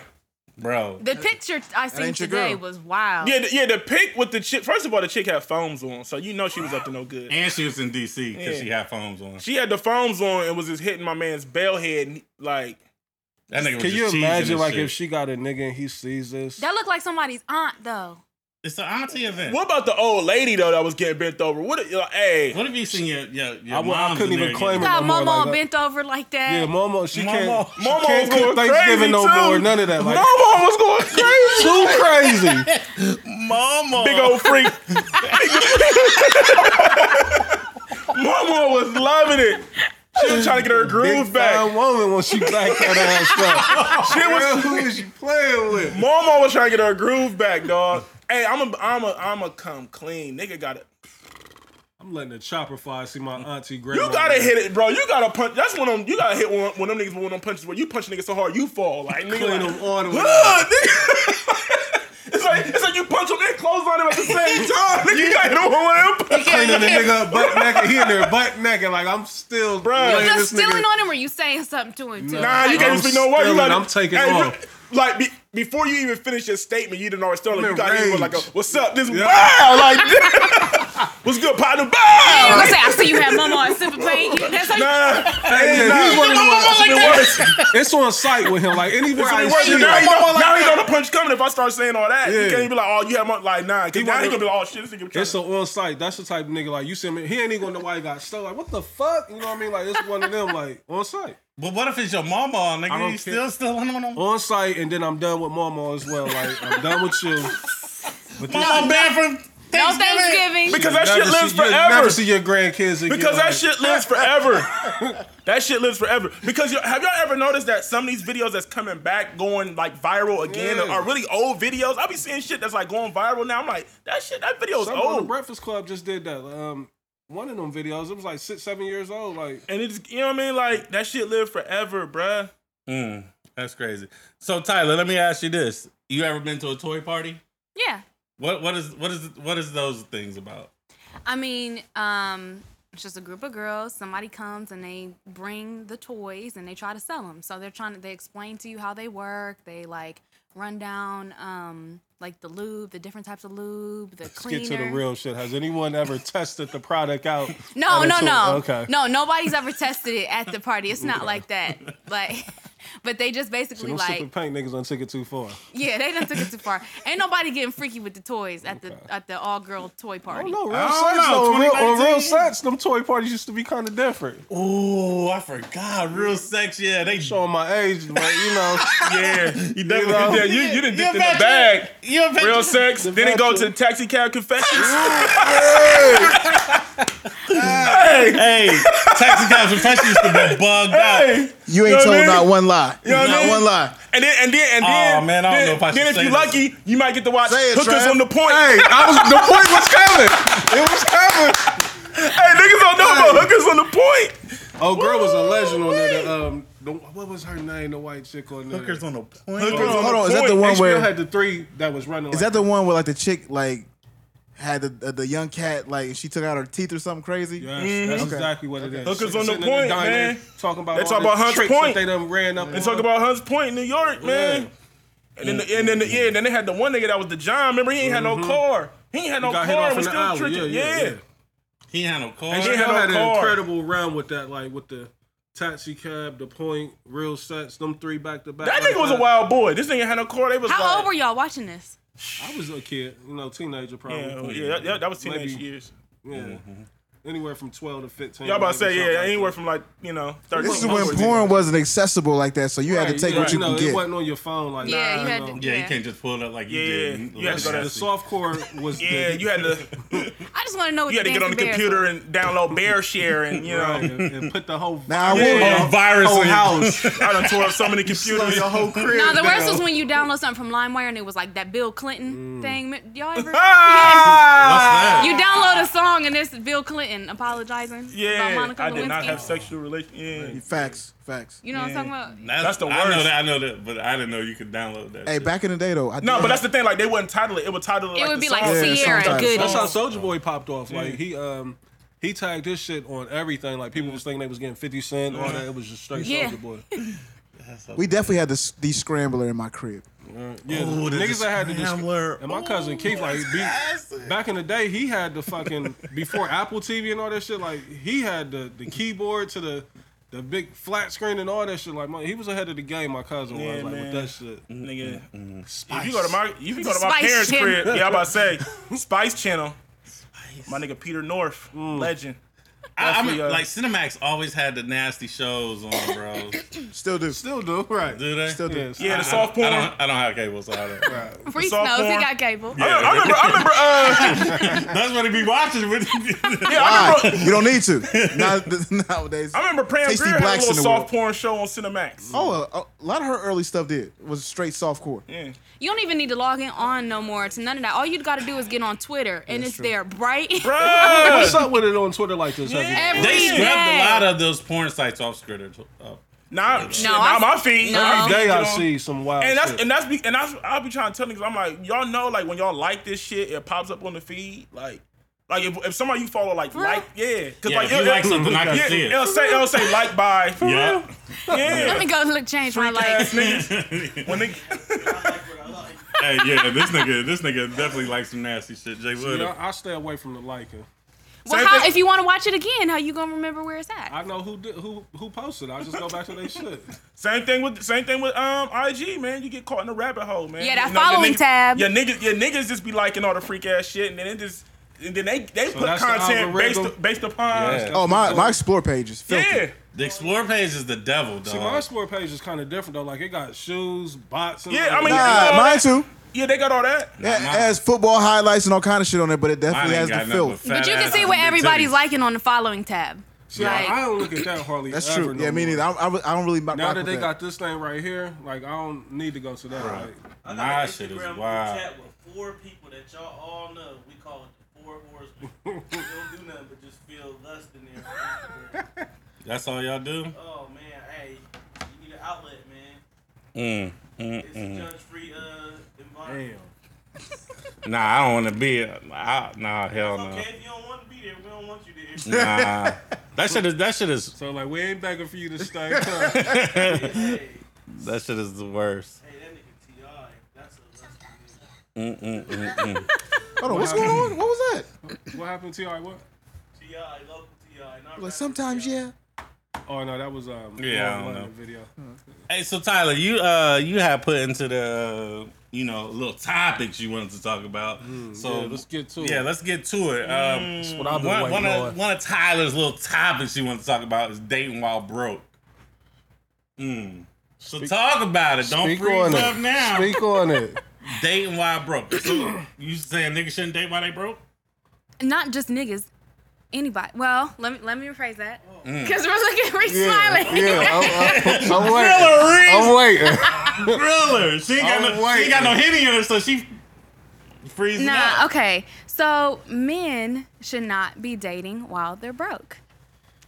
Speaker 1: bro.
Speaker 3: uh,
Speaker 4: The picture I seen
Speaker 2: ain't your
Speaker 4: today
Speaker 2: girl.
Speaker 4: was wild.
Speaker 5: Yeah, the, yeah. The pic with the chick. First of all, the chick had foams on, so you know she was up to no good.
Speaker 1: And she was in DC because
Speaker 5: Yeah.
Speaker 1: she had phones on.
Speaker 5: She had the foams on and was just hitting my man's bell head. And, like,
Speaker 1: That nigga was
Speaker 3: Can
Speaker 1: just
Speaker 3: you
Speaker 1: cheesing
Speaker 3: imagine
Speaker 1: and
Speaker 3: like
Speaker 1: shit.
Speaker 3: if she got a nigga and he sees this?
Speaker 4: That looked like somebody's aunt though.
Speaker 1: it's an auntie event.
Speaker 5: what about the old lady though that was getting bent over? What? Like, hey,
Speaker 1: What if you seen your your, your
Speaker 3: I
Speaker 1: I,
Speaker 3: wou- I
Speaker 1: mom's
Speaker 3: couldn't
Speaker 1: in
Speaker 3: even
Speaker 1: there
Speaker 3: claim
Speaker 1: again?
Speaker 4: Got
Speaker 3: no more
Speaker 4: mama
Speaker 3: like
Speaker 4: bent over like that.
Speaker 3: yeah, Momo, she can't.
Speaker 1: Momo-
Speaker 3: She
Speaker 5: Momo
Speaker 3: can't
Speaker 5: was
Speaker 3: cook
Speaker 5: going
Speaker 3: Thanksgiving
Speaker 5: crazy,
Speaker 3: no
Speaker 5: too.
Speaker 3: more. None of that. Like,
Speaker 5: Mama was going crazy.
Speaker 3: too crazy.
Speaker 1: Mama,
Speaker 5: Big old freak. Mama was loving it. She was trying to get her groove
Speaker 3: Big
Speaker 5: back.
Speaker 3: fine woman when she back that ass up.
Speaker 5: She was
Speaker 3: Girl, who is she playing with?
Speaker 5: Momo was trying to get her groove back, dog. Hey, I'm a, I'm a, I'm a come clean. Nigga got it.
Speaker 3: I'm letting the chopper fly see my auntie grandma.
Speaker 5: You gotta hit it, bro. You gotta punch. That's when them. You gotta hit one. When them niggas with one of them punches where you punch niggas so hard you fall. Like nigga,
Speaker 3: Clean
Speaker 5: like,
Speaker 3: them all the way.
Speaker 5: "Ugh, nigga." It's like it's like you punch them and close on him at the same time. Nigga, you gotta hit him with one of them.
Speaker 3: Cleaning the nigga up butt naked. He in there butt naked. Like I'm still,
Speaker 5: Bruh.
Speaker 3: laying
Speaker 4: You
Speaker 3: this
Speaker 4: just stealing
Speaker 3: nigga-
Speaker 4: on him, or you saying something to him? Too?
Speaker 5: Nah, you
Speaker 4: Like,
Speaker 5: can't
Speaker 3: I'm
Speaker 5: even speak no word. You
Speaker 3: stealing,
Speaker 5: gotta,
Speaker 3: I'm taking
Speaker 5: you-
Speaker 3: off.
Speaker 5: Like be, before you even finish your statement, you done already started. Like,
Speaker 3: I'm
Speaker 5: you gotta hit him with like a
Speaker 3: enraged.
Speaker 5: what's up? This bow like what's good, partner?
Speaker 4: oh. I ain't
Speaker 5: Bow.
Speaker 4: gonna say I see you had mama on silver plate. That's how you
Speaker 5: Nah,
Speaker 3: Hey,
Speaker 5: nah.
Speaker 3: yeah, he's one of the ones-
Speaker 5: It's been worse.
Speaker 3: It's on site with him. Like
Speaker 5: It's
Speaker 3: anybody
Speaker 5: gonna be worse.
Speaker 3: see
Speaker 5: Now
Speaker 3: him,
Speaker 5: he know, now he know the punch coming. If I start saying all that,
Speaker 3: Yeah.
Speaker 5: he can't be like, "Oh, you have my like nah."
Speaker 3: He
Speaker 5: Cause now
Speaker 3: wanna-
Speaker 5: he gonna be like, "Oh shit, this nigga." trying
Speaker 3: It's
Speaker 5: to-
Speaker 3: an on site. That's the type of nigga like you see him. He ain't even gonna know why he got stole. Like what the fuck? You know what I mean? Like it's one of them. Like on site,
Speaker 1: but what if it's your mama,
Speaker 3: I
Speaker 1: nigga?
Speaker 3: don't
Speaker 1: You
Speaker 3: care.
Speaker 1: still still on them?
Speaker 3: on site, and then I'm done with Mama as well. Like I'm done with you. But this-
Speaker 1: Mama bad from
Speaker 4: No Thanksgiving.
Speaker 5: Because that
Speaker 3: Never
Speaker 5: shit lives
Speaker 3: see- You'll never
Speaker 5: forever.
Speaker 3: see your grandkids again.
Speaker 5: Because
Speaker 3: like,
Speaker 5: that shit lives forever. that shit lives forever. Because you have y'all ever noticed that some of these videos that's coming back, going like viral again,
Speaker 3: Yeah.
Speaker 5: are really old videos? I be seeing shit that's like going viral now. I'm like, that shit, that video is
Speaker 3: Something on the
Speaker 5: old.
Speaker 3: Breakfast Club just did that. Um, one of them videos. It was like six, seven years old. Like
Speaker 5: And it's you know what I mean? Like that shit lived forever, bruh.
Speaker 1: Mm, that's crazy. So Tyler, let me ask you this: You ever been to a toy party?
Speaker 4: yeah.
Speaker 1: What what is what is what is those things about?
Speaker 4: I mean, um, it's just a group of girls. Somebody comes and they bring the toys and they try to sell them. So they're trying to they explain to you how they work. They like run down um like the lube, the different types of lube, the cleaner.
Speaker 3: get to the real shit. Has anyone ever tested the product out? at
Speaker 4: No,
Speaker 3: a
Speaker 4: no,
Speaker 3: tool?
Speaker 4: no.
Speaker 3: Okay.
Speaker 4: No, nobody's ever tested it at the party. It's not like that. Like, but they just
Speaker 3: So
Speaker 4: basically
Speaker 3: them
Speaker 4: like
Speaker 3: sipping paint niggas done took it too far.
Speaker 4: Yeah, they done took it too far. Ain't nobody getting freaky with the toys at the at the all girl toy
Speaker 3: I
Speaker 4: party.
Speaker 3: don't know. Real
Speaker 1: I don't
Speaker 3: sex,
Speaker 1: know,
Speaker 3: though, on real, on
Speaker 1: 2019?
Speaker 3: real sex, them toy parties used to be kind of different.
Speaker 1: Oh, I forgot. Real sex, yeah. They
Speaker 3: Showing my age, but you know,
Speaker 5: Yeah, you definitely
Speaker 3: know?
Speaker 5: did that. You, you done dipped in the
Speaker 1: imagine-
Speaker 5: bag.
Speaker 1: You ever been
Speaker 5: Real
Speaker 1: to-
Speaker 5: sex. Then it go to
Speaker 3: vacuum.
Speaker 5: the taxi cab confessions.
Speaker 1: Hey, taxi cabs and fresh used to be bugged out.
Speaker 2: You ain't
Speaker 5: know what I
Speaker 2: told
Speaker 5: mean?
Speaker 2: not one lie.
Speaker 5: know what I
Speaker 2: not
Speaker 5: mean?
Speaker 2: one lie.
Speaker 5: And then and then and then,
Speaker 1: Aw, man, I don't
Speaker 5: then,
Speaker 1: know if I
Speaker 5: then
Speaker 1: should
Speaker 5: if
Speaker 1: say
Speaker 5: you
Speaker 1: this.
Speaker 5: lucky, you might get to watch
Speaker 2: Say it,
Speaker 5: hookers
Speaker 2: Trav.
Speaker 5: on the point.
Speaker 3: hey,
Speaker 5: Hey,
Speaker 3: I was, the point was coming. It was coming.
Speaker 5: niggas don't know about hookers on the point.
Speaker 3: Oh, girl was a legend on there. The, um, the, what was her name? The white chick on there.
Speaker 1: Hookers on the point.
Speaker 5: Hookers
Speaker 2: Hold on, is that
Speaker 5: point.
Speaker 2: the
Speaker 5: They
Speaker 2: one
Speaker 3: HBO
Speaker 2: where
Speaker 3: had the three that was running.
Speaker 2: is that the one where like the chick like had the, the, the young cat like she took out her teeth or something crazy?
Speaker 3: Yes, that's exactly what it is.
Speaker 5: Hookers
Speaker 3: Sitting
Speaker 5: on the
Speaker 3: in
Speaker 5: point,
Speaker 3: diner,
Speaker 5: man.
Speaker 3: Talking about
Speaker 5: They
Speaker 3: all
Speaker 5: talk
Speaker 3: the
Speaker 5: about Hunts
Speaker 3: tricks that
Speaker 5: Point.
Speaker 3: They done ran up.
Speaker 5: They talk about Hunts Point in New York, man. And then the, and then the, yeah, then they had the one nigga that was the John. Remember he ain't had no car. He ain't had
Speaker 3: Mm-hmm.
Speaker 5: no
Speaker 3: got hit
Speaker 5: car.
Speaker 3: off
Speaker 5: and Was
Speaker 3: in the
Speaker 5: still
Speaker 3: alley.
Speaker 5: tricking.
Speaker 3: Yeah, yeah,
Speaker 5: Yeah,
Speaker 3: yeah.
Speaker 1: He had no car.
Speaker 5: she
Speaker 3: They
Speaker 5: had no
Speaker 3: had an
Speaker 5: car.
Speaker 3: incredible round with that, like with the taxi cab, the point, real sets, them three back to back.
Speaker 5: that
Speaker 3: like
Speaker 5: nigga was a wild boy. This nigga had no car. They was
Speaker 4: How
Speaker 5: like,
Speaker 4: old were y'all watching this?
Speaker 3: I was a kid, you know, teenager probably.
Speaker 5: Yeah, yeah, that, that- that was teenage
Speaker 3: Maybe-
Speaker 5: years.
Speaker 3: Yeah. Anywhere from 12 Mm-hmm. to 15.
Speaker 5: Y'all about to say
Speaker 3: maybe
Speaker 5: yeah,
Speaker 3: something like
Speaker 5: anywhere
Speaker 3: that.
Speaker 5: from like you know thirteen.
Speaker 2: This is
Speaker 5: to
Speaker 2: when
Speaker 5: 14.
Speaker 2: porn wasn't accessible like that, so you had to
Speaker 3: Right,
Speaker 2: take
Speaker 3: yeah,
Speaker 2: what you
Speaker 3: know,
Speaker 2: could
Speaker 3: It
Speaker 2: get.
Speaker 3: wasn't on your phone like
Speaker 4: Yeah,
Speaker 3: nah,
Speaker 4: you had
Speaker 3: know.
Speaker 4: to-
Speaker 1: yeah, you
Speaker 4: Yeah.
Speaker 1: can't just pull it up like you
Speaker 5: Yeah,
Speaker 1: did.
Speaker 5: you had to go
Speaker 3: The
Speaker 5: to-
Speaker 3: softcore was
Speaker 5: Yeah,
Speaker 3: the,
Speaker 5: you had to
Speaker 4: I just want to know what
Speaker 5: you had to
Speaker 4: the
Speaker 5: get on the
Speaker 4: Dancing Bears
Speaker 5: computer
Speaker 4: were.
Speaker 5: and download Bear Share and you know.
Speaker 3: right, and, and put the whole
Speaker 2: Now I
Speaker 3: whole
Speaker 2: will-
Speaker 1: Oh, virus
Speaker 3: whole
Speaker 1: in.
Speaker 3: house.
Speaker 5: I done tore up so many
Speaker 3: Slung
Speaker 5: computers.
Speaker 3: your whole crib.
Speaker 4: No, the worst
Speaker 3: down.
Speaker 4: was when you download something from LimeWire and it was like that Bill
Speaker 5: Mm.
Speaker 4: Clinton thing. Ma- Y'all ever?
Speaker 5: Ah!
Speaker 4: You download a song and it's Bill Clinton apologizing about
Speaker 5: Yeah,
Speaker 4: Monica
Speaker 5: I did not
Speaker 4: Lewinsky.
Speaker 5: have sexual relation. Yeah.
Speaker 2: Facts, facts.
Speaker 4: You know what I'm talking about?
Speaker 1: That's,
Speaker 5: That's the
Speaker 1: I know
Speaker 5: worst.
Speaker 1: that. I know that, but I didn't know you could download that.
Speaker 2: Hey,
Speaker 1: shit.
Speaker 2: back in the day though, I
Speaker 5: No,
Speaker 2: did-
Speaker 5: but that's the thing. Like they wouldn't title it. It would title it.
Speaker 4: It
Speaker 5: like
Speaker 4: would
Speaker 5: the
Speaker 4: be
Speaker 5: song.
Speaker 4: like
Speaker 2: Yeah,
Speaker 4: Sierra
Speaker 2: sometimes.
Speaker 4: Goody.
Speaker 3: That's how Soldier Boy popped off. Like he um he tagged his shit on everything. Like people was thinking they was getting 50 Cent, all that. It was just straight
Speaker 4: Yeah.
Speaker 3: Soldier Boy.
Speaker 2: We definitely had this the scrambler in my crib.
Speaker 3: Yeah,
Speaker 1: Ooh,
Speaker 3: the
Speaker 1: the
Speaker 3: niggas that had to just
Speaker 1: scrambler.
Speaker 3: and my cousin Keith like be, back in the day he had the fucking before Apple TV and all that shit like he had the the keyboard to the the big flat screen and all that shit like my, he was ahead of the game my cousin
Speaker 5: Yeah,
Speaker 3: was like
Speaker 5: man. Mm-hmm.
Speaker 3: with that shit
Speaker 5: nigga. If you go to my, if you go to my
Speaker 4: Spice
Speaker 5: parents'
Speaker 4: Channel.
Speaker 5: crib, yeah, I'm about to say Spice Channel. My nigga Peter North,
Speaker 2: Mm.
Speaker 5: legend.
Speaker 1: I, I mean,
Speaker 5: Definitely, uh,
Speaker 1: like Cinemax always had the nasty shows on, bro.
Speaker 2: Still do.
Speaker 3: still do right
Speaker 1: Do they?
Speaker 2: Still do.
Speaker 3: yes
Speaker 5: Yeah, the
Speaker 1: I-
Speaker 5: soft
Speaker 1: I
Speaker 5: porn.
Speaker 1: don't, I don't have cable, so I don't.
Speaker 4: Reese
Speaker 5: soft
Speaker 4: knows he
Speaker 5: porn.
Speaker 4: got cable.
Speaker 5: I, I remember, I remember, uh,
Speaker 1: That's what he be watching. With
Speaker 5: yeah, I remember,
Speaker 2: You don't need to Not- nowadays.
Speaker 5: I remember Pam
Speaker 2: Tasty
Speaker 5: Grier had a
Speaker 2: blacks
Speaker 5: little
Speaker 2: in the world.
Speaker 5: soft porn show on Cinemax.
Speaker 2: Oh, a, a lot of her early stuff did was straight softcore.
Speaker 5: Yeah.
Speaker 4: You don't even need to log in on no more to none of that. All you got to do is get on Twitter, and it's there bright
Speaker 5: Bruh!
Speaker 3: what's up with it on Twitter like this every
Speaker 4: every
Speaker 1: they
Speaker 4: day.
Speaker 1: scrubbed a lot of those porn sites off Twitter. Uh,
Speaker 5: Nah, shit,
Speaker 4: No,
Speaker 5: nah,
Speaker 4: I-
Speaker 5: my feed.
Speaker 4: no.
Speaker 5: My feed
Speaker 3: day
Speaker 5: get
Speaker 3: I
Speaker 5: on-
Speaker 3: see some wild
Speaker 5: And that's
Speaker 3: Oh, shit.
Speaker 5: and that's be, and that's I'll be trying to tell niggas I'm like y'all know like when y'all like this shit it pops up on the feed like like if, if somebody you follow like
Speaker 4: real?
Speaker 5: like yeah because
Speaker 1: Yeah,
Speaker 5: like
Speaker 1: if you
Speaker 5: it'll-
Speaker 1: like something, I can
Speaker 5: yeah,
Speaker 1: see it.
Speaker 5: it'll say it'll say like by
Speaker 1: yeah.
Speaker 4: Let me go look change my life.
Speaker 5: ass niggas when they
Speaker 1: hey, yeah, this nigga, this nigga definitely likes some nasty shit. Jay Wood.
Speaker 3: yeah, I, I stay away from the liking
Speaker 4: Well,
Speaker 5: Same
Speaker 4: how,
Speaker 5: thing-
Speaker 4: if you want to watch it again, how you gonna remember where it's at?
Speaker 3: I know who did, who who posted I just go back to their shit
Speaker 5: same thing with same thing with um IG man you get caught in a rabbit hole man
Speaker 4: Yeah, that
Speaker 5: You know, your
Speaker 4: following
Speaker 5: niggas-
Speaker 4: tab.
Speaker 5: your niggas your niggas just be liking all the freak ass shit and then it just and then they they put
Speaker 3: that's the
Speaker 5: content based
Speaker 3: algorithm?
Speaker 5: based upon
Speaker 3: That's-
Speaker 2: Oh my, my explore page is filthy.
Speaker 5: yeah.
Speaker 1: The Explore page is the devil, dog.
Speaker 3: See, my explore page is kind of different though. Like it got shoes, bots. and
Speaker 5: Yeah,
Speaker 3: all
Speaker 5: I mean,
Speaker 2: Nah,
Speaker 3: that.
Speaker 5: Yeah.
Speaker 2: mine too.
Speaker 5: Yeah, they got all that.
Speaker 2: It has football highlights and all kind of shit on there, but it definitely has the filth.
Speaker 4: But you can see what everybody's liking on the following tab.
Speaker 3: See,
Speaker 4: Like-
Speaker 3: I, I don't look at that hardly.
Speaker 2: That's
Speaker 3: ever
Speaker 2: true.
Speaker 3: no
Speaker 2: yeah, me
Speaker 3: more.
Speaker 2: neither. I, I, I don't really. rock
Speaker 3: Now that
Speaker 2: with
Speaker 3: they
Speaker 2: that.
Speaker 3: got this thing right here, like I don't need to go to that. Like,
Speaker 7: I got
Speaker 1: My
Speaker 7: an
Speaker 1: shit is
Speaker 7: Instagram group
Speaker 1: wild.
Speaker 7: Chat with four people that y'all all know. We call it the Four Horsemen. we don't do nothing but just feel lust in there. on Instagram.
Speaker 1: That's all y'all do.
Speaker 7: Oh man, hey, you need an outlet, man.
Speaker 1: Mm, mm,
Speaker 7: It's
Speaker 1: mm.
Speaker 7: a judge-free uh,
Speaker 3: damn.
Speaker 7: environment.
Speaker 1: Nah, I don't want to be. A, I, nah, hell no.
Speaker 7: Okay, if you don't want to be there, we don't want you there.
Speaker 1: Nah, that shit is. That shit is.
Speaker 3: So like we ain't begging for you to stay. huh?
Speaker 7: hey, hey,
Speaker 1: That shit is the worst.
Speaker 7: that nigga Ti, that's a that's a
Speaker 1: Mm, mm,
Speaker 7: nigga.
Speaker 1: mm, mm.
Speaker 2: Hold on, what's going on? What was that?
Speaker 3: what happened to you? What?
Speaker 7: Ti, local Ti. Not
Speaker 2: Like sometimes, yeah.
Speaker 3: Oh no, that was um.
Speaker 1: Yeah, I don't
Speaker 3: Lauren London
Speaker 1: know.
Speaker 3: Video.
Speaker 1: Hey, so Tyler, you uh, you had put into the uh, you know little topics you wanted to talk about. so
Speaker 3: Hmm, yeah, let's get to it.
Speaker 1: Yeah, let's get to it. Um,
Speaker 3: what I've
Speaker 1: one,
Speaker 3: been
Speaker 1: one
Speaker 3: waiting
Speaker 1: of
Speaker 3: on.
Speaker 1: one of Tyler's little topics you want to talk about is dating while broke. Mm. So talk about it. Don't
Speaker 3: Speak
Speaker 1: freeze
Speaker 3: on
Speaker 1: up
Speaker 3: it.
Speaker 1: now.
Speaker 3: Speak on it.
Speaker 1: Dating while broke. So you saying niggas shouldn't date while they broke?
Speaker 4: Not just niggas, anybody. Well, let me let me rephrase that
Speaker 1: Mm.
Speaker 4: because we're looking, we're smiling.
Speaker 3: yeah, I'm, I'm, I'm
Speaker 1: Thriller,
Speaker 3: waiting. I'm waiting.
Speaker 1: Reese, thriller. She ain't got
Speaker 3: I'm
Speaker 1: no, she ain't got no
Speaker 3: waiting.
Speaker 1: hitting in her, so she freezing
Speaker 4: Nah,
Speaker 1: up.
Speaker 4: okay. So men should not be dating while they're broke.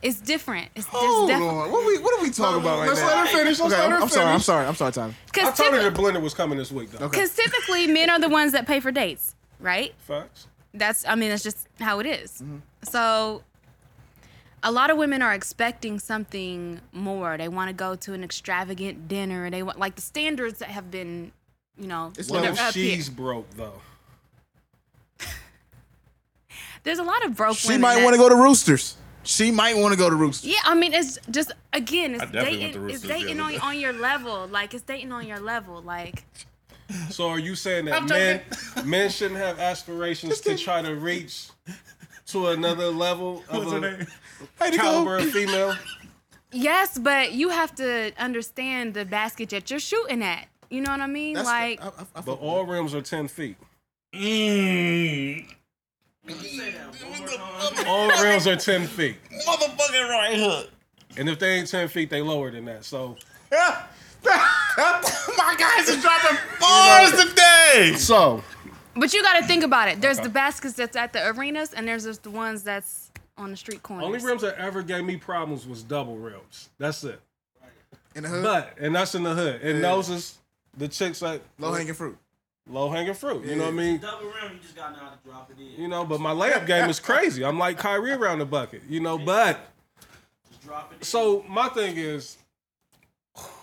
Speaker 4: It's different. It's there's
Speaker 2: Hold
Speaker 4: definitely
Speaker 2: on. What we what are we talking about right
Speaker 3: Let's
Speaker 2: now?
Speaker 3: let her finish. Let's
Speaker 2: Okay,
Speaker 3: let her
Speaker 2: I'm, I'm
Speaker 3: finish.
Speaker 2: sorry. I'm sorry. I'm sorry, Tyler.
Speaker 3: I
Speaker 4: because
Speaker 3: told her the blender was coming this week though.
Speaker 2: Okay.
Speaker 4: typically men are the ones that pay for dates, right?
Speaker 3: Facts.
Speaker 4: that's i mean that's just how it is.
Speaker 2: Mm-hmm.
Speaker 4: so a lot of women are expecting something more they want to go to an extravagant dinner they want like the standards that have been you know
Speaker 2: It's
Speaker 4: they're
Speaker 3: Well,
Speaker 2: level
Speaker 4: up here.
Speaker 3: she's broke though.
Speaker 4: there's a lot of broke
Speaker 2: She
Speaker 4: women
Speaker 2: might
Speaker 4: that-
Speaker 2: want to go to Roosters. She might want to go to Roosters.
Speaker 4: yeah i mean it's just again
Speaker 1: I
Speaker 4: it's
Speaker 1: definitely went to
Speaker 4: dating it's
Speaker 1: Roosters the
Speaker 4: dating
Speaker 1: other
Speaker 4: on,
Speaker 1: day.
Speaker 4: on your level like it's dating on your level like
Speaker 3: So are you saying that men men shouldn't have aspirations to try to reach to another level
Speaker 5: What's her
Speaker 3: of a
Speaker 5: name?
Speaker 2: Hey, to
Speaker 3: caliber
Speaker 2: go.
Speaker 3: of female?
Speaker 4: yes but you have to understand the basket that you're shooting at you know what i mean
Speaker 2: That's-
Speaker 4: like
Speaker 2: I- I- I-
Speaker 3: But all rims are ten feet.
Speaker 1: Mm.
Speaker 3: All rims are ten feet,
Speaker 1: Motherfucking right hook.
Speaker 3: and if they ain't ten feet, they lower than that. So
Speaker 1: My guys are dropping bars today.
Speaker 3: so
Speaker 4: But you got to think about it. There's the baskets that's at the arenas, and there's just the ones that's on the street corners.
Speaker 3: only rims that ever gave me problems was double rims. That's it.
Speaker 2: in the hood,
Speaker 3: But and that's in the hood. And those is the chicks that
Speaker 2: low hanging fruit.
Speaker 3: low hanging fruit. You know what I mean?
Speaker 7: Double rim, you just gotta know how to drop it in.
Speaker 3: You know, but my layup game is crazy. I'm like Kyrie around the bucket. You know, but
Speaker 7: Just drop it in.
Speaker 3: So my thing is,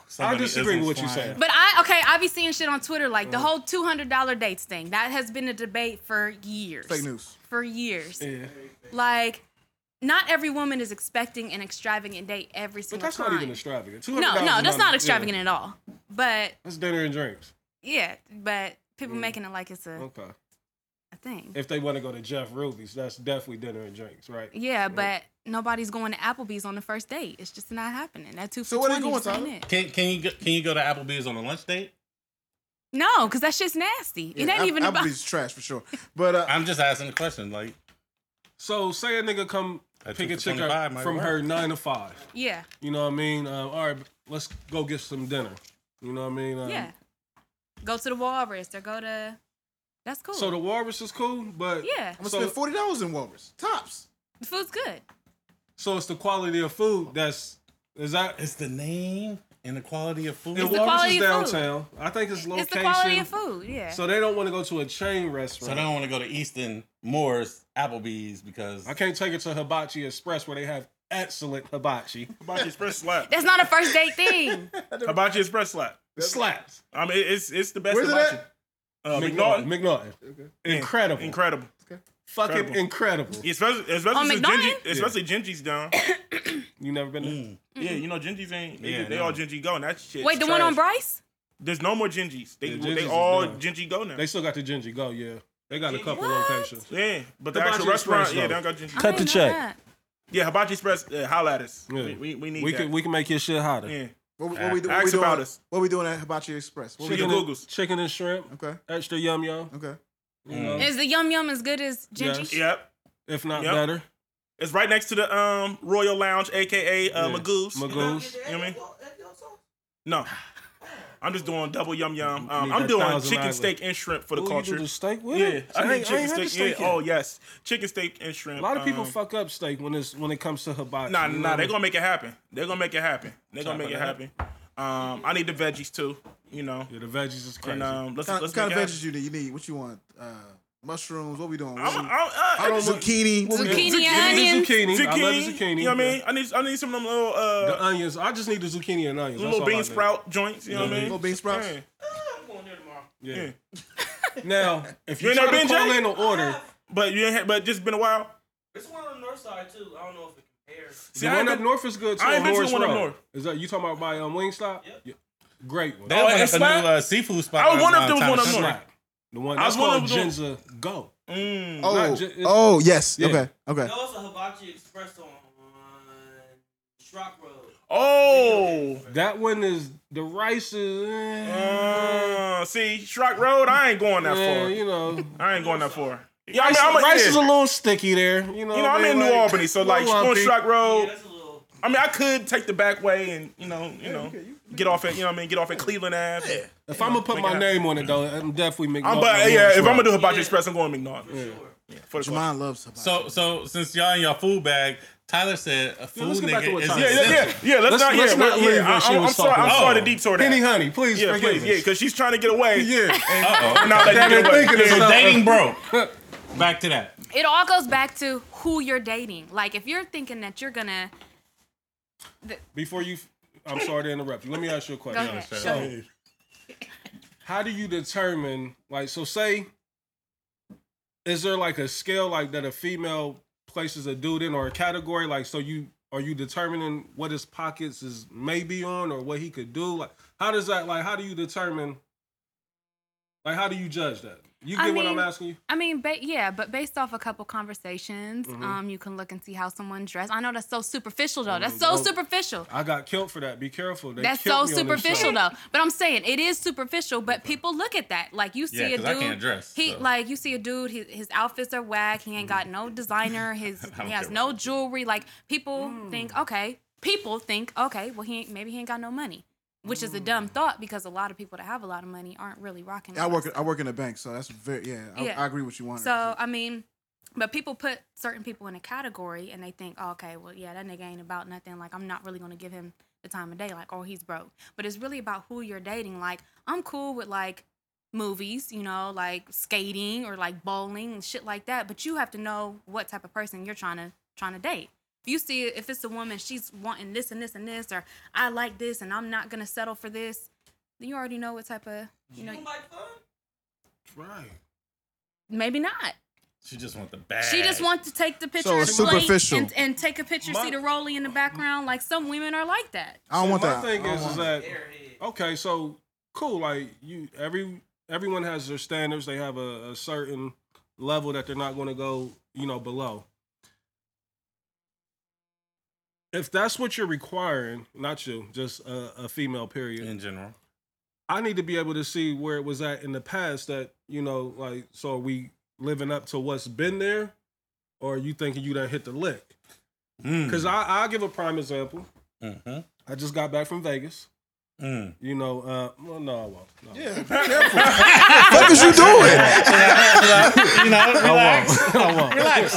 Speaker 1: somebody
Speaker 3: disagree
Speaker 1: isn't
Speaker 3: with what you
Speaker 1: flying.
Speaker 3: said.
Speaker 4: But I okay, I be seeing shit on Twitter like the whole two hundred dollar dates thing. That has been a debate for years.
Speaker 2: Fake news.
Speaker 4: For years.
Speaker 3: Yeah.
Speaker 4: Like, not every woman is expecting an extravagant date every
Speaker 3: But
Speaker 4: single
Speaker 3: that's
Speaker 4: time.
Speaker 3: not even extravagant.
Speaker 4: no,
Speaker 3: $200
Speaker 4: no,
Speaker 3: is
Speaker 4: that's not extravagant
Speaker 3: Yeah.
Speaker 4: at all. But
Speaker 3: That's dinner and drinks.
Speaker 4: yeah, but people making it like it's a,
Speaker 3: Okay.
Speaker 4: a thing.
Speaker 3: If they want to go to Jeff Ruby's, that's definitely dinner and drinks, right?
Speaker 4: yeah, but nobody's going to Applebee's on the first date. It's just not happening. That two for
Speaker 2: So where they
Speaker 4: 20
Speaker 2: going,
Speaker 4: just ain't
Speaker 2: Tyler?
Speaker 4: it.
Speaker 1: Can can you go, can you go to Applebee's on a lunch date?
Speaker 4: No, because that shit's nasty. it ain't
Speaker 2: App-
Speaker 4: even about.
Speaker 2: Applebee's trash for sure. But uh,
Speaker 1: I'm just asking the question. Like,
Speaker 3: So say a nigga come
Speaker 1: That
Speaker 3: pick
Speaker 1: two
Speaker 3: a
Speaker 1: for
Speaker 3: chick
Speaker 1: 25
Speaker 3: up
Speaker 1: might
Speaker 3: from
Speaker 1: work.
Speaker 3: her nine to five.
Speaker 4: Yeah,
Speaker 3: You know what I mean? Uh, all right, let's go get some dinner. You know what I mean? Um,
Speaker 4: yeah. Go to the Walrus or go to. That's cool.
Speaker 3: So the walrus is cool, but
Speaker 4: yeah,
Speaker 2: I'm gonna
Speaker 3: So-
Speaker 2: spend forty dollars in Walrus tops.
Speaker 4: the food's good.
Speaker 3: so it's the quality of food that's is that
Speaker 1: it's the name and the quality of food.
Speaker 3: and
Speaker 4: the
Speaker 3: walrus
Speaker 4: quality
Speaker 3: is
Speaker 4: of food.
Speaker 3: downtown. I think it's location.
Speaker 4: It's the quality of food. Yeah.
Speaker 3: So they don't want to go to a chain
Speaker 1: so I
Speaker 3: restaurant.
Speaker 1: don't want to go to Easton, Moore's, Applebee's because
Speaker 3: I can't take it to Hibachi Express where they have excellent hibachi.
Speaker 5: Hibachi Express slap.
Speaker 4: That's not a first date thing.
Speaker 5: Hibachi Express slap.
Speaker 3: Slaps.
Speaker 5: I mean, it- it's it's the best.
Speaker 2: Where's it
Speaker 5: hibachi.
Speaker 2: at?
Speaker 5: Uh,
Speaker 3: McNaughton.
Speaker 5: McNaughton.
Speaker 3: McNaughton. Incredible.
Speaker 5: Incredible.
Speaker 3: Fucking
Speaker 5: Incredible.
Speaker 3: incredible.
Speaker 5: Yeah, especially
Speaker 4: On
Speaker 5: especially since Genji,
Speaker 4: McNaughton?
Speaker 5: especially Genji's down.
Speaker 3: You never been there?
Speaker 5: yeah, you know Genji's ain't. They,
Speaker 1: Yeah,
Speaker 5: they
Speaker 1: no.
Speaker 5: all Genji go, and that shit.
Speaker 4: Wait, the one on
Speaker 5: Bright.
Speaker 4: Bryce?
Speaker 5: There's no more Genjis. They
Speaker 3: Yeah, Genji's
Speaker 5: they
Speaker 3: is
Speaker 5: all
Speaker 3: done.
Speaker 5: Genji go now.
Speaker 3: They still got the Gingy Go, yeah. They got a couple
Speaker 4: What?
Speaker 3: locations.
Speaker 5: yeah, but the
Speaker 3: Hibachi
Speaker 5: actual restaurant,
Speaker 3: Express,
Speaker 5: yeah,
Speaker 3: though.
Speaker 5: they don't got Genji.
Speaker 3: Cut
Speaker 4: I
Speaker 3: the
Speaker 4: didn't know
Speaker 3: check.
Speaker 4: that.
Speaker 5: Yeah, Hibachi Express, uh, holla at us.
Speaker 3: Yeah.
Speaker 5: We, we, we need
Speaker 3: we
Speaker 5: that.
Speaker 3: can we can make your shit hotter.
Speaker 5: yeah.
Speaker 2: What, we- what we do? What
Speaker 5: Ask
Speaker 2: we doing?
Speaker 5: about us.
Speaker 2: What we doing at Hibachi Express? What we
Speaker 5: Chicken.
Speaker 2: doing?
Speaker 5: your Googles.
Speaker 3: chicken and shrimp,
Speaker 2: Okay,
Speaker 3: extra yum yum.
Speaker 2: okay.
Speaker 3: You know,
Speaker 4: Is the yum yum as good as Gingy?
Speaker 3: Yes.
Speaker 5: Yep.
Speaker 3: if not
Speaker 5: Yep.
Speaker 3: better.
Speaker 5: It's right next to the um Royal Lounge, aka uh,
Speaker 3: Yeah.
Speaker 5: Magoo's.
Speaker 3: Magoo's.
Speaker 5: You know what I mean?
Speaker 7: mean?
Speaker 5: No. I'm just doing double yum yum. Um,
Speaker 3: Need
Speaker 5: I'm
Speaker 3: that
Speaker 5: doing
Speaker 3: thousand
Speaker 5: chicken,
Speaker 3: island.
Speaker 5: steak, and shrimp for the
Speaker 3: Ooh, you
Speaker 5: culture.
Speaker 3: do the steak with
Speaker 5: yeah,
Speaker 3: it?
Speaker 5: I
Speaker 3: ain't-
Speaker 5: think chicken
Speaker 3: ain't had the
Speaker 5: steak. Yeah.
Speaker 3: yet.
Speaker 5: Oh yes, chicken steak and shrimp.
Speaker 3: a lot of people
Speaker 5: Um,
Speaker 3: fuck up steak when it's when it comes to hibachi.
Speaker 5: Nah,
Speaker 3: you know
Speaker 5: nah,
Speaker 3: what I
Speaker 5: they're
Speaker 3: mean?
Speaker 5: gonna make it happen. They're gonna make it happen. They're gonna make it
Speaker 1: Chopping
Speaker 5: happen. Um, I need the veggies too. You know,
Speaker 3: Yeah, the veggies is crazy.
Speaker 5: and um, let's
Speaker 2: Kind,
Speaker 5: let's
Speaker 2: kind
Speaker 5: make
Speaker 2: of
Speaker 5: it
Speaker 2: veggies
Speaker 5: happen.
Speaker 2: you need? You need what you want? Uh, mushrooms? What we doing?
Speaker 5: I'm, uh, I'm, I, I
Speaker 2: I don't
Speaker 5: just-
Speaker 2: zucchini. What we doing?
Speaker 4: Zucchini
Speaker 3: I
Speaker 4: and
Speaker 3: need
Speaker 4: onions.
Speaker 3: the zucchini.
Speaker 5: zucchini.
Speaker 3: I love the zucchini.
Speaker 5: You know what I
Speaker 3: yeah.
Speaker 5: mean? I need I need some of them little uh
Speaker 3: The onions. I just need the zucchini and onions.
Speaker 5: little
Speaker 3: That's all I
Speaker 5: bean
Speaker 3: need.
Speaker 5: sprout joints. You know what I mean?
Speaker 2: Little bean sprouts.
Speaker 5: Yeah.
Speaker 7: I'm going there tomorrow.
Speaker 3: Yeah. now, if you,
Speaker 5: You ain't
Speaker 3: try
Speaker 5: never
Speaker 3: to
Speaker 5: been,
Speaker 3: call
Speaker 5: Jay?
Speaker 3: in an order,
Speaker 5: But you ain't, had- but just been a while.
Speaker 7: It's one on the north side too. I don't know if it compares.
Speaker 5: See,
Speaker 3: the
Speaker 5: I
Speaker 3: one
Speaker 5: ain't
Speaker 3: up
Speaker 5: been-
Speaker 3: north is good too.
Speaker 5: I ain't
Speaker 3: on
Speaker 5: been to
Speaker 3: Morris
Speaker 5: one up
Speaker 3: Road.
Speaker 5: north.
Speaker 3: Is that you talking about by um, Wingstop?
Speaker 7: Yep.
Speaker 3: Yeah. Great one.
Speaker 1: They opened
Speaker 5: it's
Speaker 1: up a new
Speaker 5: fine.
Speaker 1: uh, seafood spot. uh,
Speaker 5: I was wondering if
Speaker 1: around
Speaker 5: there was
Speaker 1: Thomas
Speaker 5: one up
Speaker 1: Street.
Speaker 5: north.
Speaker 3: The one
Speaker 5: I
Speaker 3: that's
Speaker 5: was one
Speaker 3: called
Speaker 5: of them-
Speaker 3: Genza Go.
Speaker 5: Mm.
Speaker 2: Oh,
Speaker 3: Not ju- it's-
Speaker 2: oh yes.
Speaker 3: Yeah.
Speaker 2: Okay, okay.
Speaker 7: No, it's a Hibachi Express on Strock Road.
Speaker 5: Oh.
Speaker 3: That one is the rice is eh,
Speaker 5: Uh, see, Shrock Road, I ain't going that
Speaker 3: eh,
Speaker 5: far.
Speaker 3: you know.
Speaker 5: I ain't going that far. Yeah, I
Speaker 3: Rice,
Speaker 5: mean, I'm a,
Speaker 3: rice is a
Speaker 5: yeah.
Speaker 3: little sticky there. You know,
Speaker 5: you know, I'm
Speaker 3: they
Speaker 5: in
Speaker 3: like-
Speaker 5: New Albany, so like
Speaker 3: little
Speaker 5: on
Speaker 3: lumpy.
Speaker 5: Shrock
Speaker 7: Yeah,
Speaker 5: Road.
Speaker 7: that's a little.
Speaker 5: I mean, I could take the back way and you know, you know, get off at you know, what I mean, get off at Cleveland Ave.
Speaker 3: If I'm gonna put my name on it though, I'm definitely McNaughton.
Speaker 5: I'm, but yeah, if I'm gonna do Hibachi
Speaker 7: Yeah.
Speaker 5: Express, I'm going McNaughton. Yeah. for the culture.
Speaker 2: Jamon loves hibachi.
Speaker 1: So so since y'all in your food bag, Tyler said a food
Speaker 3: let's get back to
Speaker 1: nigga
Speaker 3: what
Speaker 1: is
Speaker 3: Tyler
Speaker 5: yeah, yeah, yeah, yeah.
Speaker 3: Let's-
Speaker 5: Let's, not, yeah,
Speaker 3: let's
Speaker 5: we're-
Speaker 3: not
Speaker 5: yeah,
Speaker 3: leave what
Speaker 5: I,
Speaker 3: she
Speaker 5: am
Speaker 3: was
Speaker 5: sorry, I'm
Speaker 3: talking
Speaker 5: sorry to
Speaker 1: about.
Speaker 5: detour
Speaker 3: Penny
Speaker 5: that.
Speaker 3: Honey, please
Speaker 5: Yeah,
Speaker 3: forgive
Speaker 5: please, yeah,
Speaker 3: us.
Speaker 5: because she's trying to get away.
Speaker 3: Yeah, and
Speaker 5: And not letting you
Speaker 3: they're
Speaker 5: get away.
Speaker 3: thinking it's
Speaker 5: Yeah.
Speaker 1: So
Speaker 3: not-
Speaker 1: dating broke. Back to that.
Speaker 4: It all goes back to who you're dating. Like if you're thinking that you're gonna
Speaker 3: before you, I'm sorry to interrupt you. Let me ask you a
Speaker 4: go
Speaker 3: question.
Speaker 4: ahead.
Speaker 1: sure.
Speaker 4: Go ahead.
Speaker 3: how do you determine like so say is there like a scale like that a female places a dude in or a category like so you are you determining what his pockets is maybe on or what he could do like how does that like how do you determine like how do you judge that you get
Speaker 4: I
Speaker 3: what i'm
Speaker 4: mean-
Speaker 3: asking you
Speaker 4: I mean, ba- yeah, but based off a couple conversations,
Speaker 3: Mm-hmm.
Speaker 4: um, you can look and see how someone dressed. I know that's so superficial though. That's so
Speaker 3: well,
Speaker 4: superficial.
Speaker 3: i got killed for that be careful they
Speaker 4: That's so
Speaker 3: killed me on this
Speaker 4: superficial
Speaker 3: show.
Speaker 4: though. But I'm saying it is superficial, but people look at that. Like you see
Speaker 1: Yeah,
Speaker 4: a
Speaker 1: 'cause
Speaker 4: dude.
Speaker 1: I can't dress,
Speaker 4: he
Speaker 1: so. Mm.
Speaker 4: like you see a dude, his, his outfits are whack, he ain't got no designer, his
Speaker 1: don't
Speaker 4: he has
Speaker 1: care
Speaker 4: no jewelry. Like people
Speaker 2: Mm.
Speaker 4: think, okay, people think, okay, well he ain't, maybe he ain't got no money. Which
Speaker 1: Mm.
Speaker 4: is a dumb thought because a lot of people that have a lot of money aren't really rocking.
Speaker 2: I
Speaker 4: the
Speaker 2: work. I work in a bank, so that's very. Yeah, I,
Speaker 4: Yeah.
Speaker 2: I agree with you on
Speaker 4: so I mean, but people put certain people in a category and they think, oh, okay, well, yeah, that nigga ain't about nothing. Like I'm not really gonna give him the time of day. Like, oh, he's broke. But it's really about who you're dating. Like I'm cool with like movies, you know, like skating or like bowling and shit like that. But you have to know what type of person you're trying to trying to date. If you see if it's a woman, she's wanting this and this and this, or I like this and I'm not gonna settle for this, then you already know what type of you know
Speaker 7: You like fun?
Speaker 3: Right.
Speaker 4: maybe not.
Speaker 1: She just want the bag.
Speaker 4: She just wants to take the picture
Speaker 2: So
Speaker 4: and
Speaker 2: it's
Speaker 4: play
Speaker 2: superficial.
Speaker 4: and, and take a picture, see the rolly in the background. Like some women are like that.
Speaker 2: I don't want
Speaker 3: my
Speaker 2: that.
Speaker 3: thing
Speaker 2: I don't
Speaker 3: is, is
Speaker 2: want
Speaker 3: that
Speaker 7: Airhead.
Speaker 3: okay, so cool. Like you, every everyone has their standards. They have a, a certain level that they're not going to go, you know, below. If that's what you're requiring, not you, just a, a female period.
Speaker 1: in general.
Speaker 3: I need to be able to see where it was at in the past. That you know, like, so are we living up to what's been there, or are you thinking you done hit the lick?
Speaker 2: Hmm.
Speaker 3: Because I I'll give a prime example.
Speaker 1: Mm-hmm.
Speaker 3: I just got back from Vegas.
Speaker 1: Mm.
Speaker 3: You know, uh, well, no, I won't. No. Yeah,
Speaker 2: What the fuck is you doing?
Speaker 1: you know, relax.
Speaker 3: I won't.
Speaker 1: relax.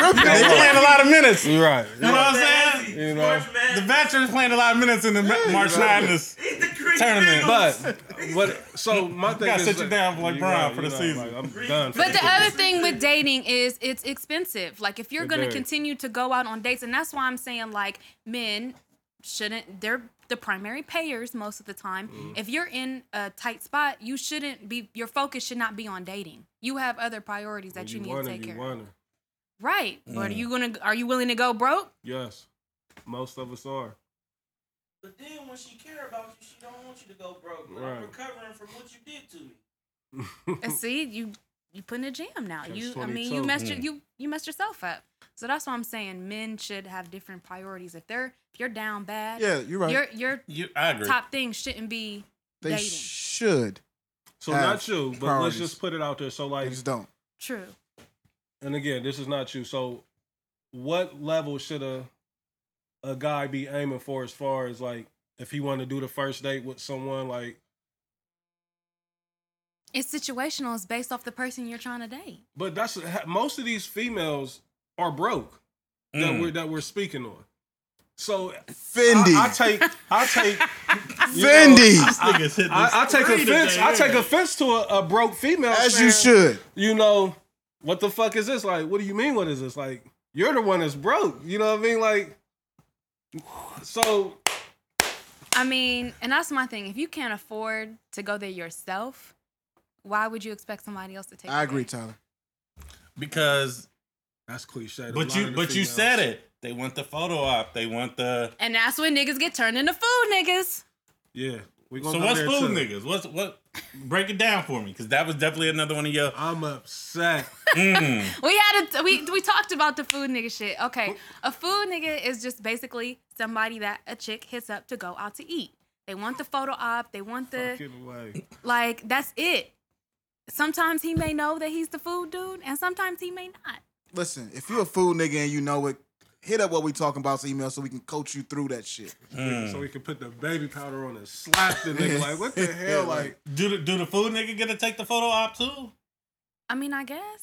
Speaker 7: Oh, man.
Speaker 1: They playing a lot of minutes. You
Speaker 3: You're right.
Speaker 1: know what I'm saying?
Speaker 3: You know,
Speaker 1: The
Speaker 7: Man,
Speaker 1: veterans playing a lot of minutes in the March Madness
Speaker 7: he's the Greek
Speaker 1: tournament.
Speaker 7: eagle.
Speaker 3: but what? So my thing
Speaker 1: gotta
Speaker 3: is,
Speaker 1: sit you
Speaker 3: that-
Speaker 1: down like
Speaker 3: You
Speaker 1: Brian
Speaker 3: right,
Speaker 1: for the
Speaker 3: you know,
Speaker 1: season.
Speaker 3: like, I'm done. For
Speaker 4: But
Speaker 3: the
Speaker 4: the other thing with dating is it's expensive. Like if you're
Speaker 3: It
Speaker 4: going to
Speaker 3: very-
Speaker 4: continue to go out on dates, and that's why I'm saying like men shouldn't. They're the primary payers most of the time. If you're in a tight spot, you shouldn't be. Your focus should not be on dating. You have other priorities that you,
Speaker 3: you
Speaker 4: need
Speaker 3: want
Speaker 4: to
Speaker 3: it,
Speaker 4: take
Speaker 3: you
Speaker 4: care. of.
Speaker 3: want it.
Speaker 4: Right. But are you gonna? Are you willing to go broke?
Speaker 3: Yes, most of us are.
Speaker 7: But then when she care about you, she don't want you to go broke. But
Speaker 3: Right.
Speaker 7: I'm recovering from what you did to me.
Speaker 2: Mm.
Speaker 4: And see, you you put in a jam now. You, I mean,
Speaker 3: 22.
Speaker 4: you messed your, you you messed yourself up. So that's why I'm saying men should have different priorities. If they're if you're down bad,
Speaker 2: Yeah, you're right.
Speaker 4: your your
Speaker 1: You, I agree.
Speaker 4: top thing shouldn't be
Speaker 2: they
Speaker 4: dating.
Speaker 2: should.
Speaker 3: So
Speaker 2: Have
Speaker 3: not you, but
Speaker 2: priorities.
Speaker 3: let's just put it out there. So
Speaker 2: They
Speaker 3: like,
Speaker 2: just don't.
Speaker 4: True.
Speaker 3: and again, this is not you. So, what level should a a guy be aiming for as far as like if he want to do the first date with someone? Like,
Speaker 4: It's situational. It's based off the person you're trying to date.
Speaker 3: but that's ha- most of these females are broke that
Speaker 1: Mm.
Speaker 3: we're that we're speaking on. So
Speaker 2: Fendi.
Speaker 3: I, I take I take you know,
Speaker 2: Fendi.
Speaker 1: Niggas hit
Speaker 3: I,
Speaker 1: this
Speaker 3: I take
Speaker 1: three
Speaker 3: offense.
Speaker 1: today.
Speaker 3: I take offense to a, a broke female.
Speaker 2: As you
Speaker 3: saying,
Speaker 2: should.
Speaker 3: you know, what the fuck is this? Like, what do you mean? What is this? Like, you're the one that's broke. You know what I mean? Like, so
Speaker 4: I mean, and that's my thing. If you can't afford to go there yourself, why would you expect somebody else to take?
Speaker 2: I
Speaker 4: you
Speaker 2: agree,
Speaker 4: there?
Speaker 2: Tyler.
Speaker 1: because
Speaker 3: that's cliche.
Speaker 1: But you but you said it. They want the photo op. They want the
Speaker 4: And that's when niggas get turned into food niggas.
Speaker 3: Yeah. We
Speaker 1: So what's food niggas? What's what break it down for me cuz that was definitely another one of your
Speaker 3: I'm upset.
Speaker 1: mm,
Speaker 4: We had a we we talked about the food nigga shit. Okay, a food nigga is just basically somebody that a chick hits up to go out to eat. They want the photo op. They want the
Speaker 3: Get away.
Speaker 4: like. That's it. Sometimes he may know that he's the food dude, and sometimes he may not.
Speaker 2: Listen, if you're a food nigga and you know it, hit up what we talking about so email so we can coach you through that shit.
Speaker 1: Mm.
Speaker 3: So we can put the baby powder on and slap the nigga. Like, what the hell?
Speaker 2: Yeah,
Speaker 3: Like,
Speaker 1: do the, do the food nigga get to take the photo op too?
Speaker 4: I mean, I guess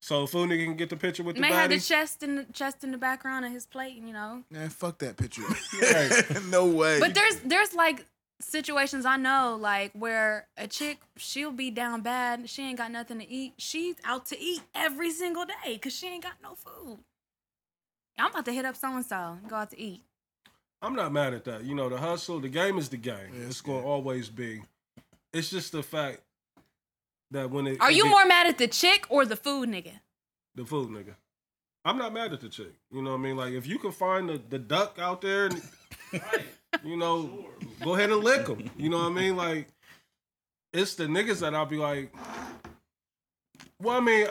Speaker 3: so food nigga can get the picture with the
Speaker 4: may have
Speaker 3: body.
Speaker 4: the chest in the chest in the background of his plate, you know.
Speaker 2: Man, fuck that picture. no way.
Speaker 4: But there's there's like situations I know like where a chick she'll be down bad, she ain't got nothing to eat. She's out to eat every single day because she ain't got no food. I'm about to hit up so and so and go out to eat.
Speaker 3: I'm not mad at that. You know, the hustle, the game is the game. it's going to always be. It's just the fact that when it
Speaker 4: Are
Speaker 3: it
Speaker 4: you
Speaker 3: be-
Speaker 4: more mad at the chick or the food nigga?
Speaker 3: the food nigga. I'm not mad at the chick. You know what I mean? Like if you can find the, the duck out there, and, you know, go ahead and lick them. You know what I mean? Like it's the niggas that I'll be like. Well, I mean,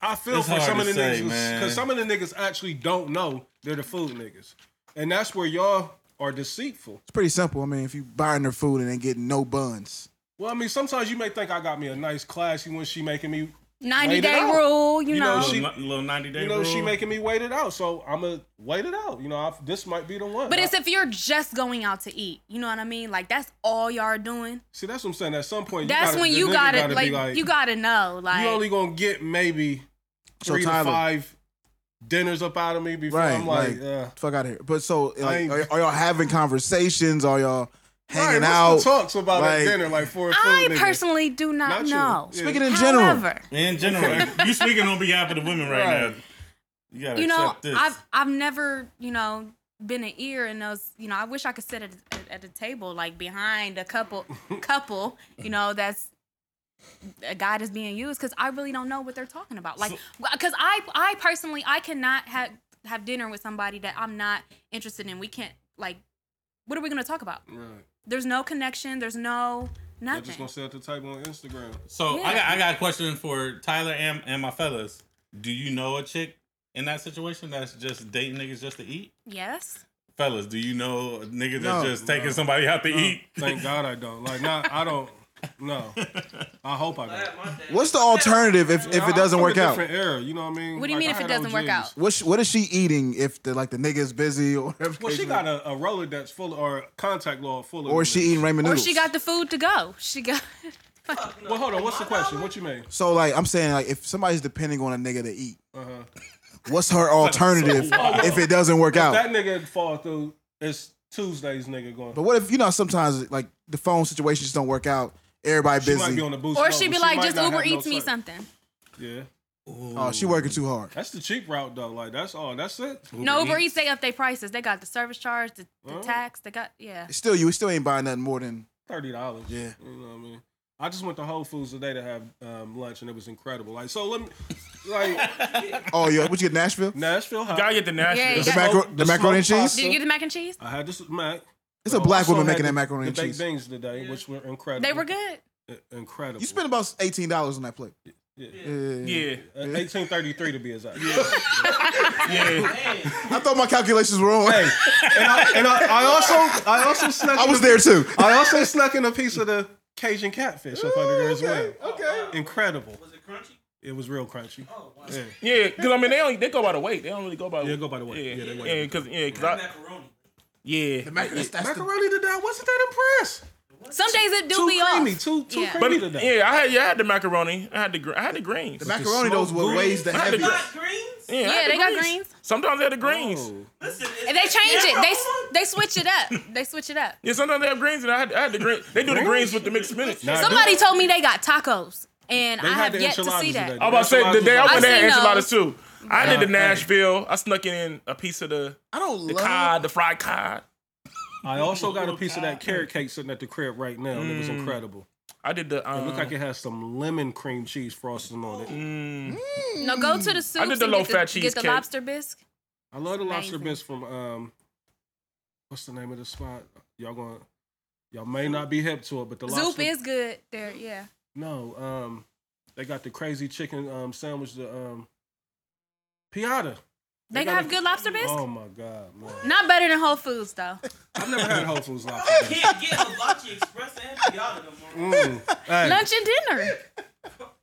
Speaker 3: I feel
Speaker 1: It's
Speaker 3: for
Speaker 1: hard
Speaker 3: some of
Speaker 1: to
Speaker 3: the
Speaker 1: say,
Speaker 3: niggas
Speaker 1: man.
Speaker 3: because some of the niggas actually don't know they're the food niggas, and that's where y'all are deceitful.
Speaker 2: it's pretty simple. I mean, if you buying their food and then getting no buns.
Speaker 3: Well, I mean, sometimes you may think I got me a nice classy one. She making me
Speaker 4: 90
Speaker 3: Wait it
Speaker 4: day
Speaker 3: out.
Speaker 4: rule, you,
Speaker 3: You know,
Speaker 4: know.
Speaker 3: she-
Speaker 1: little, little 90 day
Speaker 3: you know,
Speaker 1: rule.
Speaker 3: she making me wait it out. So I'm gonna wait it out. You know, I, this might be the one.
Speaker 4: but
Speaker 3: I-
Speaker 4: it's if you're just going out to eat, you know what I mean? Like that's all y'all are doing.
Speaker 3: see, that's what I'm saying. At some point, you
Speaker 4: That's
Speaker 3: gotta-
Speaker 4: when
Speaker 3: the
Speaker 4: you
Speaker 3: nigga
Speaker 4: gotta,
Speaker 3: be
Speaker 4: like, you gotta know like
Speaker 3: you only gonna get maybe
Speaker 2: So
Speaker 3: three to
Speaker 2: Tyler-
Speaker 3: five dinners up out of me before
Speaker 2: Right.
Speaker 3: I'm like,
Speaker 2: like,
Speaker 3: uh,
Speaker 2: fuck out of here. But so like,
Speaker 3: ain't-
Speaker 2: are, are y'all having conversations? Are y'all hanging
Speaker 3: right,
Speaker 2: out?
Speaker 3: what's the talks about
Speaker 2: like-
Speaker 3: at dinner, like for a food
Speaker 4: I
Speaker 3: nigga?
Speaker 4: personally do not,
Speaker 3: Not you.
Speaker 4: know.
Speaker 3: Yeah.
Speaker 2: Speaking in general.
Speaker 4: However,
Speaker 1: in general. you speaking on behalf of the women right,
Speaker 3: Right.
Speaker 1: now. You gotta
Speaker 4: you know,
Speaker 1: accept this.
Speaker 4: I've I've never you know been an ear in those. You know, I wish I could sit at a- at a table like behind a couple couple. You know, that's a guy that's being used because I really don't know what they're talking about. Like, because I I personally I cannot have have dinner with somebody that I'm not interested in. We can't like, what are we gonna talk about?
Speaker 3: Right.
Speaker 4: There's no connection. There's no
Speaker 3: They're just
Speaker 4: nothing.
Speaker 3: gonna set the type on Instagram.
Speaker 1: so I
Speaker 4: Yeah.
Speaker 1: got I got a question for Tyler and, and my fellas. Do you know a chick in that situation that's just dating niggas just to eat?
Speaker 4: Yes.
Speaker 1: Fellas, do you know a nigga that's
Speaker 2: No,
Speaker 1: just taking somebody out to eat?
Speaker 3: Thank God I don't. Like, not I don't. No, I hope I
Speaker 7: I
Speaker 3: don't.
Speaker 7: had my dad.
Speaker 2: What's the alternative if, if
Speaker 3: I'm
Speaker 2: it doesn't
Speaker 3: from a
Speaker 2: work out?
Speaker 3: different era, you know what I mean?
Speaker 4: What do you
Speaker 3: I
Speaker 4: mean if it
Speaker 3: had
Speaker 4: doesn't work
Speaker 3: OGs.
Speaker 4: out?
Speaker 2: What sh- what is she eating if the like the nigga is busy or whatever?
Speaker 3: Well, she
Speaker 2: case
Speaker 3: got a, a roller that's full of, or a contact law full
Speaker 2: may-
Speaker 3: of.
Speaker 2: or is she
Speaker 3: niggas.
Speaker 2: eating ramen
Speaker 4: Or
Speaker 2: noodles?
Speaker 4: she got the food to go. She got.
Speaker 3: Well, hold on. What's the question? What you mean?
Speaker 2: so like I'm saying like if somebody's depending on a nigga to eat,
Speaker 3: Uh huh.
Speaker 2: what's her alternative if it doesn't work out?
Speaker 3: That nigga fall through. It's Tuesday's nigga going.
Speaker 2: But what if you know sometimes like the phone situations just don't work out? Everybody
Speaker 3: She might be
Speaker 2: busy.
Speaker 3: on the boost.
Speaker 4: Or
Speaker 3: mode,
Speaker 4: she'd
Speaker 3: but
Speaker 4: be
Speaker 3: she
Speaker 4: like,
Speaker 3: might
Speaker 4: just
Speaker 3: not
Speaker 4: Uber
Speaker 3: have no
Speaker 4: Eats me
Speaker 3: sex.
Speaker 4: something.
Speaker 3: Yeah,
Speaker 2: oh, she working too hard.
Speaker 3: that's the cheap route though. Like that's all. That's it.
Speaker 4: No, Uber Eats, they up their prices. They got the service charge, the, the
Speaker 3: Oh.
Speaker 4: tax. They got yeah.
Speaker 2: It's Still, you still ain't buying nothing more than
Speaker 3: Thirty dollars.
Speaker 2: Yeah.
Speaker 3: you know what I mean. I just went to Whole Foods today to have um, lunch, and it was incredible. Like so, let me like
Speaker 2: oh yeah. What you get Nashville?
Speaker 3: Nashville. Hot.
Speaker 5: Gotta get the national.
Speaker 4: Yeah, you
Speaker 2: The,
Speaker 4: got-
Speaker 2: macro-
Speaker 3: smoked-
Speaker 2: the
Speaker 3: the
Speaker 2: macaroni and
Speaker 3: smoked
Speaker 2: cheese.
Speaker 4: Did you get the mac and cheese?
Speaker 3: I had this mac.
Speaker 2: It's a
Speaker 3: I
Speaker 2: black
Speaker 3: also
Speaker 2: woman
Speaker 3: had
Speaker 2: making
Speaker 3: the-
Speaker 2: that macaroni
Speaker 3: the
Speaker 2: and
Speaker 3: baked
Speaker 2: cheese.
Speaker 3: beans today, which were incredible.
Speaker 4: They were good.
Speaker 3: I- Incredible.
Speaker 2: You spent about eighteen dollars on that plate.
Speaker 3: Yeah.
Speaker 5: Yeah,
Speaker 3: Uh, 1833 to be exact.
Speaker 5: yeah.
Speaker 2: I thought my calculations were wrong.
Speaker 3: Hey, and I, and I, I also I also snuck
Speaker 2: I
Speaker 3: in
Speaker 2: was
Speaker 3: a-
Speaker 2: there too.
Speaker 3: I also snuck in a piece of the Cajun catfish up under there as well.
Speaker 2: Okay.
Speaker 3: Incredible.
Speaker 7: Was it crunchy?
Speaker 3: It was real crunchy.
Speaker 7: Oh, wow.
Speaker 3: Yeah.
Speaker 5: Yeah, because I mean they only they go by the weight. They don't really go by.
Speaker 3: Yeah, go by the weight.
Speaker 5: Yeah,
Speaker 3: Yeah, they
Speaker 5: yeah,
Speaker 3: weigh
Speaker 5: yeah,
Speaker 3: it.
Speaker 5: because yeah, because I
Speaker 7: Macaroni.
Speaker 5: yeah.
Speaker 3: Macaroni today, I wasn't that impressed.
Speaker 4: Some days it do
Speaker 3: Too
Speaker 4: be
Speaker 3: creamy,
Speaker 4: off.
Speaker 3: too too
Speaker 4: Yeah.
Speaker 5: But
Speaker 3: creamy today.
Speaker 5: yeah, I had yeah, I had the macaroni. I had the gr- I had the greens.
Speaker 2: The macaroni those were
Speaker 3: smoked
Speaker 2: ways the
Speaker 5: I had the
Speaker 2: heaviest.
Speaker 5: greens.
Speaker 7: Hot greens?
Speaker 5: Yeah, I
Speaker 4: Yeah,
Speaker 5: had the
Speaker 4: they got greens.
Speaker 5: Sometimes they have the greens.
Speaker 3: Oh.
Speaker 7: Listen, is
Speaker 4: And they
Speaker 7: that
Speaker 4: change it.
Speaker 7: camera
Speaker 4: They
Speaker 7: on?
Speaker 4: s- they switch it up. They switch it up.
Speaker 5: Yeah, sometimes they have greens, and I had, I had the green. They do the greens with the mixed spinach.
Speaker 3: Nah,
Speaker 4: Somebody told me they got tacos, and I
Speaker 3: had
Speaker 4: have
Speaker 3: the
Speaker 4: yet to see
Speaker 3: enchiladas today.
Speaker 4: that.
Speaker 5: I'm about to say the day I went there,
Speaker 4: I've seen
Speaker 5: enchiladas
Speaker 4: those.
Speaker 5: too. I did the
Speaker 3: Nah,
Speaker 5: Nashville. I snuck in a piece of the
Speaker 2: I don't
Speaker 5: the
Speaker 2: love.
Speaker 5: cod, the fried cod.
Speaker 3: I also got a piece of
Speaker 2: Mm.
Speaker 3: that carrot cake sitting at the crib right now. and It was incredible.
Speaker 5: I did the
Speaker 3: It
Speaker 5: um,
Speaker 3: looked like it had some lemon cream cheese frosting on it.
Speaker 2: Mm.
Speaker 4: No, go to
Speaker 3: Mm.
Speaker 4: the soup.
Speaker 5: I did the low-fat
Speaker 4: Get the
Speaker 5: cheesecake.
Speaker 4: lobster bisque.
Speaker 3: I love the lobster
Speaker 4: Amazing.
Speaker 3: bisque from um, what's the name of the spot? Y'all going? to Y'all may not be hip to it, but the
Speaker 4: Zoop
Speaker 3: lobster
Speaker 4: is good there. Yeah.
Speaker 3: no. Um, they got the crazy chicken um sandwich. The um, piata.
Speaker 4: They
Speaker 3: got
Speaker 4: have
Speaker 3: a-
Speaker 4: good lobster bisque.
Speaker 3: Oh my god, man!
Speaker 4: Not better than Whole Foods though.
Speaker 3: I've never had Whole Foods lobster. bisque.
Speaker 7: Can't get Hibachi Express and Piata no more.
Speaker 3: Mm. Hey.
Speaker 4: Lunch and dinner.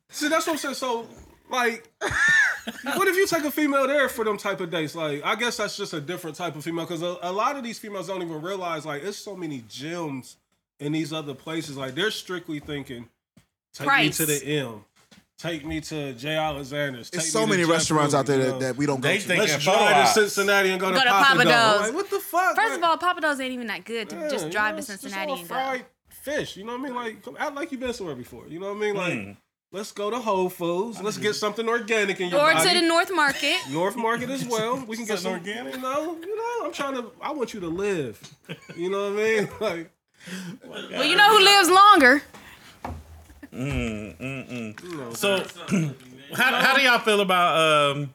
Speaker 3: See, that's what I'm saying. So, like, what if you take a female there for them type of dates? Like, I guess that's just a different type of female because a, a lot of these females don't even realize like it's so many gyms in these other places. Like, they're strictly thinking, take
Speaker 4: Price.
Speaker 3: me to the M, take me to Jay Alexander's.
Speaker 2: There's
Speaker 3: take
Speaker 2: so
Speaker 3: me to
Speaker 2: many
Speaker 3: Jeff
Speaker 2: restaurants out there
Speaker 3: Louis, you
Speaker 2: that,
Speaker 3: know?
Speaker 2: that we don't
Speaker 1: They
Speaker 2: go to.
Speaker 1: think-
Speaker 3: Let's
Speaker 1: Yeah, photo
Speaker 3: drive to
Speaker 1: ops.
Speaker 3: Cincinnati and go to,
Speaker 4: Go to
Speaker 3: Papa,
Speaker 4: Papa
Speaker 3: Do's.
Speaker 4: Do's.
Speaker 3: Like, what the fuck?
Speaker 4: First
Speaker 3: Like,
Speaker 4: of all, Papa Do's ain't even that good to
Speaker 3: yeah,
Speaker 4: just
Speaker 3: you
Speaker 4: drive
Speaker 3: know,
Speaker 4: to
Speaker 3: it's just all
Speaker 4: Cincinnati and go.
Speaker 3: fried Fish, you know what I mean? Like, come act like you've been somewhere before. You know what I mean? Like, let's go to Whole Foods. Let's get something organic in your
Speaker 4: Or
Speaker 3: body.
Speaker 4: to the North Market.
Speaker 3: North Market as well. We can get some
Speaker 1: Something
Speaker 3: organic. You know, you know. I'm trying to. I want you to live. You know what I mean? Like,
Speaker 4: well, you know who lives longer?
Speaker 1: So, how, how do y'all feel about um,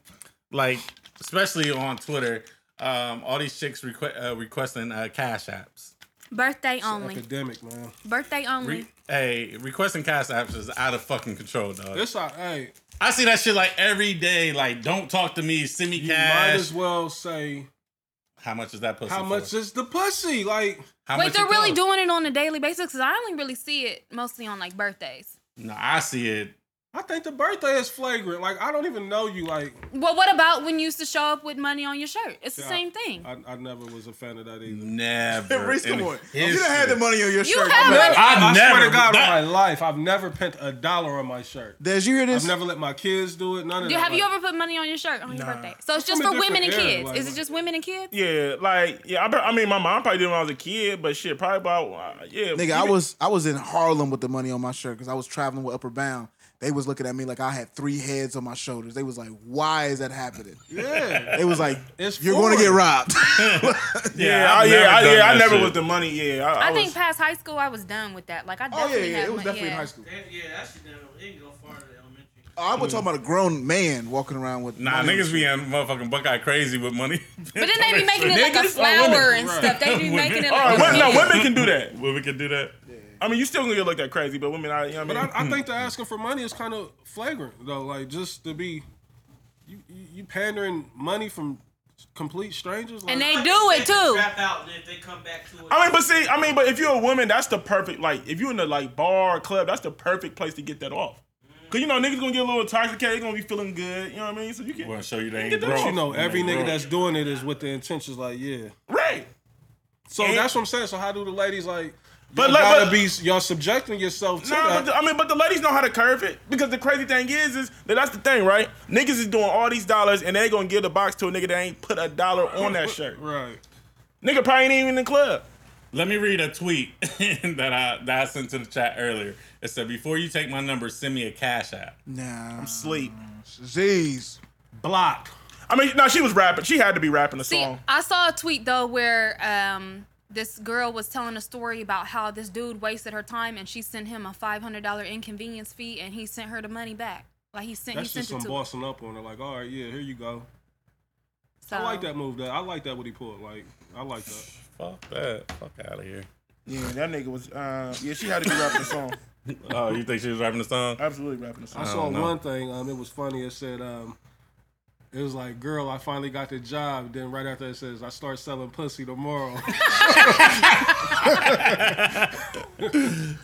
Speaker 1: like, especially on Twitter, um, all these chicks requ- uh, requesting uh, cash apps?
Speaker 4: Birthday only.
Speaker 3: academic man.
Speaker 4: Birthday only.
Speaker 1: Re- hey, requesting cash apps is out of fucking control, dog.
Speaker 3: This, I, hey,
Speaker 1: I see that shit like every day. Like, don't talk to me, send me
Speaker 3: you
Speaker 1: cash.
Speaker 3: might as well say
Speaker 1: How much is that pussy?
Speaker 3: how
Speaker 1: for?
Speaker 3: much is the pussy? Like,
Speaker 1: How
Speaker 4: Wait,
Speaker 1: much
Speaker 4: they're
Speaker 1: it
Speaker 4: really
Speaker 1: cost?
Speaker 4: doing it on a daily basis because I only really see it mostly on like birthdays.
Speaker 1: No, I see it.
Speaker 3: I think the birthday is flagrant. Like, I don't even know you. Like,
Speaker 4: Well, what about when you used to show up with money on your shirt? It's the
Speaker 3: Yeah,
Speaker 4: same thing.
Speaker 3: I, I never was a fan of that either.
Speaker 1: Never.
Speaker 2: Reese, come
Speaker 1: in
Speaker 2: on. If
Speaker 1: history.
Speaker 2: you done had the money on your
Speaker 4: You
Speaker 2: shirt.
Speaker 4: have
Speaker 2: I'm like,
Speaker 4: money-
Speaker 1: I've
Speaker 3: I
Speaker 1: never.
Speaker 3: swear to God,
Speaker 1: that-
Speaker 3: on my life, I've never spent a dollar on my shirt.
Speaker 2: Did you hear this?
Speaker 3: I've never let my kids do it. None of
Speaker 4: Do-
Speaker 3: that.
Speaker 4: have you
Speaker 3: Like,
Speaker 4: ever put money on your shirt on your birthday? So it's just
Speaker 3: from a
Speaker 4: for women and
Speaker 3: different era,
Speaker 4: kids.
Speaker 3: like-
Speaker 4: Is it just women and kids?
Speaker 5: Yeah, like yeah, I, bet- I mean, my mom probably did when I was a kid, but shit, probably about uh, yeah.
Speaker 2: Nigga, I was I was in Harlem with the money on my shirt because I was traveling with Upper Bound. They was looking at me like I had three heads on my shoulders. They was like, "Why is that happening?"
Speaker 3: Yeah.
Speaker 2: They was like,
Speaker 3: It's
Speaker 2: "You're going to
Speaker 3: foreign.
Speaker 2: get robbed."
Speaker 5: Yeah, I,
Speaker 1: I've
Speaker 5: yeah, I,
Speaker 1: done
Speaker 5: yeah. I
Speaker 1: that
Speaker 5: never
Speaker 1: shit.
Speaker 5: was the money. Yeah, I, I,
Speaker 4: I think
Speaker 5: was,
Speaker 4: past high school I was done with that. Like I
Speaker 2: oh yeah,
Speaker 4: definitely
Speaker 2: yeah,
Speaker 4: had
Speaker 2: it was
Speaker 4: my-
Speaker 2: definitely in
Speaker 4: yeah.
Speaker 2: high school.
Speaker 7: That, yeah, that shit never, it didn't go far to elementary.
Speaker 2: I was talking about a grown man walking around with
Speaker 1: Nah, niggas be in motherfucking Buckeye crazy with money.
Speaker 4: But then they be making it like a
Speaker 5: Niggas or
Speaker 4: flower
Speaker 5: women?
Speaker 4: and stuff. They be
Speaker 1: Women.
Speaker 4: making it
Speaker 5: All
Speaker 4: like
Speaker 5: right,
Speaker 4: a
Speaker 5: women, no,
Speaker 4: plant.
Speaker 5: women can do that.
Speaker 1: Well, we could do that.
Speaker 5: I mean, you still gonna get looked at crazy, but women, I, you know what
Speaker 3: But
Speaker 5: I
Speaker 3: I,
Speaker 5: mean,
Speaker 3: I think the asking for money is kind of flagrant though. Like just to be, you you, you pandering money from complete strangers. Like,
Speaker 4: And they do it too.
Speaker 7: Rap out, and if they come back to it,
Speaker 5: I mean, but see, I mean, but if you're a woman, that's the perfect like. If you're in the like bar or club, that's the perfect place to get that off. Cause you know niggas gonna get a little intoxicated, they gonna be feeling good. You know what I mean? So you can
Speaker 1: Wanna show you they
Speaker 5: Get
Speaker 1: ain't
Speaker 5: that
Speaker 1: broke.
Speaker 5: shit
Speaker 3: you know
Speaker 1: They
Speaker 3: every
Speaker 1: ain't
Speaker 3: nigga
Speaker 1: broke.
Speaker 3: that's doing it is with the intentions. Like yeah.
Speaker 5: right.
Speaker 3: So
Speaker 5: And-
Speaker 3: that's what I'm saying. So how do the ladies like?
Speaker 5: But
Speaker 3: But
Speaker 5: like-
Speaker 3: gotta
Speaker 5: but-
Speaker 3: be y'all subjecting yourself to
Speaker 5: No, nah,
Speaker 3: that.
Speaker 5: but the, I mean, but the ladies know how to curve it because the crazy thing is, is that that's the thing, right? Niggas is doing all these dollars and they gonna give the box to a nigga that ain't put a dollar on that shirt.
Speaker 3: right.
Speaker 5: Nigga probably ain't even in the club.
Speaker 1: Let me read a tweet that I that I sent to the chat earlier. It said, "Before you take my number, send me a cash app."
Speaker 2: Nah,
Speaker 5: Sleep.
Speaker 2: jeez.
Speaker 3: Block.
Speaker 5: I mean, no, she was rapping. She had to be rapping the
Speaker 4: See,
Speaker 5: song.
Speaker 4: I saw a tweet though where um, this girl was telling a story about how this dude wasted her time and she sent him a five hundred dollar inconvenience fee and he sent her the money back. Like he sent,
Speaker 3: That's
Speaker 4: he
Speaker 3: just
Speaker 4: sent
Speaker 3: some
Speaker 4: it to her.
Speaker 3: bossing up on it. Like all right, yeah, here you go.
Speaker 4: So,
Speaker 3: I like that move. That I like that what he pulled. Like I like that.
Speaker 1: Fuck that. Fuck out of here.
Speaker 5: Yeah, that nigga was. Uh, yeah, she had to be rapping the song.
Speaker 1: Oh, you think she was rapping the song?
Speaker 5: Absolutely rapping the song.
Speaker 3: I saw
Speaker 1: don't know.
Speaker 3: one thing. Um, it was funny. It said, um, it was like, "Girl, I finally got the job." Then right after it says, "I start selling pussy tomorrow."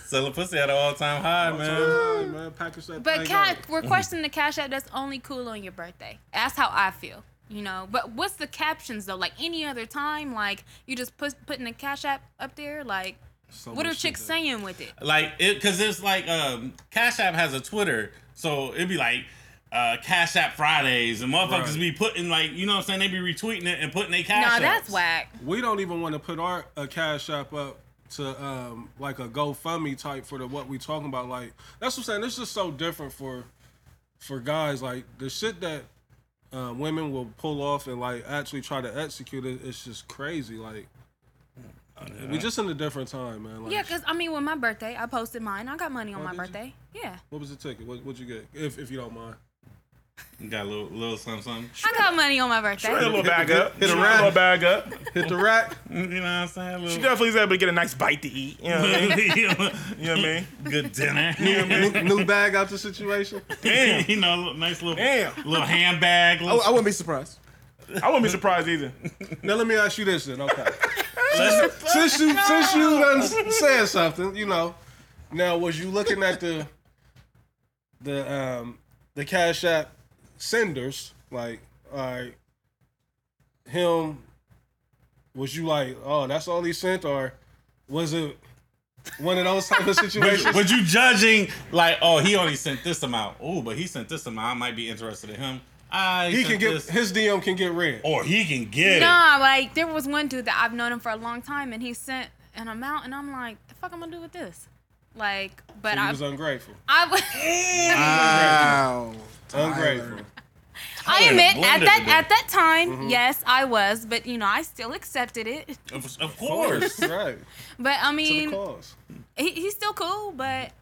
Speaker 1: Selling pussy at an all time high, man.
Speaker 3: man, package that
Speaker 4: But
Speaker 3: thing
Speaker 4: cat,
Speaker 3: up.
Speaker 4: we're questioning the cash app. That's only cool on your birthday. That's how I feel. You know, but what's the captions though? Like any other time, like you just put putting the cash app up there. Like,
Speaker 3: So
Speaker 4: what are
Speaker 3: much shit
Speaker 4: chicks
Speaker 3: that-
Speaker 4: saying with it?
Speaker 1: Like it, cause it's like um, Cash App has a Twitter, so it'd be like uh, Cash App Fridays, and motherfuckers
Speaker 3: Right.
Speaker 1: be putting like, you know what I'm saying? They be retweeting it and putting their cash.
Speaker 4: Nah,
Speaker 1: apps.
Speaker 4: that's whack.
Speaker 3: We don't even want to put our a cash app up to um like a GoFundMe type for the what we talking about. Like that's what I'm saying. This is so different for for guys. Like the shit that uh, women will pull off and like actually try to execute it. It's just crazy. Like we just in a different time, man. Like,
Speaker 4: Yeah, cause I mean, with my birthday, I posted mine. I got money on
Speaker 3: did
Speaker 4: my
Speaker 3: you?
Speaker 4: birthday. Yeah,
Speaker 3: What was the ticket? What would you get? If if you don't mind.
Speaker 1: Got a little, little something, something.
Speaker 4: I got money on my birthday.
Speaker 5: She had a little bag up.
Speaker 3: Hit a
Speaker 5: She had
Speaker 3: rap.
Speaker 5: little bag up.
Speaker 3: Hit the rack.
Speaker 1: You know what I'm saying? A
Speaker 5: She
Speaker 1: little-
Speaker 5: definitely was able to get a nice bite to eat. You know what I mean? You know what I mean?
Speaker 1: Good dinner.
Speaker 3: new, new bag out the situation.
Speaker 1: Damn. you know, a little- nice little
Speaker 5: Damn.
Speaker 1: little handbag.
Speaker 2: I,
Speaker 1: Little,
Speaker 2: I wouldn't be surprised.
Speaker 5: I wouldn't be surprised either.
Speaker 3: Now let me ask you this then, okay.
Speaker 1: let's-
Speaker 3: since you since you done said something, you know. Now was you looking at the the um the Cash App senders, like, all right, him was you like, oh, that's all he sent, or was it one of those type of situations?
Speaker 1: But you judging like, oh, he only sent this amount. Oh, but he sent this amount. I might be interested in him. I
Speaker 3: he can
Speaker 1: sent
Speaker 3: get
Speaker 1: this.
Speaker 3: his DM can get read.
Speaker 1: or he can get it.
Speaker 4: Nah, like there was one dude that I've known him for a long time, and he sent an amount, and I'm like, the fuck I'm gonna do with this? Like, but
Speaker 3: He
Speaker 4: I,
Speaker 3: was ungrateful.
Speaker 4: I, was-
Speaker 2: Wow.
Speaker 3: Ungrateful.
Speaker 4: I admit at
Speaker 1: blended
Speaker 4: that
Speaker 1: today.
Speaker 4: at that time, yes, I was, but you know, I still accepted it.
Speaker 1: Of, of course.
Speaker 3: right.
Speaker 4: But
Speaker 3: To
Speaker 4: I
Speaker 3: the
Speaker 4: mean,
Speaker 3: cause.
Speaker 4: he, he's still cool, but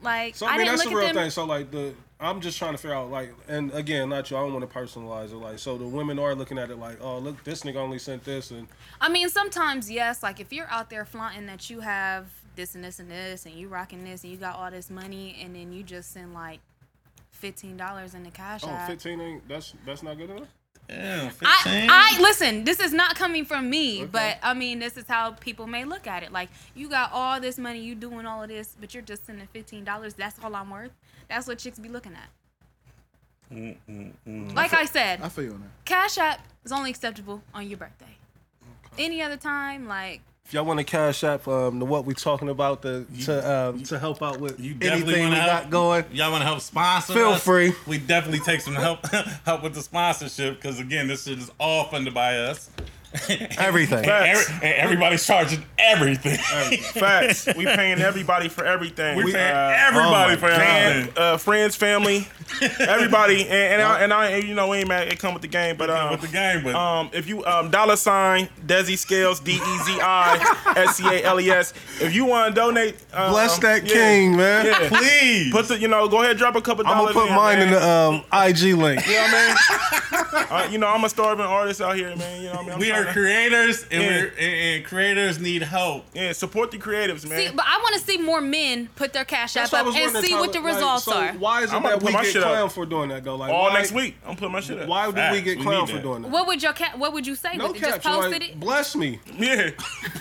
Speaker 4: like
Speaker 3: So
Speaker 4: I,
Speaker 3: I mean,
Speaker 4: didn't
Speaker 3: that's the
Speaker 4: look at
Speaker 3: real
Speaker 4: them.
Speaker 3: thing. So like the, I'm just trying to figure out like, and again, not you. I don't want to personalize it. Like, so the women are looking at it like, oh, look, this nigga only sent this, and
Speaker 4: I mean, sometimes yes, like if you're out there flaunting that you have this and this and this, and you rocking this, and you got all this money, and then you just send like fifteen dollars in the cash
Speaker 3: oh,
Speaker 4: app.
Speaker 3: 15 ain't that's that's not good enough.
Speaker 1: Yeah,
Speaker 4: I, I listen. This is not coming from me, but I mean, this is how people may look at it. Like you got all this money, you doing all of this, but you're just sending fifteen dollars. That's all I'm worth. That's what chicks be looking at. Like I said,
Speaker 2: I feel you on that.
Speaker 4: Cash App is only acceptable on your birthday. Any other time, like
Speaker 3: If y'all want to cash app um, the what we talking about the to um, to help out with
Speaker 1: You definitely
Speaker 3: anything
Speaker 1: wanna
Speaker 3: we
Speaker 1: help.
Speaker 3: got going.
Speaker 1: Y'all want to help sponsor?
Speaker 3: Feel
Speaker 1: us?
Speaker 3: free.
Speaker 1: We definitely take some help help with the sponsorship because again, this shit is all funded by us.
Speaker 8: Everything.
Speaker 5: Facts.
Speaker 1: Every- everybody's charging everything.
Speaker 5: Facts. We paying everybody for everything.
Speaker 1: We paying
Speaker 5: Uh,
Speaker 1: everybody
Speaker 8: oh my
Speaker 1: for
Speaker 8: God.
Speaker 1: everything.
Speaker 5: and, uh, friends, family, everybody, and, and I, and I, and, you know, we ain't mad. It come with the game, but um,
Speaker 1: with the game, but
Speaker 5: um, if you um, dollar sign Desi Scales D E Z I S C A L E S, if you want to donate, um,
Speaker 8: Bless that
Speaker 5: yeah,
Speaker 8: king, man.
Speaker 5: yeah.
Speaker 1: please.
Speaker 5: Put the, you know, go ahead, drop a couple
Speaker 8: I'm
Speaker 5: dollars.
Speaker 8: gonna put
Speaker 5: in,
Speaker 8: mine
Speaker 5: man.
Speaker 8: in the um, IG link.
Speaker 5: You know what I mean? Uh, you know, I'm a starving artist out here, man. You know what I mean? I'm
Speaker 1: we are
Speaker 5: tryna-
Speaker 1: creators, and
Speaker 5: Yeah.
Speaker 1: we're and, and creators need help.
Speaker 5: Yeah, support the creatives, man.
Speaker 4: See, but I want to see more men put their cash app
Speaker 3: That's what I
Speaker 4: up
Speaker 3: was
Speaker 4: and
Speaker 3: wondering,
Speaker 4: see what the
Speaker 3: Tyler, like,
Speaker 4: results
Speaker 3: so
Speaker 4: are.
Speaker 3: Why is it
Speaker 5: I'm gonna
Speaker 3: that
Speaker 5: put
Speaker 3: we
Speaker 5: my
Speaker 3: get
Speaker 5: shit up.
Speaker 3: clowned for doing that though? Like
Speaker 5: All
Speaker 3: why,
Speaker 5: next week, I'm putting my shit up.
Speaker 3: Why do we
Speaker 1: Facts.
Speaker 3: get
Speaker 1: We
Speaker 3: clowned
Speaker 1: need
Speaker 3: for
Speaker 1: that.
Speaker 3: doing that?
Speaker 4: What would your cat? What would you say
Speaker 3: No
Speaker 4: with it? Just
Speaker 3: cap.
Speaker 4: posted
Speaker 3: Like,
Speaker 4: it.
Speaker 3: bless me,
Speaker 5: Yeah,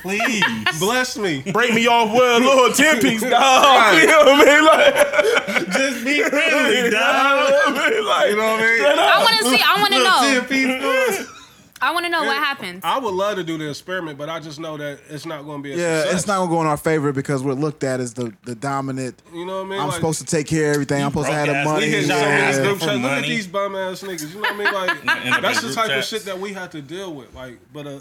Speaker 1: Please,
Speaker 3: bless me.
Speaker 5: break me off with a little ten piece, dog. You know what I mean? Like,
Speaker 1: just be friendly, dog.
Speaker 5: you know what I mean? Like,
Speaker 8: You know what I mean?
Speaker 4: I want to see. I want to know.
Speaker 8: know.
Speaker 4: I want to know what happens.
Speaker 3: I would love to do the experiment, but I just know that it's not going to be a
Speaker 2: Yeah,
Speaker 3: success.
Speaker 2: it's not gonna go in our favor because we're looked at as the, the dominant.
Speaker 3: You know what I mean?
Speaker 2: I'm
Speaker 3: Like,
Speaker 2: supposed to take care of everything. I'm supposed to have
Speaker 1: broke
Speaker 2: the
Speaker 1: ass
Speaker 2: money.
Speaker 1: niggas,
Speaker 3: His
Speaker 1: y'all
Speaker 2: yeah.
Speaker 1: niggas
Speaker 3: ass group
Speaker 1: For
Speaker 3: chat. Look at
Speaker 1: money.
Speaker 3: these bum ass niggas. You know what I mean?
Speaker 1: In the
Speaker 3: Like that's the
Speaker 1: group
Speaker 3: type of
Speaker 1: chats.
Speaker 3: shit that we have to deal with. Like, but uh,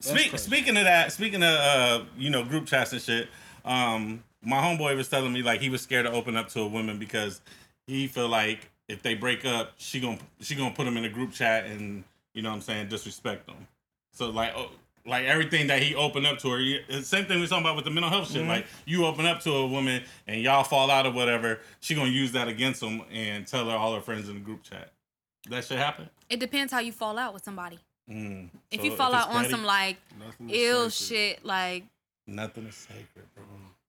Speaker 1: Speak, speaking of that, speaking of uh, you know group chats and shit, um, my homeboy was telling me like he was scared to open up to a woman because he feel like if they break up, she gonna she gonna put him in a group chat and you know what I'm saying disrespect them. So like oh, like everything that he opened up to her, you- it's the same thing we talking about with the mental health shit. Like you open up to a woman and y'all fall out or whatever, she gonna use that against him and tell her all her friends in the group chat. That shit happened.
Speaker 4: It depends how you fall out with somebody.
Speaker 1: Mm.
Speaker 4: If
Speaker 1: So
Speaker 4: you fall
Speaker 1: it's
Speaker 4: out on
Speaker 1: petty,
Speaker 4: some like
Speaker 3: nothing is
Speaker 4: ill
Speaker 3: sacred.
Speaker 4: shit, like
Speaker 1: nothing is sacred, bro.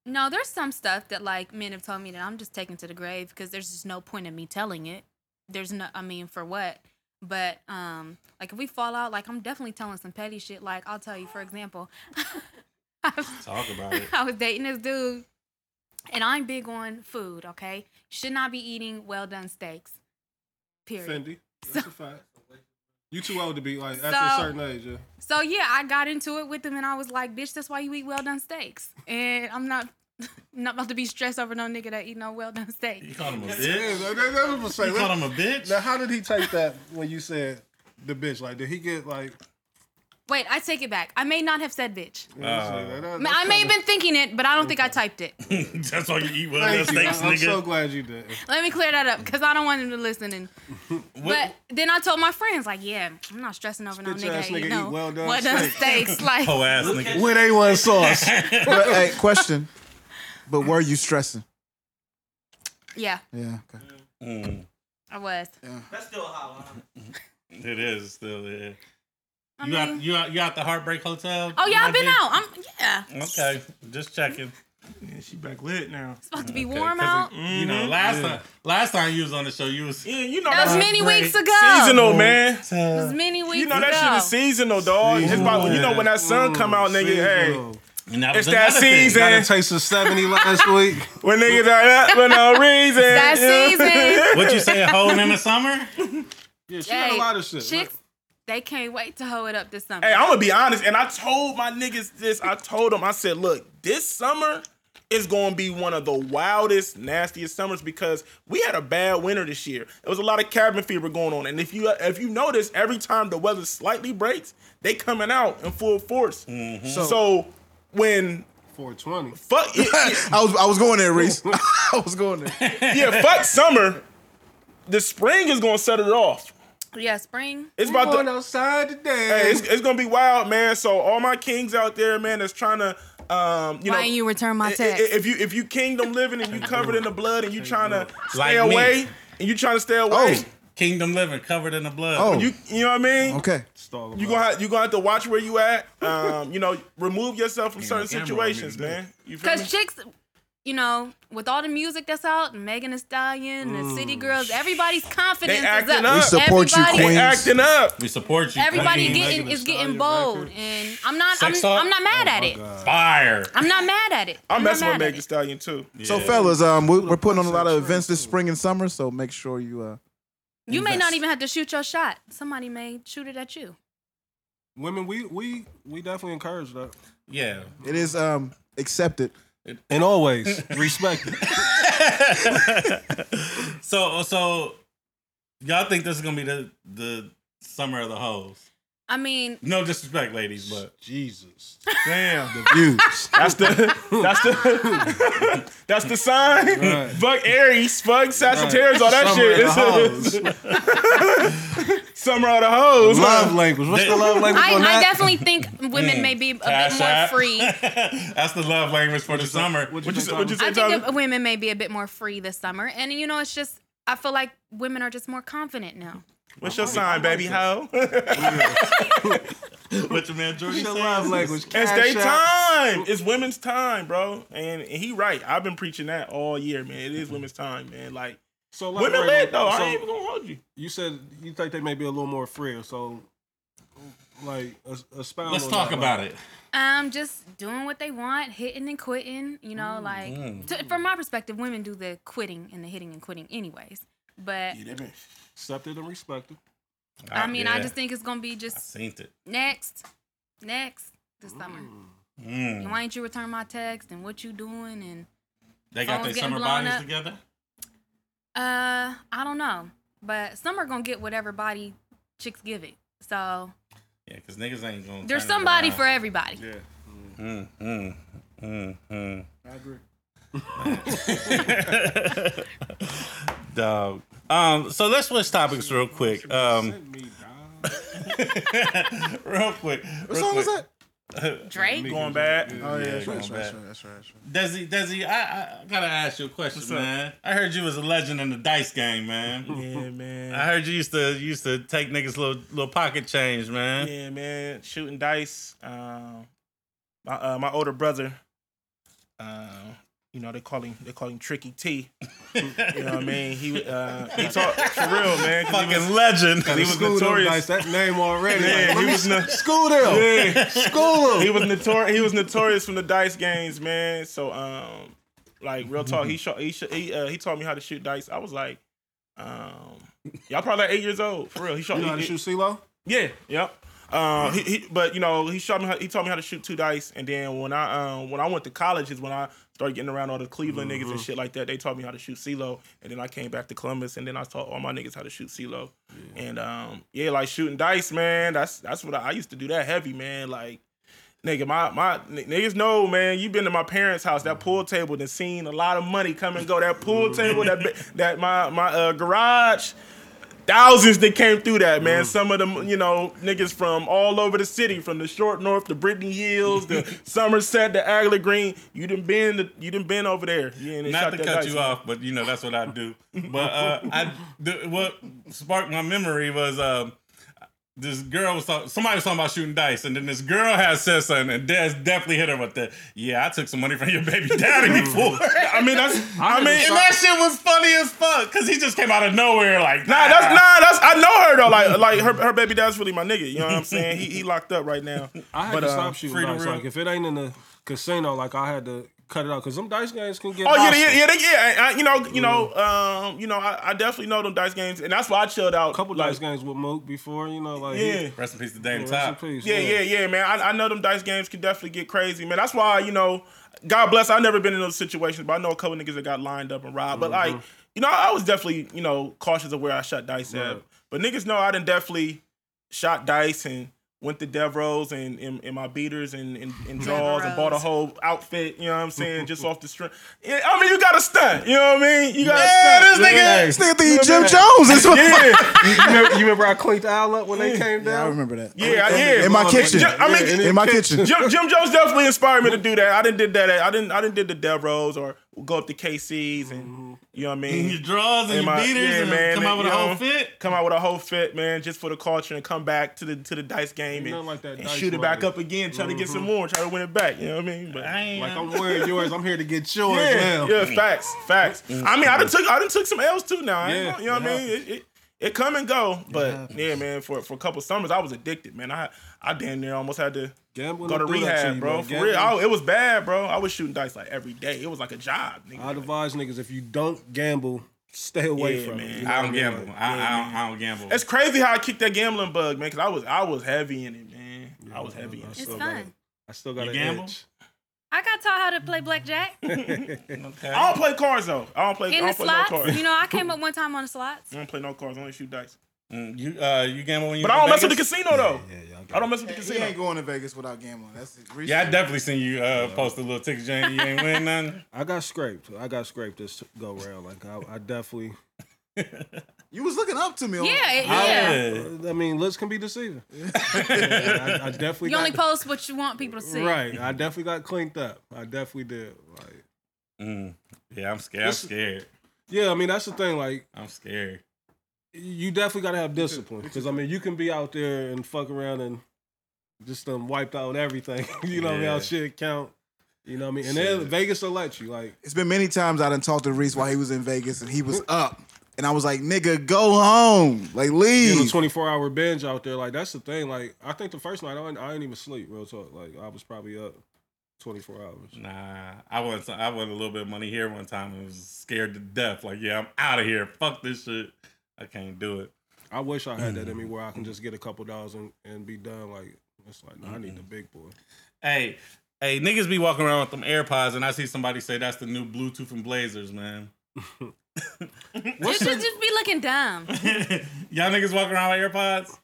Speaker 4: no, there's some stuff that like men have told me that I'm just taking to the grave because there's just no point in me telling it. There's no, I mean, for what? But um, like if we fall out, like I'm definitely telling some petty shit. Like I'll tell you, for example,
Speaker 1: Talk about it.
Speaker 4: I was dating this dude, and I'm big on food. Okay, should not be eating well done steaks. Period.
Speaker 3: Fendi. That's a fact. You too old to be like after
Speaker 4: So-
Speaker 3: a certain age. Yeah.
Speaker 4: So yeah, I got into it with him, and I was like, "Bitch, that's why you eat well done steaks." And I'm not, not about to be stressed over no nigga that eat no well done
Speaker 1: You
Speaker 4: steak.
Speaker 1: called him a
Speaker 3: Yeah,
Speaker 1: bitch.
Speaker 3: that, that- that was
Speaker 1: You
Speaker 3: what
Speaker 1: called
Speaker 3: I'm
Speaker 1: him a bitch.
Speaker 3: Now, how did he take that when you said the bitch? Like, did he get like?
Speaker 4: Wait, I take it back. I may not have said bitch.
Speaker 3: you know what I'm saying? That- that-
Speaker 4: I may- I may have been thinking it, but I don't think I typed it.
Speaker 1: That's why you eat well done
Speaker 3: Thank you.
Speaker 1: steaks,
Speaker 3: I'm
Speaker 1: nigga.
Speaker 3: so glad you did.
Speaker 4: Let me clear that up because I don't want him to listen. And but
Speaker 1: What-
Speaker 4: then I told my friends, like, "Yeah, I'm not stressing over no
Speaker 3: Spit your
Speaker 4: nigga
Speaker 3: ass
Speaker 4: that
Speaker 3: nigga
Speaker 4: eat
Speaker 3: eat
Speaker 4: no well
Speaker 3: well-done
Speaker 4: done steaks." Like,
Speaker 1: Hoe ass nigga.
Speaker 3: With A1 sauce.
Speaker 2: But, hey, question. But were you stressing?
Speaker 4: yeah,
Speaker 2: Yeah. Okay.
Speaker 1: Mm,
Speaker 4: I was.
Speaker 7: That's still a hot line.
Speaker 1: it is still there.
Speaker 4: I
Speaker 1: You out,
Speaker 4: mean-
Speaker 1: you out, you out the Heartbreak Hotel?
Speaker 4: oh yeah, I've been
Speaker 1: Roger?
Speaker 4: out. I'm yeah.
Speaker 1: Okay, just checking.
Speaker 5: Yeah, she back lit now.
Speaker 4: It's about to be
Speaker 1: Okay,
Speaker 4: warm
Speaker 1: 'cause it-
Speaker 4: out.
Speaker 1: You know,
Speaker 3: Mm-hmm.
Speaker 1: last time, last time you was on the show, you was
Speaker 5: Yeah, you know
Speaker 4: That was
Speaker 5: that's
Speaker 4: many
Speaker 1: Right.
Speaker 4: weeks ago.
Speaker 5: seasonal, man.
Speaker 4: It was many weeks
Speaker 5: You know
Speaker 4: ago.
Speaker 5: that shit is seasonal, dog. It's about you know when that sun come out,
Speaker 3: Mm,
Speaker 5: nigga. Hey,
Speaker 1: And that
Speaker 5: It's
Speaker 1: was
Speaker 5: that
Speaker 1: another thing.
Speaker 5: season.
Speaker 3: Got a taste of 70 last week.
Speaker 5: when niggas are up for no reason.
Speaker 4: That
Speaker 5: you know?
Speaker 4: season.
Speaker 1: What you say, hoeing in the summer?
Speaker 3: Yeah, she got a
Speaker 4: Hey,
Speaker 3: lot of shit.
Speaker 4: Chicks, they can't wait to hoe it up this summer.
Speaker 5: Hey, I'm gonna be honest, and I told my niggas this. I told them, I said, look, this summer is gonna be one of the wildest, nastiest summers because we had a bad winter this year. There was a lot of cabin fever going on, and if you if you notice, every time the weather slightly breaks, they coming out in full force. So, when
Speaker 3: 420.
Speaker 5: fuck yeah,
Speaker 2: I was I was going there, Reese. I was going there.
Speaker 5: yeah, fuck summer, the spring is gonna set it off.
Speaker 4: yeah, spring.
Speaker 5: It's about to
Speaker 3: outside
Speaker 5: Hey,
Speaker 3: today.
Speaker 5: it's, it's gonna be wild, man. So all my kings out there, man, that's trying to, um, you
Speaker 4: Why
Speaker 5: know,
Speaker 4: ain't you return my
Speaker 5: i- i-
Speaker 4: text?
Speaker 5: if you if you kingdom living and you covered in the blood and you trying to stay
Speaker 1: Like me.
Speaker 5: away and you trying to stay away,
Speaker 2: Oh.
Speaker 1: Kingdom living, covered in the blood.
Speaker 2: Oh.
Speaker 5: you you know what I mean?
Speaker 2: Okay.
Speaker 5: You gonna have, you gonna have to watch where you at. Um, you know, remove yourself from certain
Speaker 1: camera on
Speaker 5: situations,
Speaker 1: me, dude.
Speaker 5: man. You feel me?
Speaker 4: Because chicks, you know, with all the music that's out, Megan Thee Stallion, the City Girls, everybody's confidence
Speaker 5: Mm.
Speaker 4: is
Speaker 5: They acting
Speaker 4: up.
Speaker 5: up. We
Speaker 2: support you,
Speaker 4: Everybody-
Speaker 5: They
Speaker 2: queen.
Speaker 5: acting up.
Speaker 1: We support you.
Speaker 4: Everybody
Speaker 1: Queen.
Speaker 4: getting
Speaker 3: Thee
Speaker 4: is getting
Speaker 3: Stallion
Speaker 4: bold,
Speaker 3: record.
Speaker 4: and I'm not. I'm,
Speaker 1: Sex talk?
Speaker 4: I'm not mad
Speaker 5: Oh,
Speaker 4: at it.
Speaker 1: fire.
Speaker 4: I'm not mad at it.
Speaker 5: I'm
Speaker 4: not
Speaker 5: messing with
Speaker 4: mad at
Speaker 5: Meg Thee
Speaker 4: it.
Speaker 5: Stallion too.
Speaker 2: So, fellas, um, we, we're putting on a lot of events this spring and summer, so make sure you uh,
Speaker 4: You may not
Speaker 2: Invest.
Speaker 4: even have to shoot your shot. Somebody may shoot it at you.
Speaker 3: Women, we we we definitely encourage that.
Speaker 1: Yeah.
Speaker 2: it is um accepted.
Speaker 3: And always respect it.
Speaker 1: So so, y'all think this is gonna be the the summer of the hoes?
Speaker 4: I mean,
Speaker 1: No disrespect, ladies, but
Speaker 3: Jesus.
Speaker 5: Damn.
Speaker 8: Views.
Speaker 5: That's the that's the that's the sign.
Speaker 3: Right.
Speaker 5: Fuck Aries, fuck Sagittarius, all that
Speaker 3: Summer
Speaker 5: shit.
Speaker 3: of
Speaker 5: It's a, summer of the hoes.
Speaker 8: love language. What's the love language
Speaker 4: I,
Speaker 8: on
Speaker 4: I
Speaker 8: that?
Speaker 4: definitely think women may be a bit
Speaker 1: Cash
Speaker 4: more
Speaker 1: App.
Speaker 4: free.
Speaker 1: that's the love language for the summer.
Speaker 5: What you say? What you
Speaker 4: I
Speaker 5: say,
Speaker 4: think
Speaker 5: Tommy?
Speaker 4: that women may be a bit more free this summer, and you know, it's just I feel like women are just more confident now.
Speaker 5: What's your sign, baby hoe?
Speaker 1: What your man Jordan
Speaker 8: The
Speaker 1: said?
Speaker 8: love language.
Speaker 5: It's
Speaker 8: Cash
Speaker 5: their
Speaker 8: App.
Speaker 5: time. It's women's time, bro. And, and he right. I've been preaching that all year, man. It is women's time, man. Like
Speaker 3: So like,
Speaker 5: women
Speaker 3: right,
Speaker 5: led though.
Speaker 3: so
Speaker 5: I ain't even gonna hold you.
Speaker 3: you said you think they may be a little more free. So, like, es- expound.
Speaker 1: Let's
Speaker 3: on
Speaker 1: talk
Speaker 3: that.
Speaker 1: about it.
Speaker 4: Um, just doing what they want, hitting and quitting. You know, like to, from my perspective, women do the quitting and the hitting and quitting, anyways. But
Speaker 3: accepted and respected.
Speaker 4: I mean, I
Speaker 1: yeah.
Speaker 4: just think it's gonna be just
Speaker 1: seen it.
Speaker 4: next, next this summer.
Speaker 1: Mm.
Speaker 4: Why ain't you return my text and what you doing and
Speaker 1: They got
Speaker 4: Phones
Speaker 1: their
Speaker 4: getting
Speaker 1: summer
Speaker 4: blown
Speaker 1: bodies
Speaker 4: up.
Speaker 1: together.
Speaker 4: uh I don't know, but some are gonna get whatever body chicks give it. So
Speaker 1: Yeah, because niggas ain't gonna.
Speaker 4: there's
Speaker 1: turn it
Speaker 4: somebody
Speaker 1: around.
Speaker 4: for everybody.
Speaker 1: Mm, mm, mm, mm.
Speaker 3: I agree.
Speaker 1: Dog. Um, so let's switch topics real quick. Um,
Speaker 3: Send me down.
Speaker 1: real quick.
Speaker 2: What song was that?
Speaker 4: Drake.
Speaker 5: Going bad.
Speaker 2: Oh yeah, that's
Speaker 1: Yeah,
Speaker 2: right,
Speaker 1: going back.
Speaker 2: that's right, that's right, that's right. that's right.
Speaker 1: Desi, Desi, I, I gotta ask you a question, man. I heard you was a legend in the dice game, man.
Speaker 5: Yeah, man.
Speaker 1: I heard you used to you used to take niggas little little pocket change, man.
Speaker 5: Yeah, man, shooting dice. Um, my uh, my older brother, uh, you know they call him they call him Tricky T. You know what I mean? He uh, he taught for real, man. 'cause He was,
Speaker 1: Fucking legend.
Speaker 5: he was
Speaker 3: School them dice,
Speaker 5: notorious.
Speaker 3: that name already.
Speaker 5: Yeah,
Speaker 3: Like,
Speaker 5: he was no,
Speaker 8: School them.
Speaker 5: yeah,
Speaker 8: School them.
Speaker 5: he was notorious. He was notorious from the dice games, man. So um, like real talk,
Speaker 3: Mm-hmm.
Speaker 5: he shot he shot, he, uh, he taught me how to shoot dice. I was like, um, y'all probably like eight years old for real. He shot
Speaker 3: you know how to
Speaker 5: he-
Speaker 3: shoot CeeLo?
Speaker 5: Yeah, yep. Uh, he, he, but you know, he showed me. How, he taught me how to shoot two dice, and then when I um, when I went to college is when I started getting around all the Cleveland niggas
Speaker 3: Mm-hmm.
Speaker 5: and shit like that. They taught me how to shoot CeeLo, and then I came back to Columbus, and then I taught all my niggas how to shoot CeeLo. And um, yeah, like shooting dice, man. That's that's what I, I used to do. That heavy, man. Like Nigga, my my n- niggas know, man. You been to my parents' house, that pool table, and seen a lot of money come and go. That
Speaker 1: Mm-hmm.
Speaker 5: pool table, that bi- that my my uh, garage, thousands that came through that,
Speaker 1: Mm-hmm.
Speaker 5: man. Some of them, you know, niggas from all over the city, from the short north, to Brittany Hills, to Somerset, to Agler Green. You done been, to, you done been over there. Yeah, and they
Speaker 1: Not
Speaker 5: shot
Speaker 1: to
Speaker 5: that
Speaker 1: cut
Speaker 5: dice,
Speaker 1: you
Speaker 5: man.
Speaker 1: off, but you know that's what I do. But uh, I the, what sparked my memory was um, this girl was talk- somebody was talking about shooting dice, and then this girl had said something, and Des definitely hit her with the yeah. I took some money from your baby daddy before.
Speaker 5: I mean, that's. I mean,
Speaker 1: and that shit was funny as fuck because he just came out of nowhere like
Speaker 5: Nah, that's nah, that's I know her though. Like like her, her baby dad's really my nigga. You know what I'm saying? He he locked up right now.
Speaker 3: I had
Speaker 5: But,
Speaker 3: to
Speaker 5: uh,
Speaker 3: stop shooting
Speaker 1: freedom
Speaker 3: dice.
Speaker 1: real-
Speaker 3: Like, if it ain't in the casino, like, I had to cut it out because them dice games can get.
Speaker 5: Oh yeah,
Speaker 3: hostile.
Speaker 5: yeah, yeah, they, yeah. I, I- you know, you know, um, you know, I, I definitely know them dice games, and that's why I chilled out.
Speaker 3: A couple
Speaker 5: like,
Speaker 3: dice games with Mook before, you know, like. he-
Speaker 5: Yeah.
Speaker 1: Rest in peace to Dame
Speaker 3: Rest in
Speaker 1: Top.
Speaker 3: peace,
Speaker 5: Yeah, yeah, yeah, man. I, I know them dice games can definitely get crazy, man. That's why you know, God bless. I've never been in those situations, but I know a couple niggas that got lined up and robbed. But like, you know, I was definitely you know cautious of where I shot dice at.
Speaker 3: Right.
Speaker 5: But niggas know I done definitely shot dice and went to Devros and and, and my beaters and and, and draws and bought a
Speaker 4: Devereaux.
Speaker 5: whole outfit. You know what I'm saying? just off the strength. Yeah, I mean, you got to stunt. You know what I mean? You got to
Speaker 1: Yeah,
Speaker 5: stunt.
Speaker 1: this nigga-
Speaker 2: This nigga think he Jim Jones. That's what
Speaker 5: Yeah,
Speaker 3: You, remember, you remember I cleaned the aisle up when they came
Speaker 2: I
Speaker 3: down?
Speaker 2: remember that.
Speaker 5: yeah, I- yeah.
Speaker 2: In my kitchen.
Speaker 5: Yeah, I mean,
Speaker 2: in my kitchen.
Speaker 5: Jim, Jim Jones definitely inspired me to do that. I didn't did that. At, I didn't. I didn't did the Devros or go up to KC's
Speaker 1: Mm-hmm.
Speaker 5: and you know what I mean.
Speaker 1: Your draws and your
Speaker 5: And my-
Speaker 1: beaters
Speaker 5: yeah,
Speaker 1: and
Speaker 5: man,
Speaker 1: come out with a
Speaker 5: you
Speaker 1: whole
Speaker 5: know.
Speaker 1: fit.
Speaker 5: Come out with a whole fit, man, just for the culture and come back to the to the dice game
Speaker 3: You know,
Speaker 5: and,
Speaker 3: like that
Speaker 5: and
Speaker 3: dice
Speaker 5: shoot it back
Speaker 3: lottery.
Speaker 5: up again. Try to get some more. Try to win it back. You know what I mean? But
Speaker 1: Mm-hmm. I ain't-
Speaker 3: Like, I'm wearing yours. I'm here to get yours
Speaker 5: yeah,
Speaker 3: now.
Speaker 5: yeah, facts, facts. I mean, I done took I done took some L's too. Now, I ain't
Speaker 3: Yeah,
Speaker 5: gonna- you know what I
Speaker 3: it
Speaker 5: mean? It, it, it come and go, but yeah, man. For for a couple summers, I was addicted, man. I I damn near almost had to
Speaker 3: Gambling
Speaker 5: go to
Speaker 3: will do that
Speaker 5: rehab,
Speaker 3: to you,
Speaker 5: bro.
Speaker 3: man.
Speaker 5: For real,
Speaker 3: Gambling-
Speaker 5: I, it was bad, bro. I was shooting dice like every day. It was like a job, nigga.
Speaker 3: I'd advise niggas if you don't gamble, stay away
Speaker 5: Yeah,
Speaker 3: from
Speaker 5: man.
Speaker 3: it. You know
Speaker 1: I
Speaker 3: what
Speaker 1: don't
Speaker 3: mean?
Speaker 1: gamble.
Speaker 3: Like,
Speaker 1: I, I, don't, I don't gamble.
Speaker 5: it's crazy how I kicked that gambling bug, man. Cause I was I was heavy in it, man. I was heavy in it.
Speaker 4: It's
Speaker 3: So, like,
Speaker 4: fun.
Speaker 3: I still got
Speaker 1: You
Speaker 3: an
Speaker 1: gamble?
Speaker 3: itch.
Speaker 4: I got taught how to play blackjack
Speaker 5: I don't play cards though. I don't play. I
Speaker 4: in the
Speaker 5: don't play no
Speaker 4: slots.
Speaker 5: cards.
Speaker 4: You know, I came up one time on the slots.
Speaker 5: I don't play no cards. I only shoot dice.
Speaker 1: Mm, you uh, you gamble when you.
Speaker 5: But
Speaker 1: go
Speaker 5: I don't
Speaker 1: to
Speaker 5: mess with the
Speaker 1: Vegas?
Speaker 5: casino though. I don't mess with the
Speaker 2: He
Speaker 5: casino.
Speaker 2: ain't going to Vegas without gambling. That's it.
Speaker 1: Yeah, I definitely seen you uh, post a little ticket, Jane. You ain't win nothing.
Speaker 3: I got scraped. I got scraped this go round. Like I, I definitely.
Speaker 2: You was looking up to me. on-
Speaker 4: Yeah, it-
Speaker 3: I,
Speaker 4: yeah.
Speaker 3: I mean, looks can be deceiving. I, I definitely.
Speaker 4: You only
Speaker 3: got,
Speaker 4: post what you want people to see.
Speaker 3: right. I definitely got clinked up. I definitely did. Like,
Speaker 1: Mm. Yeah, I'm scared. I'm
Speaker 3: This-
Speaker 1: scared.
Speaker 3: yeah, I mean that's the thing. Like
Speaker 1: I'm scared.
Speaker 3: you definitely got to have discipline because I mean you can be out there and fuck around and just um wiped out everything. you know what I mean?
Speaker 1: Yeah.
Speaker 3: How shit count. You know what I mean? And then Vegas will let you like.
Speaker 2: It's been many times I done talked to Reese while he was in Vegas and he was up. And I was like, nigga, go home. Like,
Speaker 3: you know,
Speaker 2: leave.
Speaker 3: 24 hour binge out there. Like, that's the thing. Like, I think the first night I didn't, I didn't even sleep, real talk. Like, I was probably up 24 hours.
Speaker 1: Nah, I won. some- I won a little bit of money here one time and was scared to death. Like, yeah, I'm out of here. Fuck this shit. I can't do it.
Speaker 3: I wish I had that in me
Speaker 2: Mm-hmm.
Speaker 3: where I can just get a couple dollars and, and be done. Like, it's like, nah, I need the
Speaker 2: Mm-hmm.
Speaker 3: big boy.
Speaker 1: Hey, hey, niggas be walking around with them AirPods, and I see somebody say that's the new Bluetooth and Blazers, man.
Speaker 4: You should just be looking dumb.
Speaker 1: Y'all niggas walking around with AirPods?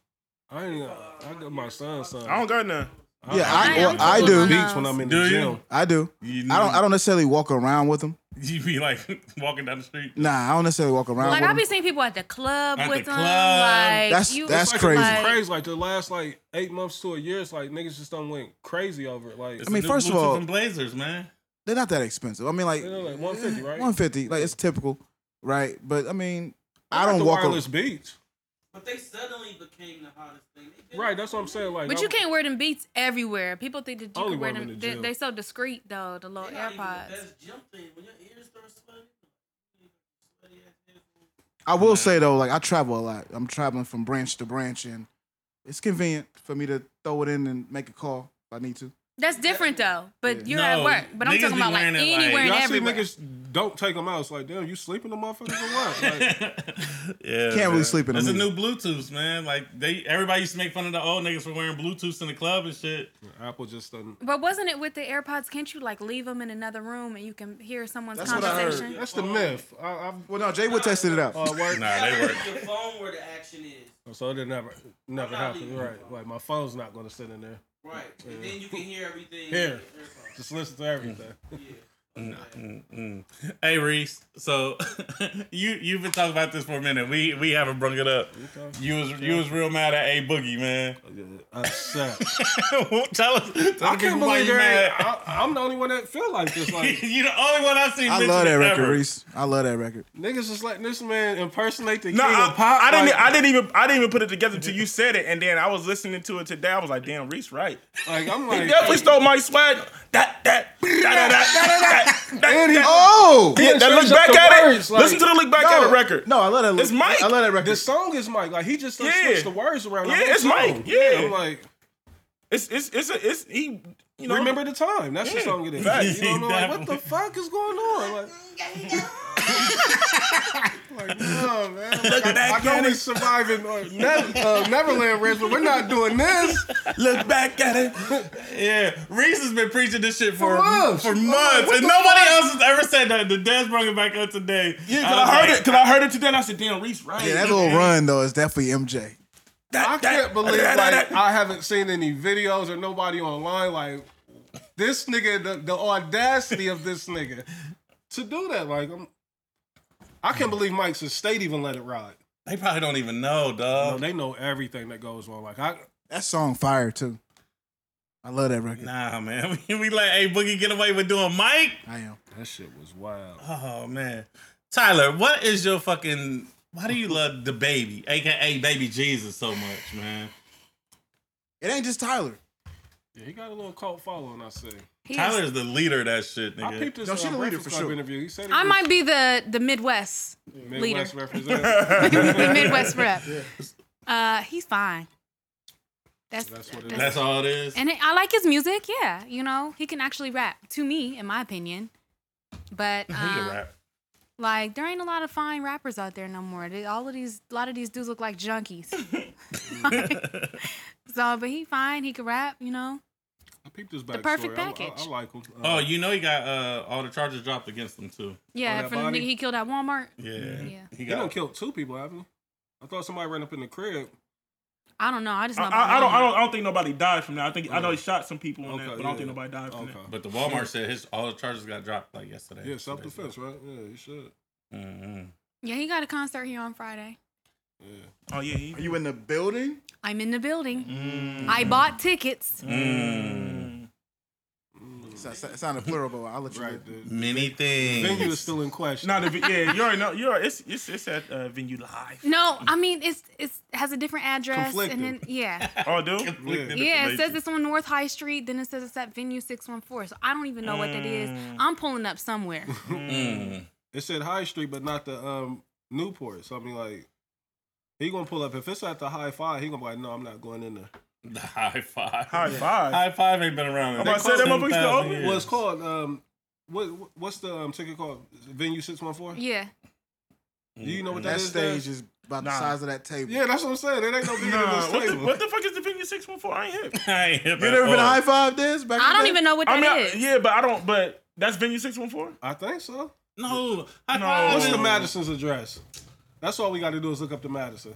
Speaker 3: I ain't, uh, I got my son, son.
Speaker 5: I don't got none.
Speaker 2: Yeah, I-
Speaker 4: well, I
Speaker 3: on
Speaker 4: do.
Speaker 3: the Beach when I'm in
Speaker 1: Do
Speaker 3: the
Speaker 1: you?
Speaker 3: gym.
Speaker 2: I do.
Speaker 1: You,
Speaker 2: I don't I don't necessarily walk around with them.
Speaker 1: You be like walking down the street.
Speaker 2: Nah, I don't necessarily walk around
Speaker 4: Like
Speaker 2: with
Speaker 4: I
Speaker 2: them.
Speaker 4: be seeing people at the club
Speaker 1: At the
Speaker 4: with them.
Speaker 1: club.
Speaker 4: Like
Speaker 2: That's-
Speaker 4: you,
Speaker 2: that's
Speaker 3: Like,
Speaker 2: crazy.
Speaker 3: It's crazy. Like, the last, like, eight months to a year, it's like, niggas just done went crazy over it. Like,
Speaker 1: It's
Speaker 2: I mean,
Speaker 1: the new
Speaker 2: first of
Speaker 1: Bluetooth
Speaker 2: all-
Speaker 1: and Blazers, man.
Speaker 2: They're not that expensive. I mean, like,
Speaker 3: you know, like 150, right?
Speaker 2: 150. Like, it's typical, right? But I mean, I
Speaker 3: got
Speaker 2: don't
Speaker 3: the
Speaker 2: walk
Speaker 3: wireless
Speaker 2: around.
Speaker 3: beach.
Speaker 7: But they suddenly became the hottest thing. They been-
Speaker 3: Right, that's what I'm saying. Like,
Speaker 4: But
Speaker 3: I-
Speaker 4: you can't wear them beats everywhere. People think that you
Speaker 3: Only
Speaker 4: can wear
Speaker 3: wear 'em
Speaker 4: them.
Speaker 3: in the
Speaker 4: they,
Speaker 3: gym.
Speaker 4: they so discreet though, the little
Speaker 7: They not even the
Speaker 4: AirPods.
Speaker 7: best gym thing. When your ears start sweating, sweaty ass headphones.
Speaker 2: I will say, though, like, I travel a lot. I'm traveling from branch to branch, and it's convenient for me to throw it in and make a call if I need to.
Speaker 4: That's different though. But you're
Speaker 1: No,
Speaker 4: at work. But I'm
Speaker 1: niggas
Speaker 4: talking
Speaker 1: be
Speaker 4: about like
Speaker 1: wearing it, like-
Speaker 4: anywhere and
Speaker 3: Y'all see
Speaker 4: everywhere.
Speaker 3: niggas don't take them out. It's like, damn, you sleeping the motherfuckers or what? Like,
Speaker 1: Yeah,
Speaker 2: Can't really sleep in
Speaker 1: It's a
Speaker 2: them
Speaker 1: new Bluetooths, man. Like they, everybody used to make fun of the old niggas for wearing Bluetooths in the club and shit.
Speaker 3: Apple just doesn't.
Speaker 4: But wasn't it with the AirPods? Can't you like leave them in another room and you can hear someone's
Speaker 2: That's what I heard.
Speaker 4: conversation?
Speaker 3: That's the myth. I, I've
Speaker 2: Well, no, Jay would tested it out.
Speaker 3: uh, worked.
Speaker 1: Nah, they were.
Speaker 7: Your phone where the action is.
Speaker 3: So it never, never
Speaker 7: not
Speaker 3: happened.
Speaker 7: leaving.
Speaker 3: Right, like my phone's not gonna sit in there.
Speaker 7: Right. And then you can hear everything.
Speaker 3: Here.
Speaker 7: with your AirPods.
Speaker 3: Just listen to everything.
Speaker 1: Mm. Hey Reese, so you you've been talking about this for a minute. We we haven't brung it up. You was you was real mad at A Boogie, man.
Speaker 3: Upset.
Speaker 1: tell us. Tell
Speaker 3: I can't believe there ain't- I, I'm the only one that feel like this. Like
Speaker 1: you the only one I've seen.
Speaker 2: I
Speaker 1: mention
Speaker 2: love that
Speaker 1: it
Speaker 2: record,
Speaker 1: ever.
Speaker 2: Reese. I love that record.
Speaker 3: niggas just letting this man impersonate the
Speaker 5: No,
Speaker 3: king
Speaker 5: I,
Speaker 3: of pop.
Speaker 5: I didn't. e-
Speaker 3: like-
Speaker 5: I didn't even. I didn't even put it together till you said it, and then I was listening to it today. I was like, "Damn, Reese, right?
Speaker 3: Like I'm
Speaker 5: e- He
Speaker 3: like,
Speaker 5: definitely stole my swag." That that that that that. that,
Speaker 3: and he-
Speaker 5: that.
Speaker 2: Oh!
Speaker 5: Yeah, that look
Speaker 3: Search up
Speaker 5: back
Speaker 3: the
Speaker 5: at
Speaker 3: words,
Speaker 5: it.
Speaker 3: like-
Speaker 5: Listen to the look back at it record.
Speaker 2: No, I love that.
Speaker 5: It's Mike.
Speaker 2: I love that record.
Speaker 3: The song is Mike. Like he just done
Speaker 5: Yeah.
Speaker 3: switched the words around. the
Speaker 5: Yeah,
Speaker 3: whole
Speaker 5: it's Mike.
Speaker 3: song.
Speaker 5: Yeah.
Speaker 3: I'm like,
Speaker 5: It's it's it's a, it's he. You know,
Speaker 3: remember the time. That's the
Speaker 5: Yeah.
Speaker 3: song it is.
Speaker 5: Facts.
Speaker 3: You know what I'm like? What the fuck is going on? Like, like no, man. Like, I, I
Speaker 5: back
Speaker 3: know
Speaker 5: at
Speaker 3: we
Speaker 5: it.
Speaker 3: surviving uh, ne- uh, Neverland Ranch, but we're not doing this.
Speaker 5: Look back at it.
Speaker 1: Yeah, Reese has been preaching this shit for
Speaker 3: For months.
Speaker 1: for
Speaker 5: Oh,
Speaker 3: I'm
Speaker 1: months,
Speaker 3: like, what
Speaker 1: and
Speaker 3: the
Speaker 1: nobody
Speaker 3: fuck?
Speaker 1: else has ever said that. The Dez brought it back up today.
Speaker 5: Yeah, cause I,
Speaker 1: was
Speaker 5: heard
Speaker 1: like,
Speaker 5: it. Cause I heard it today. And I said, "Damn, Reese, right?"
Speaker 2: yeah, that little run, though, is definitely MJ.
Speaker 3: I can't believe like I haven't seen any videos or nobody online. Like this nigga, the, the audacity of this nigga to do that. Like I'm, I can't believe Mike's estate even let it ride.
Speaker 1: They probably don't even know,
Speaker 3: No,
Speaker 1: dog.
Speaker 3: they know everything that goes on. Like I,
Speaker 2: That song fire, too. I love that record.
Speaker 1: Nah, man, we, we let A Boogie get away with doing Mike.
Speaker 2: I am.
Speaker 3: that shit was wild.
Speaker 1: Oh man, Tyler, what is your fucking? Why do you love the baby, aka Baby Jesus, so much, man?
Speaker 2: It ain't just Tyler.
Speaker 3: Yeah, he got a little cult following. I say.
Speaker 4: He is-
Speaker 1: Tyler's the leader of that shit,
Speaker 3: I
Speaker 1: nigga.
Speaker 3: peeped this
Speaker 2: No, she
Speaker 3: uh,
Speaker 2: the leader
Speaker 3: Breakfast
Speaker 2: for
Speaker 3: Club
Speaker 2: sure.
Speaker 3: interview. He said he
Speaker 4: I
Speaker 3: was
Speaker 4: might be the the Midwest,
Speaker 3: Midwest
Speaker 4: leader.
Speaker 3: representative.
Speaker 4: the Midwest rep. Uh, he's fine. That's
Speaker 3: That's what it
Speaker 4: that's-
Speaker 1: That's all it is.
Speaker 4: And I like his music. Yeah, you know he can actually rap. To me, in my opinion. But
Speaker 1: He can
Speaker 4: um,
Speaker 1: rap.
Speaker 4: like there ain't a lot of fine rappers out there no more. They- All of these, a lot of these dudes look like junkies. so, but he fine. He can rap. You know.
Speaker 3: I peeped this back.
Speaker 4: perfect
Speaker 3: I,
Speaker 4: package.
Speaker 3: like him. Uh,
Speaker 1: Oh, you know he got uh, all the charges dropped against him too.
Speaker 4: Yeah,
Speaker 3: that
Speaker 4: from the
Speaker 3: body?
Speaker 4: nigga Mm-hmm. he killed at Walmart.
Speaker 1: Yeah,
Speaker 4: Yeah.
Speaker 1: he
Speaker 3: he done
Speaker 1: got.
Speaker 3: killed two people, haven't he? I I thought somebody ran up in the crib.
Speaker 4: I don't know. I just
Speaker 5: I,
Speaker 4: not
Speaker 5: I, I don't. I
Speaker 4: behind
Speaker 5: don't. I don't think nobody died from that. I think I know he shot some people on
Speaker 3: Okay,
Speaker 5: that, but I don't
Speaker 3: yeah.
Speaker 5: think nobody died from
Speaker 3: Okay.
Speaker 1: But the Walmart said his all the charges got dropped like yesterday.
Speaker 3: Yeah, self defense, right? Yeah, you should.
Speaker 1: Mhm.
Speaker 4: it. Yeah, he got a concert here on Friday.
Speaker 5: that. Oh yeah. He,
Speaker 2: Are you in the building?
Speaker 4: I'm in the building.
Speaker 5: Mm.
Speaker 4: I bought tickets.
Speaker 1: Mm-hmm.
Speaker 2: It sound- it sounded plural, but I'll let you.
Speaker 3: Right,
Speaker 2: Right,
Speaker 3: dude.
Speaker 1: Many things.
Speaker 3: Venue is still in question.
Speaker 5: no, the, vi- yeah. You already know. You are. It's it's it's at uh, venue live.
Speaker 4: No, I mean it's it's has a different address
Speaker 3: Conflicted.
Speaker 4: and then yeah.
Speaker 5: Oh, dude.
Speaker 1: Conflicting
Speaker 4: Yeah, it says
Speaker 1: information.
Speaker 4: it's on North High Street, then it says it's at venue 614. So I don't even know what that is.
Speaker 5: Mm.
Speaker 4: I'm pulling up somewhere.
Speaker 1: Mm.
Speaker 3: It said High Street, but not the um Newport. So I mean, like, he gonna pull up. If it's at the High Five, he gonna be like, no, I'm not going in there.
Speaker 1: The high five.
Speaker 5: High five.
Speaker 1: High five ain't been around. in
Speaker 5: I'm about to say,
Speaker 1: like
Speaker 5: that motherfucker still
Speaker 1: 7,000
Speaker 5: open?
Speaker 1: years.
Speaker 3: Well, it's called um, what what's the um, ticket called? Venue six one four.
Speaker 4: Yeah.
Speaker 3: Do you know what
Speaker 2: that
Speaker 3: that is?
Speaker 2: stage
Speaker 3: Dan?
Speaker 2: is about the
Speaker 5: Nah.
Speaker 2: size of that table.
Speaker 3: Yeah, that's what I'm saying. It ain't no venue
Speaker 5: Nah,
Speaker 3: at
Speaker 5: Uh,
Speaker 3: this
Speaker 5: what, the,
Speaker 3: table.
Speaker 5: what the fuck is the venue six one four? I ain't hit.
Speaker 1: I ain't hit
Speaker 2: You never been
Speaker 1: at
Speaker 2: a
Speaker 1: all.
Speaker 2: high five dance back
Speaker 4: I
Speaker 2: in
Speaker 4: don't
Speaker 2: the day?
Speaker 4: even know what
Speaker 5: I
Speaker 4: that
Speaker 5: mean,
Speaker 4: is.
Speaker 5: I- yeah, but I don't. But that's venue six one four.
Speaker 3: I think so.
Speaker 1: No, high
Speaker 5: No.
Speaker 1: five.
Speaker 3: What's the Madison's address? That's all we got to do is look up the Madison.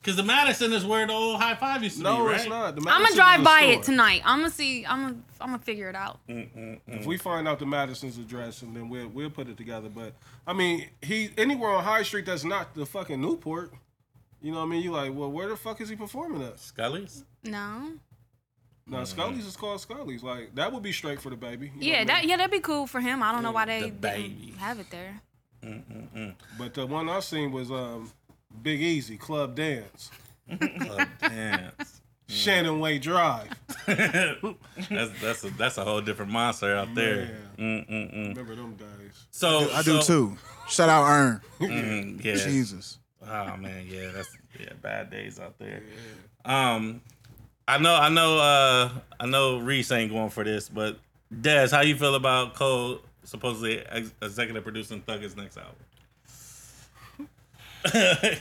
Speaker 1: Because the Madison is where the old high five used to be.
Speaker 3: No,
Speaker 1: right?
Speaker 3: it's not. The
Speaker 4: I'm gonna
Speaker 3: Madison's
Speaker 4: drive
Speaker 3: a
Speaker 4: by
Speaker 3: store.
Speaker 4: it tonight. I'm gonna see. I'm gonna. I'm gonna figure it out.
Speaker 3: If we find out the Madison's address, and then we'll we'll put it together. But I mean, he anywhere on High Street that's not the fucking Newport. You know what I mean? You like, well, where the fuck is he performing at?
Speaker 1: Scully's.
Speaker 4: No.
Speaker 3: Now Scully's is called Scully's. Like that would be straight for the baby. you know
Speaker 4: Yeah.
Speaker 3: what I
Speaker 4: That.
Speaker 3: mean?
Speaker 4: Yeah. That'd be cool for him. I don't know why they
Speaker 1: the
Speaker 4: didn't
Speaker 1: baby.
Speaker 4: have it there.
Speaker 3: But the one I seen was um, Big Easy Club Dance,
Speaker 1: Club dance.
Speaker 3: Shannon Way Drive.
Speaker 1: that's that's a, that's a whole different monster out there.
Speaker 3: Remember them days?
Speaker 1: So
Speaker 2: I do
Speaker 1: so-
Speaker 2: too. Shout out Earn.
Speaker 1: Mm, yeah.
Speaker 2: Jesus.
Speaker 1: Oh man, yeah, that's yeah, bad days out there. Um, I know, I know, uh, I know Reese ain't going for this, but Des, how you feel about Cole supposedly ex- executive producing Thugger's next album?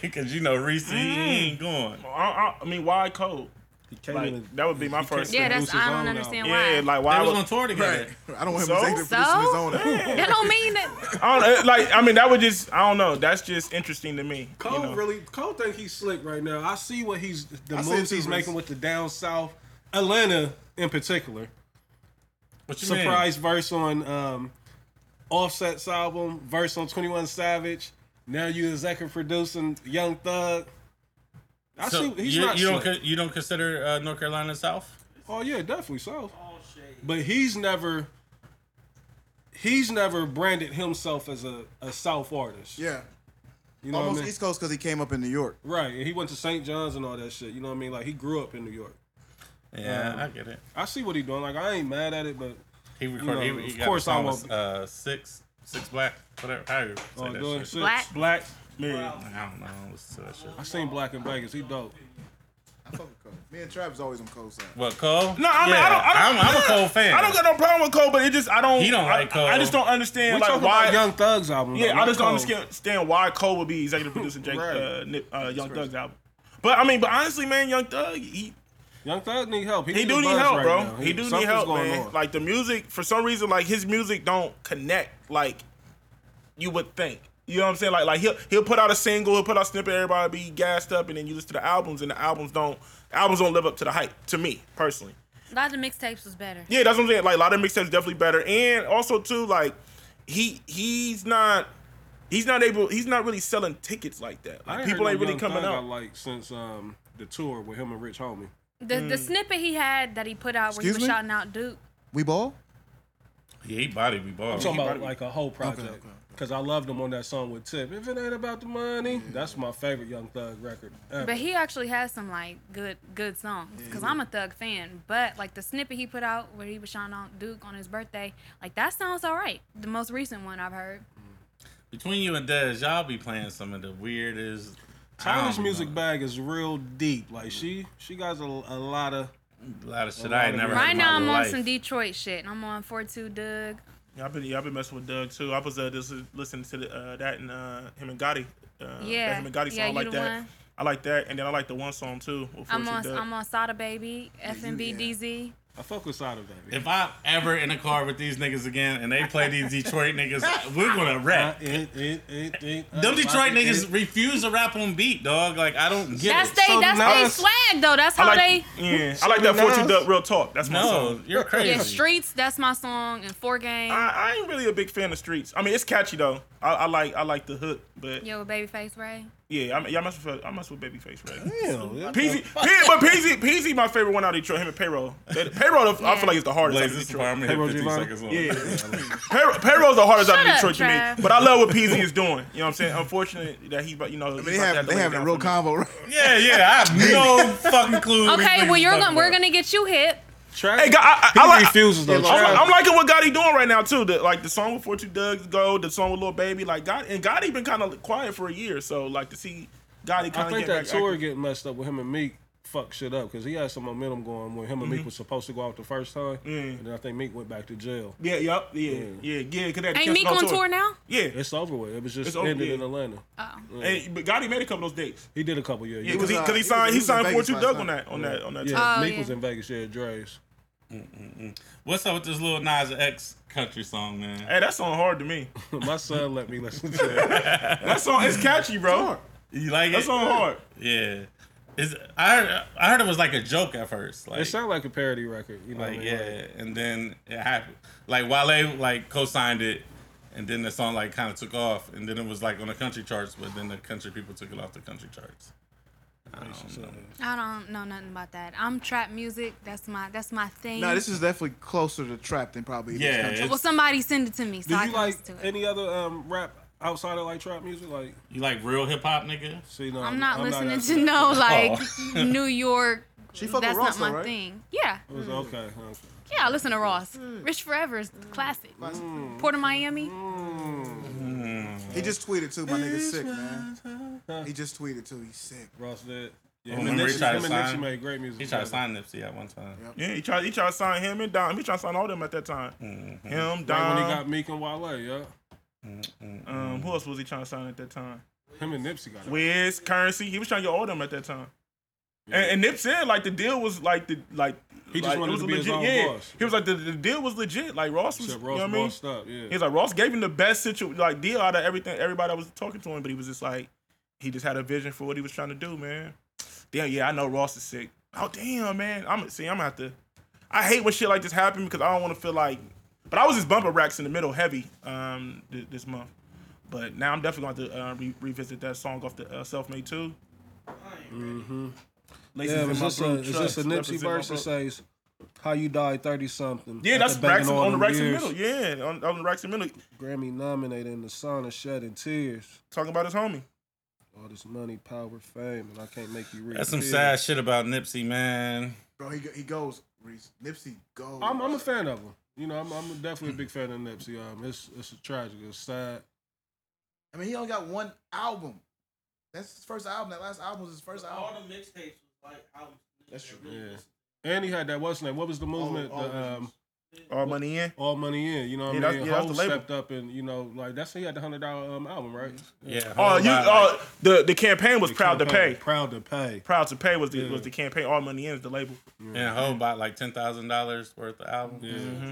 Speaker 1: Because you know Reese he ain't going.
Speaker 5: I, I, I mean, why code?
Speaker 3: He came in.
Speaker 5: Like
Speaker 3: and-
Speaker 5: that would be my
Speaker 3: He
Speaker 5: first.
Speaker 4: Yeah.
Speaker 3: Shannon
Speaker 4: That's.
Speaker 3: Moose's
Speaker 4: I
Speaker 3: own
Speaker 4: don't
Speaker 3: now.
Speaker 4: understand why.
Speaker 5: Yeah, like why
Speaker 1: They was
Speaker 5: would
Speaker 1: on tour together.
Speaker 2: I don't want him
Speaker 5: So?
Speaker 2: to take the
Speaker 4: So?
Speaker 2: producing his own.
Speaker 4: That don't mean that.
Speaker 5: I don't, it- like I mean that would just I don't know. That's just interesting to me.
Speaker 3: Cole
Speaker 5: you know?
Speaker 3: really Cole think he's slick right now. I see what he's the
Speaker 2: I see
Speaker 3: moves
Speaker 2: it too,
Speaker 3: he's
Speaker 2: Reese.
Speaker 3: making with the down south, Atlanta in particular.
Speaker 1: What you mean?
Speaker 3: Surprise verse on um, Offset's album, verse on Twenty One Savage. Now you executive producing Young Thug. I
Speaker 1: So
Speaker 3: see he's
Speaker 1: you,
Speaker 3: not
Speaker 1: you don't
Speaker 3: slick.
Speaker 1: con- you don't consider uh, North Carolina South?
Speaker 3: Oh yeah, definitely so.
Speaker 7: All shade.
Speaker 3: But he's never he's never branded himself as a, a South artist.
Speaker 2: Yeah.
Speaker 3: You know what
Speaker 2: Almost
Speaker 3: I mean?
Speaker 2: East Coast because he came up in New York.
Speaker 3: Right. And he went to St. John's and all that shit. You know what I mean? Like he grew up in New York.
Speaker 1: Yeah, I get it.
Speaker 3: I see what he doing. Like I ain't mad at it, but
Speaker 1: He recorded.
Speaker 3: You know,
Speaker 1: he, he
Speaker 3: of
Speaker 1: got
Speaker 3: course
Speaker 1: course
Speaker 3: I
Speaker 1: I
Speaker 3: won't
Speaker 1: was uh, six six black whatever. How you say
Speaker 3: oh,
Speaker 1: that
Speaker 3: doing
Speaker 1: shit?
Speaker 3: shit.
Speaker 4: Black.
Speaker 5: black man.
Speaker 1: I don't know. What's that shit?
Speaker 3: I seen Black in Vegas. He dope.
Speaker 2: I fuck with Cole. Me and Travis always on Cole's side.
Speaker 1: What Cole?
Speaker 5: No, I mean, I don't. I don't
Speaker 1: am I'm a
Speaker 5: no,
Speaker 1: Cole fan.
Speaker 5: I don't got no problem with Cole, but it just I don't.
Speaker 1: He don't
Speaker 5: I,
Speaker 1: like Cole.
Speaker 5: I just don't
Speaker 3: We
Speaker 5: understand like
Speaker 3: talking
Speaker 5: why.
Speaker 3: about Young Thug's album. though,
Speaker 5: yeah, I
Speaker 3: not
Speaker 5: just
Speaker 3: Cole.
Speaker 5: don't understand why Cole would be executive producing Jake,
Speaker 3: Right.
Speaker 5: uh, Nip, uh, Young Thug's album. But I mean, but honestly, man, Young Thug, he
Speaker 3: Young Thug need help.
Speaker 5: he
Speaker 3: in
Speaker 5: do
Speaker 3: the
Speaker 5: need
Speaker 3: buzz
Speaker 5: help,
Speaker 3: right
Speaker 5: bro.
Speaker 3: now.
Speaker 5: He, do need
Speaker 3: something's
Speaker 5: help,
Speaker 3: going
Speaker 5: man.
Speaker 3: on.
Speaker 5: Like the music, for some reason, like his music don't connect like you would think. You know what I'm saying? Like like he'll he'll put out a single, he'll put out a snippet, everybody be gassed up, and then you listen to the albums, and the albums don't albums don't live up to the hype. To me personally,
Speaker 4: A lot of the mixtapes was better.
Speaker 5: yeah, that's what I'm saying. Like a lot of mixtapes definitely better, and also too like he he's not. He's not able. He's not really selling tickets like that.
Speaker 3: I
Speaker 5: Like, people
Speaker 3: heard
Speaker 5: ain't
Speaker 3: no
Speaker 5: really
Speaker 3: Young
Speaker 5: coming
Speaker 3: Thug I
Speaker 5: out.
Speaker 3: like since um the tour with him and Rich Homie.
Speaker 4: The the snippet he had that he put out where
Speaker 2: Excuse
Speaker 4: he was
Speaker 2: me?
Speaker 4: shouting out Duke.
Speaker 2: We ball?
Speaker 1: Yeah, he body be ball.
Speaker 3: I'm talking
Speaker 1: He
Speaker 3: about
Speaker 1: body-
Speaker 3: like a whole
Speaker 2: okay,
Speaker 3: project.
Speaker 2: okay.
Speaker 3: Because I loved him on that song with Tip. If it ain't about the money, that's my favorite Young Thug record. ever.
Speaker 4: But he actually has some like good good songs because I'm a Thug fan. But like the snippet he put out where he was shouting out Duke on his birthday, like that sounds all right. The most recent one I've heard.
Speaker 1: between you and Dez, y'all be playing some of the weirdest.
Speaker 3: Tyler's
Speaker 1: albums.
Speaker 3: music bag is real deep. Like she, she got a, a lot of.
Speaker 1: A lot of shit
Speaker 3: lot
Speaker 1: I ain't
Speaker 3: of
Speaker 1: never.
Speaker 3: Right
Speaker 1: heard
Speaker 4: Right
Speaker 1: in
Speaker 4: now
Speaker 1: my
Speaker 4: I'm
Speaker 1: life.
Speaker 4: on some Detroit shit. and I'm on 4-2 Doug.
Speaker 5: Yeah, I've been yeah, I've been messing with Doug too. I was uh, just listening to the, uh, that and uh, him and Gotti. Uh,
Speaker 4: Yeah.
Speaker 5: that him and Gotti song.
Speaker 4: Yeah,
Speaker 5: I
Speaker 4: you
Speaker 5: like
Speaker 4: the
Speaker 5: that.
Speaker 4: one.
Speaker 5: I like that, and then I like the one song too. with
Speaker 4: I'm
Speaker 5: Fortune
Speaker 4: on
Speaker 5: Doug.
Speaker 4: I'm on Sada Baby, FNB
Speaker 2: yeah.
Speaker 4: DZ.
Speaker 3: I fuck with side of that.
Speaker 1: If I'm ever in a car with these niggas again and they play these Detroit niggas, we're gonna rap. Them Detroit niggas refuse to rap on beat, dog. Like I don't get
Speaker 4: That's
Speaker 1: it.
Speaker 4: they. that's they swag though. That's how
Speaker 5: I
Speaker 4: they.
Speaker 5: like, yeah, I like that
Speaker 2: Nice.
Speaker 5: 42 Duck Real Talk. That's my
Speaker 1: No,
Speaker 5: song.
Speaker 1: you're crazy.
Speaker 4: Yeah, streets. That's my song and four game.
Speaker 5: I, I ain't really a big fan of Streets. I mean, it's catchy though. I, I like I like the hook, but yeah,
Speaker 4: Yo, babyface Ray.
Speaker 5: I'm, yeah, I mess with I mess with Babyface right.
Speaker 3: Damn,
Speaker 5: Peasy, Pe- but Peasy, Peasy, my favorite one out of Detroit. Him and Payroll. That- Payroll, I feel like it's the hardest. Out
Speaker 1: Blaze
Speaker 5: of
Speaker 1: this
Speaker 5: Detroit.
Speaker 1: department hit
Speaker 3: Hey,
Speaker 1: 50
Speaker 3: Giovanni.
Speaker 1: seconds long.
Speaker 5: Payroll, Payroll's the hardest out
Speaker 4: Shut
Speaker 5: of
Speaker 4: up,
Speaker 5: Detroit to
Speaker 4: Trav.
Speaker 5: me. But I love what Peasy is doing. You know what I'm saying? Unfortunately, that he's, you know,
Speaker 2: I mean, they have they having a real convo. Right?
Speaker 1: Yeah, yeah. I have no fucking clue. what these
Speaker 4: Okay, well
Speaker 1: niggas
Speaker 4: you're
Speaker 1: talking
Speaker 4: gonna we're
Speaker 1: about.
Speaker 4: gonna get you hit.
Speaker 5: Hey, God, I, I,
Speaker 3: he
Speaker 5: I like.
Speaker 3: refuses though.
Speaker 5: I'm,
Speaker 3: Trav-
Speaker 5: I'm liking what Gotti doing right now too. The, like the song with 42 Doug's go, the song with Lil Baby. Like God and Gotti been kind of quiet for a year, so like to see Gotti
Speaker 3: I
Speaker 5: kind of
Speaker 3: think
Speaker 5: get
Speaker 3: that
Speaker 5: back.
Speaker 3: tour
Speaker 5: active.
Speaker 3: getting messed up with him and Meek fucked shit up because he had some momentum going when him and
Speaker 1: Mm-hmm.
Speaker 3: Meek was supposed to go out the first time, and then I think Meek went back to jail.
Speaker 5: Yeah, yep, yeah, yeah, yeah. Cause that
Speaker 4: Ain't Meek on tour now?
Speaker 5: Yeah,
Speaker 3: It's over with. It was just
Speaker 5: It's over,
Speaker 3: ended
Speaker 5: yeah.
Speaker 3: in Atlanta.
Speaker 5: and, but Gotti made a couple of those dates.
Speaker 3: He did a couple years.
Speaker 5: Yeah, because
Speaker 2: was,
Speaker 5: he,
Speaker 2: uh,
Speaker 5: cause he
Speaker 2: he
Speaker 5: signed
Speaker 2: was-
Speaker 5: he
Speaker 2: he was in
Speaker 5: signed
Speaker 2: Vegas
Speaker 5: 42
Speaker 2: last
Speaker 5: Doug on
Speaker 2: night.
Speaker 5: that on that on that. tour.
Speaker 3: yeah.
Speaker 4: Oh,
Speaker 3: Meek
Speaker 4: yeah.
Speaker 3: was in Vegas. Yeah, Dre's.
Speaker 1: What's up with this little Nas X country song, man?
Speaker 5: Hey, that song hard to me.
Speaker 3: My son let me listen to it.
Speaker 5: That song is catchy, bro.
Speaker 1: You like
Speaker 5: That
Speaker 1: it?
Speaker 5: song hard.
Speaker 1: Yeah. Is I heard I heard it was like a joke at first. Like,
Speaker 3: It sounded like a parody record. You know, what I
Speaker 1: like
Speaker 3: mean? Like,
Speaker 1: yeah, and then it happened. Like Wale like co-signed it, and then the song like kind of took off, and then it was like on the country charts, but then the country people took it off the country charts. I don't know.
Speaker 4: I don't know nothing about that. I'm trap music. That's my that's my thing.
Speaker 2: No, this is definitely closer to trap than probably. it is
Speaker 1: Yeah,
Speaker 2: country.
Speaker 1: it's-
Speaker 4: well, somebody send it to me so
Speaker 3: Did
Speaker 4: I
Speaker 3: you
Speaker 4: can
Speaker 3: like
Speaker 4: listen to it.
Speaker 3: any other um, rap outside of like trap music? Like,
Speaker 1: you like real hip hop, nigga?
Speaker 3: see, no,
Speaker 4: I'm not listening
Speaker 3: that-
Speaker 4: to no like New York.
Speaker 2: She fuck with
Speaker 4: that's
Speaker 2: Ross,
Speaker 4: not my
Speaker 2: though, right?
Speaker 4: thing. Yeah,
Speaker 3: It was okay. okay.
Speaker 4: yeah. I listen to Ross. Rich Forever is the classic. Port of Miami.
Speaker 2: He just tweeted too. My nigga's sick, man. He just tweeted too. He's sick.
Speaker 3: Ross did. Yeah,
Speaker 1: Oh,
Speaker 3: him and
Speaker 1: remember he
Speaker 3: Nipsey-
Speaker 1: tried to
Speaker 3: him and Nipsey
Speaker 1: sign-
Speaker 3: made great music.
Speaker 1: He tried to
Speaker 3: together.
Speaker 1: sign Nipsey at one time.
Speaker 5: Yeah, he tried he tried to sign him and Dom. He tried to sign all them at that time. Him,
Speaker 3: Like
Speaker 5: Dom.
Speaker 3: when he got Mm-hmm. Meek and Wale, yeah.
Speaker 5: um, who else was he trying to sign at that time?
Speaker 3: Him and Nipsey got it.
Speaker 5: Wiz, Currency. He was trying to get all them at that time. And, and Nip said like the deal was like the like
Speaker 3: He just
Speaker 5: like, it
Speaker 3: wanted
Speaker 5: was
Speaker 3: to be his
Speaker 5: legit,
Speaker 3: own
Speaker 5: yeah.
Speaker 3: boss.
Speaker 5: He was like the, the deal was legit. Like Ross was,
Speaker 3: Except
Speaker 5: you know
Speaker 3: Ross
Speaker 5: what I mean?
Speaker 3: bossed up, yeah.
Speaker 5: He was like Ross gave him the best situ- like deal out of everything everybody that was talking to him, but he was just like he just had a vision for what he was trying to do, man. Damn, yeah, I know Ross is sick. Oh damn, man. I'm see, I'm gonna have to I hate when shit like this happen because I don't want to feel like but I was just bumping racks in the middle heavy um th- this month. But now I'm definitely going to uh, re- revisit that song off the uh, Self Made 2. Laces
Speaker 3: Yeah,
Speaker 5: in
Speaker 3: is
Speaker 5: my
Speaker 3: this, a,
Speaker 5: blue
Speaker 3: is this
Speaker 5: trust,
Speaker 3: a Nipsey
Speaker 5: represent my
Speaker 3: verse that
Speaker 5: bro-
Speaker 3: says, How you died 30 something?
Speaker 5: Yeah, that's racks
Speaker 3: Braxton
Speaker 5: on, the racks in the middle. Yeah, on, on the racks in the middle.
Speaker 3: Grammy nominated in the sun of shedding tears.
Speaker 5: Talking about his homie.
Speaker 3: All this money, power, fame, and I can't make you rich.
Speaker 1: That's some
Speaker 3: Yeah.
Speaker 1: sad shit about Nipsey, man.
Speaker 2: Bro, he, go- he goes. Reese. Nipsey goes.
Speaker 3: I'm, I'm a fan of him. You know, I'm, I'm definitely a big fan of Nipsey. Um, it's it's tragic. It's sad.
Speaker 2: I mean, he only got one album. That's his first album. That last album was his first
Speaker 7: All
Speaker 2: album.
Speaker 7: the mixtapes was like albums.
Speaker 2: That's true.
Speaker 3: Yeah. And he had that what's his name? What was the movement?
Speaker 2: All- All
Speaker 3: the, um,
Speaker 5: All money in.
Speaker 3: all money in. You know what
Speaker 5: Yeah,
Speaker 3: I
Speaker 5: that's-
Speaker 3: mean?
Speaker 5: yeah, that's the
Speaker 3: Hov
Speaker 5: label.
Speaker 3: stepped up and you know like that's he had the hundred dollar um, album right.
Speaker 1: Yeah.
Speaker 5: Oh, you
Speaker 1: Like,
Speaker 5: uh, the the campaign was
Speaker 3: The
Speaker 5: proud
Speaker 3: campaign,
Speaker 5: to pay.
Speaker 3: Proud to pay.
Speaker 5: Proud to pay was the was the campaign. All money in is the label.
Speaker 1: and Ho bought like ten thousand dollars worth of album.
Speaker 3: oh. Yeah.
Speaker 5: Mm-hmm.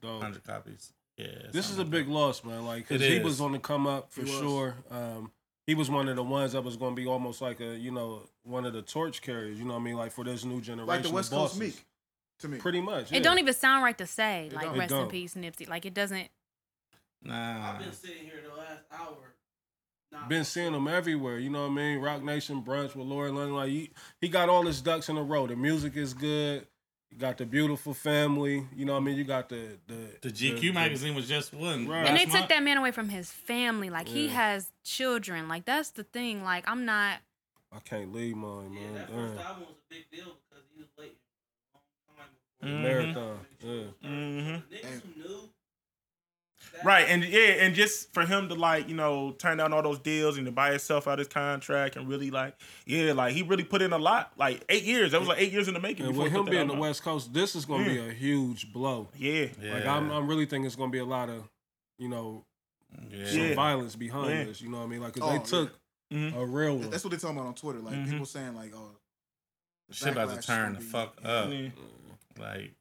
Speaker 3: Dope.
Speaker 1: hundred copies. Yeah.
Speaker 3: This is a big loss, man. Like, 'cause
Speaker 1: It
Speaker 3: he
Speaker 1: is.
Speaker 3: was on the come up for
Speaker 2: He was.
Speaker 3: sure. Um, he was one of the ones that was going to be almost like a, you know, one of the torch carriers. You know what I mean? Like for this new generation,
Speaker 2: Like the
Speaker 3: of
Speaker 2: West Coast
Speaker 3: bosses.
Speaker 2: Meek, to me.
Speaker 3: pretty much. yeah.
Speaker 4: It don't e- even sound right to say like
Speaker 3: don't. It
Speaker 4: rest in
Speaker 3: don't.
Speaker 4: peace Nipsey. Like it doesn't.
Speaker 1: nah.
Speaker 7: I've been sitting here the last hour. Not
Speaker 3: Been seeing him everywhere, you know what I mean? Rock Nation brunch with Lori London, like he, he got all his ducks in a row. The music is good. You got the beautiful family, you know what I mean? You got the the
Speaker 1: The GQ magazine was just one.
Speaker 3: Right.
Speaker 4: and
Speaker 1: last
Speaker 4: they took
Speaker 1: month.
Speaker 4: that man away from his family. Like he has children. Like that's the thing. Like I'm not.
Speaker 3: I can't leave mine,
Speaker 7: Yeah,
Speaker 3: man.
Speaker 7: that
Speaker 3: Damn.
Speaker 7: first album was a big deal because he was late. a long time before
Speaker 3: Mm-hmm.
Speaker 5: Mhm.
Speaker 3: Marathon. Yeah.
Speaker 5: Mhm.
Speaker 7: The niggas who knew. that-
Speaker 5: Right, and yeah, and just for him to like, you know, turn down all those deals and to buy himself out his contract and really like, yeah, like he really put in a lot. Like eight years. That was like eight years in the making.
Speaker 3: And
Speaker 5: before
Speaker 3: with
Speaker 5: he
Speaker 3: him
Speaker 5: put that
Speaker 3: being the Mm.
Speaker 5: album out.
Speaker 3: West Coast, this is gonna be a huge blow.
Speaker 5: Yeah.
Speaker 1: Yeah.
Speaker 3: Like I'm, I'm really thinking it's gonna be a lot of, you know,
Speaker 1: yeah.
Speaker 3: some
Speaker 5: Yeah.
Speaker 3: violence behind
Speaker 5: Yeah.
Speaker 3: this. You know what I mean? Like, 'cause
Speaker 2: Oh,
Speaker 3: they
Speaker 2: yeah. Mm-hmm.
Speaker 3: took
Speaker 5: Mhm.
Speaker 3: a real one.
Speaker 2: That's what they're talking about on Twitter. Like
Speaker 5: Mhm.
Speaker 2: people saying like, oh, the
Speaker 1: Shit about
Speaker 2: backlash
Speaker 1: to turn the
Speaker 2: gonna be-
Speaker 1: fuck
Speaker 2: yeah.
Speaker 1: up.
Speaker 5: Yeah.
Speaker 1: Like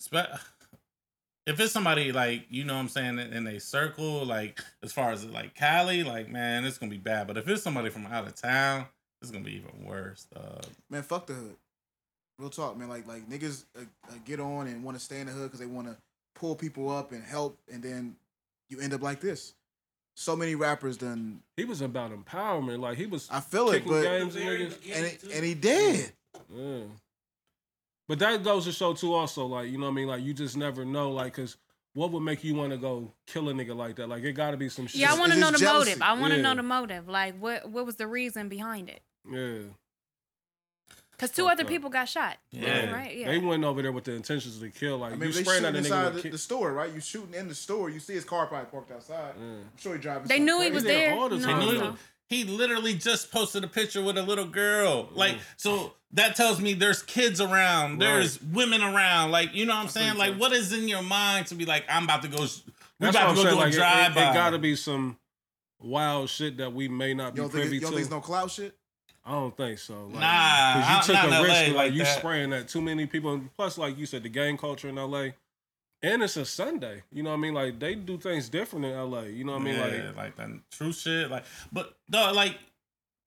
Speaker 1: spe- if it's somebody like you know what I'm saying in a circle, like as far as like Cali, like man, it's gonna be bad. But if it's somebody from out of town, it's gonna be even worse. Uh,
Speaker 2: Man, fuck the hood. Real talk, man. Like like niggas uh, uh, get on and want to stay in the hood because they want to pull people up and help, and then you end up like this. So many rappers done.
Speaker 3: He was about empowerment. Like he was
Speaker 2: I feel it,
Speaker 3: kicking
Speaker 2: but and
Speaker 3: games and niggas.
Speaker 2: it, and he did.
Speaker 3: Yeah. But that goes to show too, also, like you know what I mean. Like you just never know, like, cause what would make you want to go kill a nigga like that? Like it got to be some shit.
Speaker 4: Yeah, I want to
Speaker 2: it's
Speaker 4: know the
Speaker 2: just jealousy.
Speaker 4: motive. I want to
Speaker 3: Yeah.
Speaker 4: know the motive. Like, what what was the reason behind it?
Speaker 3: Yeah.
Speaker 4: Because two
Speaker 3: Fuck
Speaker 4: other
Speaker 3: up.
Speaker 4: people got shot.
Speaker 1: Yeah.
Speaker 4: right. Yeah.
Speaker 3: They went over there with the intentions to kill. Like
Speaker 2: I mean,
Speaker 3: you
Speaker 2: they
Speaker 3: spraying
Speaker 2: shooting
Speaker 3: at a
Speaker 2: inside
Speaker 3: nigga
Speaker 2: the,
Speaker 3: with kick.
Speaker 2: the store, right? You shooting in the store. You see his car probably parked outside. I'm sure he driving.
Speaker 4: They
Speaker 2: something
Speaker 4: knew he
Speaker 2: crazy.
Speaker 4: was
Speaker 3: did
Speaker 4: there.
Speaker 3: all this
Speaker 4: No,
Speaker 3: time.
Speaker 4: no,
Speaker 3: They
Speaker 4: Oh, no.
Speaker 3: knew.
Speaker 1: he literally just posted a picture with a little girl. Like so that tells me there's kids around, there's women around. Like you know what I'm saying? Like what is in your mind to be like I'm about to go. s- We
Speaker 3: That's
Speaker 1: about to
Speaker 3: what
Speaker 1: go do
Speaker 3: I'm saying.
Speaker 1: a
Speaker 3: Like it,
Speaker 1: drive by.
Speaker 3: it, it got to be some wild shit that we may not
Speaker 2: You
Speaker 3: be
Speaker 2: don't think, it-
Speaker 3: privy
Speaker 2: you don't
Speaker 3: to.
Speaker 2: think it's no cloud shit?
Speaker 3: I don't think so. Like,
Speaker 1: Nah, I-
Speaker 3: because you
Speaker 1: not
Speaker 3: took
Speaker 1: in
Speaker 3: a
Speaker 1: LA
Speaker 3: risk. Like,
Speaker 1: like
Speaker 3: you
Speaker 1: that.
Speaker 3: spraying at too many people. And plus, like you said, the gang culture in LA, and it's a Sunday. You know what I mean? Like they do things different in LA. You know what I mean? Like
Speaker 1: yeah, like that true shit. Like, but no, like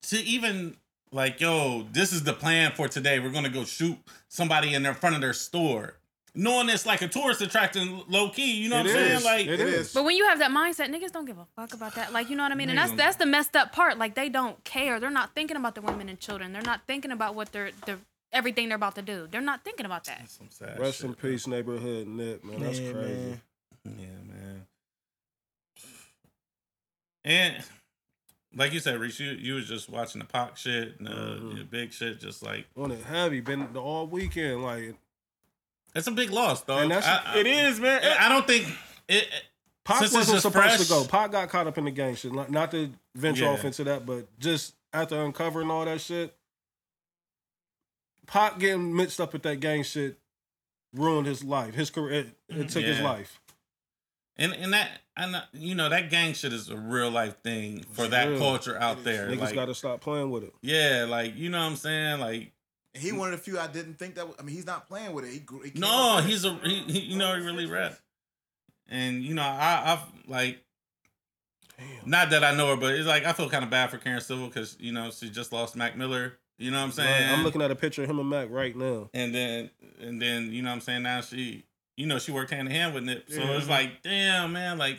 Speaker 1: to even like, yo, this is the plan for today. We're gonna go shoot somebody in their front of their store, knowing it's like a tourist attraction, low key. You know what I'm
Speaker 3: it is.
Speaker 1: saying? Like,
Speaker 3: it is.
Speaker 4: But when you have that mindset, niggas don't give a fuck about that. Like, you know what I mean? And that's
Speaker 1: Niggas
Speaker 4: that's the messed up part. Like, they don't care. They're not thinking about the women and children. They're not thinking about what they're, they're everything they're about to do. They're not thinking about that.
Speaker 1: some sad
Speaker 3: Rest
Speaker 1: shit,
Speaker 3: in peace, neighborhood Nip, man. That's
Speaker 5: Yeah,
Speaker 3: crazy.
Speaker 5: man.
Speaker 1: Yeah, man. And like you said, Reese, you, you was just watching the Pac shit and the,
Speaker 3: Mm-hmm.
Speaker 1: the big shit. Just like
Speaker 3: On it heavy, been the- all weekend. Like
Speaker 1: it's a big loss, though.
Speaker 3: And that's-
Speaker 5: It is, man.
Speaker 1: I don't think it.
Speaker 3: Pac
Speaker 1: Since it's
Speaker 3: wasn't
Speaker 1: just
Speaker 3: supposed to
Speaker 1: fresh-
Speaker 3: go. Pac got caught up in the gang shit. Not, not to venture
Speaker 1: Yeah.
Speaker 3: off into that, but just after uncovering all that shit, Pac getting mixed up with that gang shit ruined his life. His career, it, it took his
Speaker 1: Mm-hmm. Yeah.
Speaker 3: life.
Speaker 1: And and that and uh, you know that gang shit is a real life thing for that
Speaker 3: real.
Speaker 1: culture out there.
Speaker 3: Niggas
Speaker 1: Like,
Speaker 3: got to stop playing with it.
Speaker 1: yeah, like you know what I'm saying. Like
Speaker 2: And he one of the few I didn't think that. Was, I mean, he's not playing with it. He, grew- he came up
Speaker 1: no,
Speaker 2: with it.
Speaker 1: he's a he, he- you know he really rap. And you know I I've like. Not that I know her, but it's like I feel kind of bad for Karen Civil because you know she just lost Mac Miller. You know what I'm saying?
Speaker 3: Like, I'm looking at a picture of him and Mac right now.
Speaker 1: and then and then you know what I'm saying now she you know she worked hand in hand with Nip, so it's like damn man, like,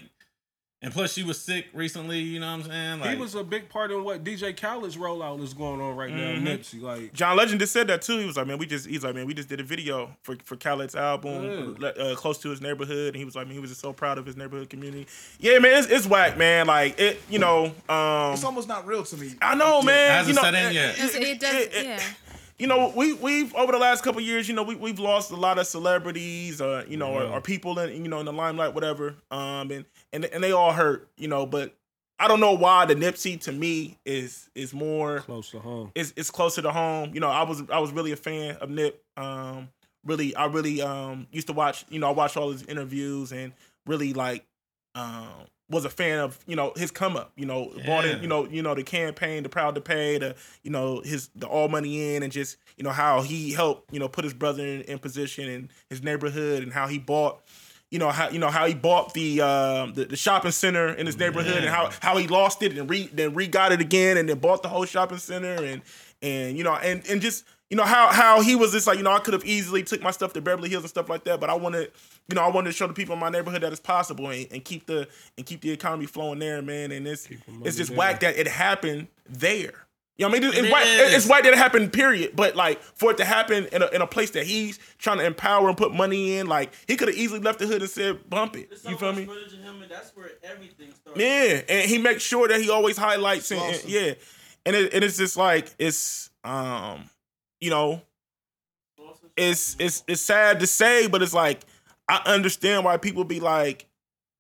Speaker 1: and plus she was sick recently. You know what I'm saying? Like,
Speaker 3: he was a big part in what DJ Khaled's rollout is going on right
Speaker 1: Mhm.
Speaker 3: now. Nipsey, like
Speaker 5: John Legend just said that too. He was like, man, we just he's like, man, we just did a video for for Khaled's album, le- uh, close to his neighborhood, and he was like, man, he was just so proud of his neighborhood community. Yeah, man, it's, it's whack, man. Like it, you know. Um,
Speaker 2: It's almost not real to me.
Speaker 5: I know, man.
Speaker 1: hasn't
Speaker 5: you know,
Speaker 1: set in yet.
Speaker 4: It, it does,
Speaker 5: it- it-
Speaker 4: yeah.
Speaker 5: you know, we we've over the last couple of years, you know, we we've lost a lot of celebrities, uh, you know, or, or people in you know in the limelight, whatever. Um, and and and they all hurt, you know. But I don't know why the Nipsey to me is is more
Speaker 3: close to home.
Speaker 5: is is closer to home. You know, I was I was really a fan of Nip. Um, really, I really um used to watch. You know, I watched all his interviews and really like um was a fan of you know his come up. You know, bought in.
Speaker 1: Yeah.
Speaker 5: You know, you know the campaign, the proud to pay, the you know his the all money in, and just you know how he helped you know put his brother in, in position in his neighborhood and how he bought. You know how you know how he bought the um the, the shopping center in his neighborhood and how how he lost it and re then re got it again and then bought the whole shopping center and and you know and and just you know how how he was just like you know I could have easily took my stuff to Beverly Hills and stuff like that, but I wanted you know I wanted to show the people in my neighborhood that it's possible and, and keep the and keep the economy flowing there, man. And it's it's just whack that it happened there. You know what I mean? It's, whack,
Speaker 1: is.
Speaker 5: it's whack that it happened. Period. But like for it to happen in a, in a place that he's trying to empower and put money in, like he could have easily left the hood and said bump it.
Speaker 7: There's so
Speaker 5: You feel
Speaker 7: much
Speaker 5: me?
Speaker 7: footage of him, and that's where everything started.
Speaker 5: Yeah, and he makes sure that he always highlights and, and-
Speaker 2: Awesome.
Speaker 5: yeah, and it, and it's just like it's um you know it's it's it's sad to say, but it's like I understand why people be like,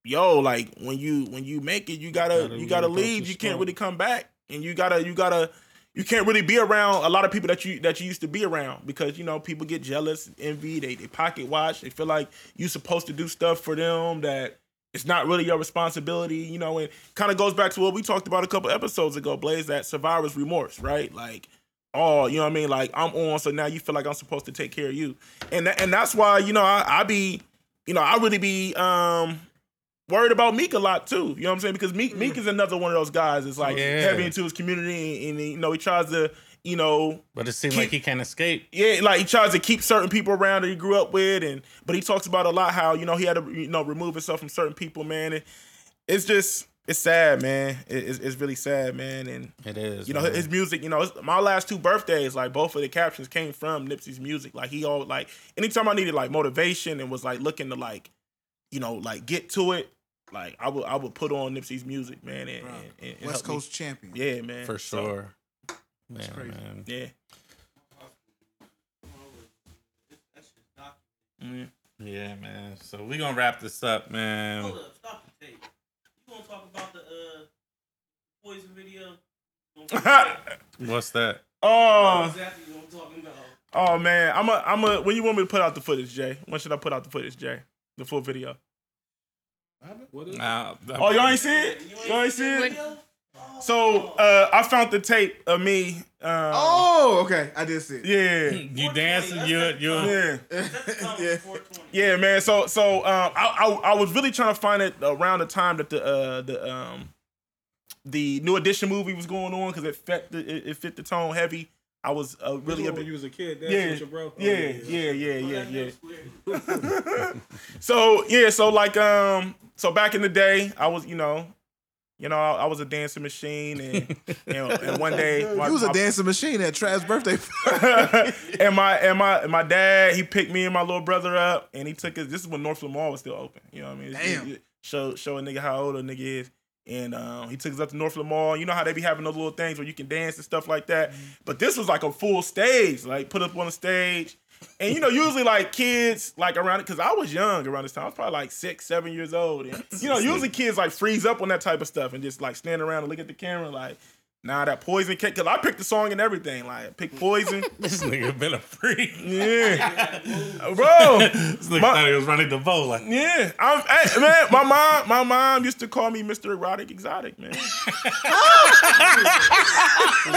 Speaker 5: yo, like when you when you make it, you gotta
Speaker 3: Gotta
Speaker 5: you gotta
Speaker 3: leave, that's
Speaker 5: leave.
Speaker 3: the
Speaker 5: You can't
Speaker 3: story.
Speaker 5: really come back, and you gotta you gotta you can't really be around a lot of people that you that you used to be around because you know people get jealous, envy, they they pocket watch, they feel like you supposed to do stuff for them that it's not really your responsibility, you know, and kind of goes back to what we talked about a couple episodes ago, Blaze, that survivor's remorse, right? Like all. You know what I mean? Like I'm on, so now you feel like I'm supposed to take care of you, and tha- and that's why you know I, I be, you know I really be um worried about Meek a lot too. You know what I'm saying? Because Meek Meek is another one of those guys. It's like
Speaker 1: Yeah.
Speaker 5: heavy into his community, and, and you know he tries to you know
Speaker 1: But it seems
Speaker 5: Keep-
Speaker 1: like he can't escape.
Speaker 5: yeah, like he tries to keep certain people around that he grew up with, and but he talks about a lot how you know he had to you know remove himself from certain people, man. And it's just it's sad, man. It, it's, it's really sad, man. And
Speaker 1: It is.
Speaker 5: you know
Speaker 1: man.
Speaker 5: his music, you know, it's- my last two birthdays, like both of the captions came from Nipsey's music. Like he all like anytime I needed like motivation and was like looking to like you know like get to it, like I would I would put on Nipsey's music, man. And, and, and and
Speaker 2: West
Speaker 5: help me.
Speaker 2: Coast champion.
Speaker 5: yeah, man,
Speaker 1: for
Speaker 5: So,
Speaker 1: sure. Man,
Speaker 2: crazy.
Speaker 1: man.
Speaker 5: yeah,
Speaker 7: That's just not.
Speaker 5: Mhm.
Speaker 1: Yeah, man. So we gonna wrap this up, man.
Speaker 7: Hold up, stop the tape. You gonna talk about the uh, poison video? You gonna talk uh,
Speaker 1: What's that?
Speaker 5: oh.
Speaker 7: about exactly what I'm talking about.
Speaker 5: Oh man, I'm a, I'm a. When you want me to put out the footage, Jay? When should I put out the footage, Jay? The full video.
Speaker 3: What is
Speaker 1: Nah,
Speaker 5: Oh, y'all ain't see it? Y'all ain't see it? So uh, I found the tape of me. Um,
Speaker 2: Oh, okay. I did see it.
Speaker 5: yeah,
Speaker 1: you dancing? You you?
Speaker 5: yeah,
Speaker 7: That's coming
Speaker 2: Yeah.
Speaker 7: 420.
Speaker 5: yeah, man. So so um, I, I I was really trying to find it around the time that the uh, the um the new edition movie was going on because it fit the, it, it fit the tone heavy. I was uh, really a
Speaker 3: when
Speaker 5: bit.
Speaker 3: you was a kid, that's
Speaker 5: Yeah,
Speaker 3: with your bro. Oh,
Speaker 5: yeah, yeah, Oh, yeah, yeah, yeah.
Speaker 7: That's weird.
Speaker 5: So yeah, so like um, so back in the day, I was you know, you know, I, I was a dancing machine, and and, and one day my,
Speaker 2: You was a
Speaker 5: my-
Speaker 2: dancing machine at Trav's birthday. party.
Speaker 5: and my and my and my dad he picked me and my little brother up, and he took us. This is when North Lamar was still open. You know what I mean?
Speaker 2: Damn.
Speaker 5: You- you- show show a nigga how old a nigga is. And um, he took us up to North Lamar. You know how they be having those little things where you can dance and stuff like that. But this was like a full stage, like put up on a stage. And you know, usually like kids like around it, because I was young around this time. I was probably like six, seven years old. And you know, usually kids like freeze up on that type of stuff and just like stand around and look at the camera like, nah, that poison cake. Cause I picked the song and everything. Like I picked poison.
Speaker 1: This nigga been a freak.
Speaker 5: yeah. Bro.
Speaker 1: This nigga
Speaker 5: My-
Speaker 1: thought he was running the bowl. Like
Speaker 5: Yeah. I'm hey, man, my mom, my mom used to call me Mr. Erotic Exotic, man.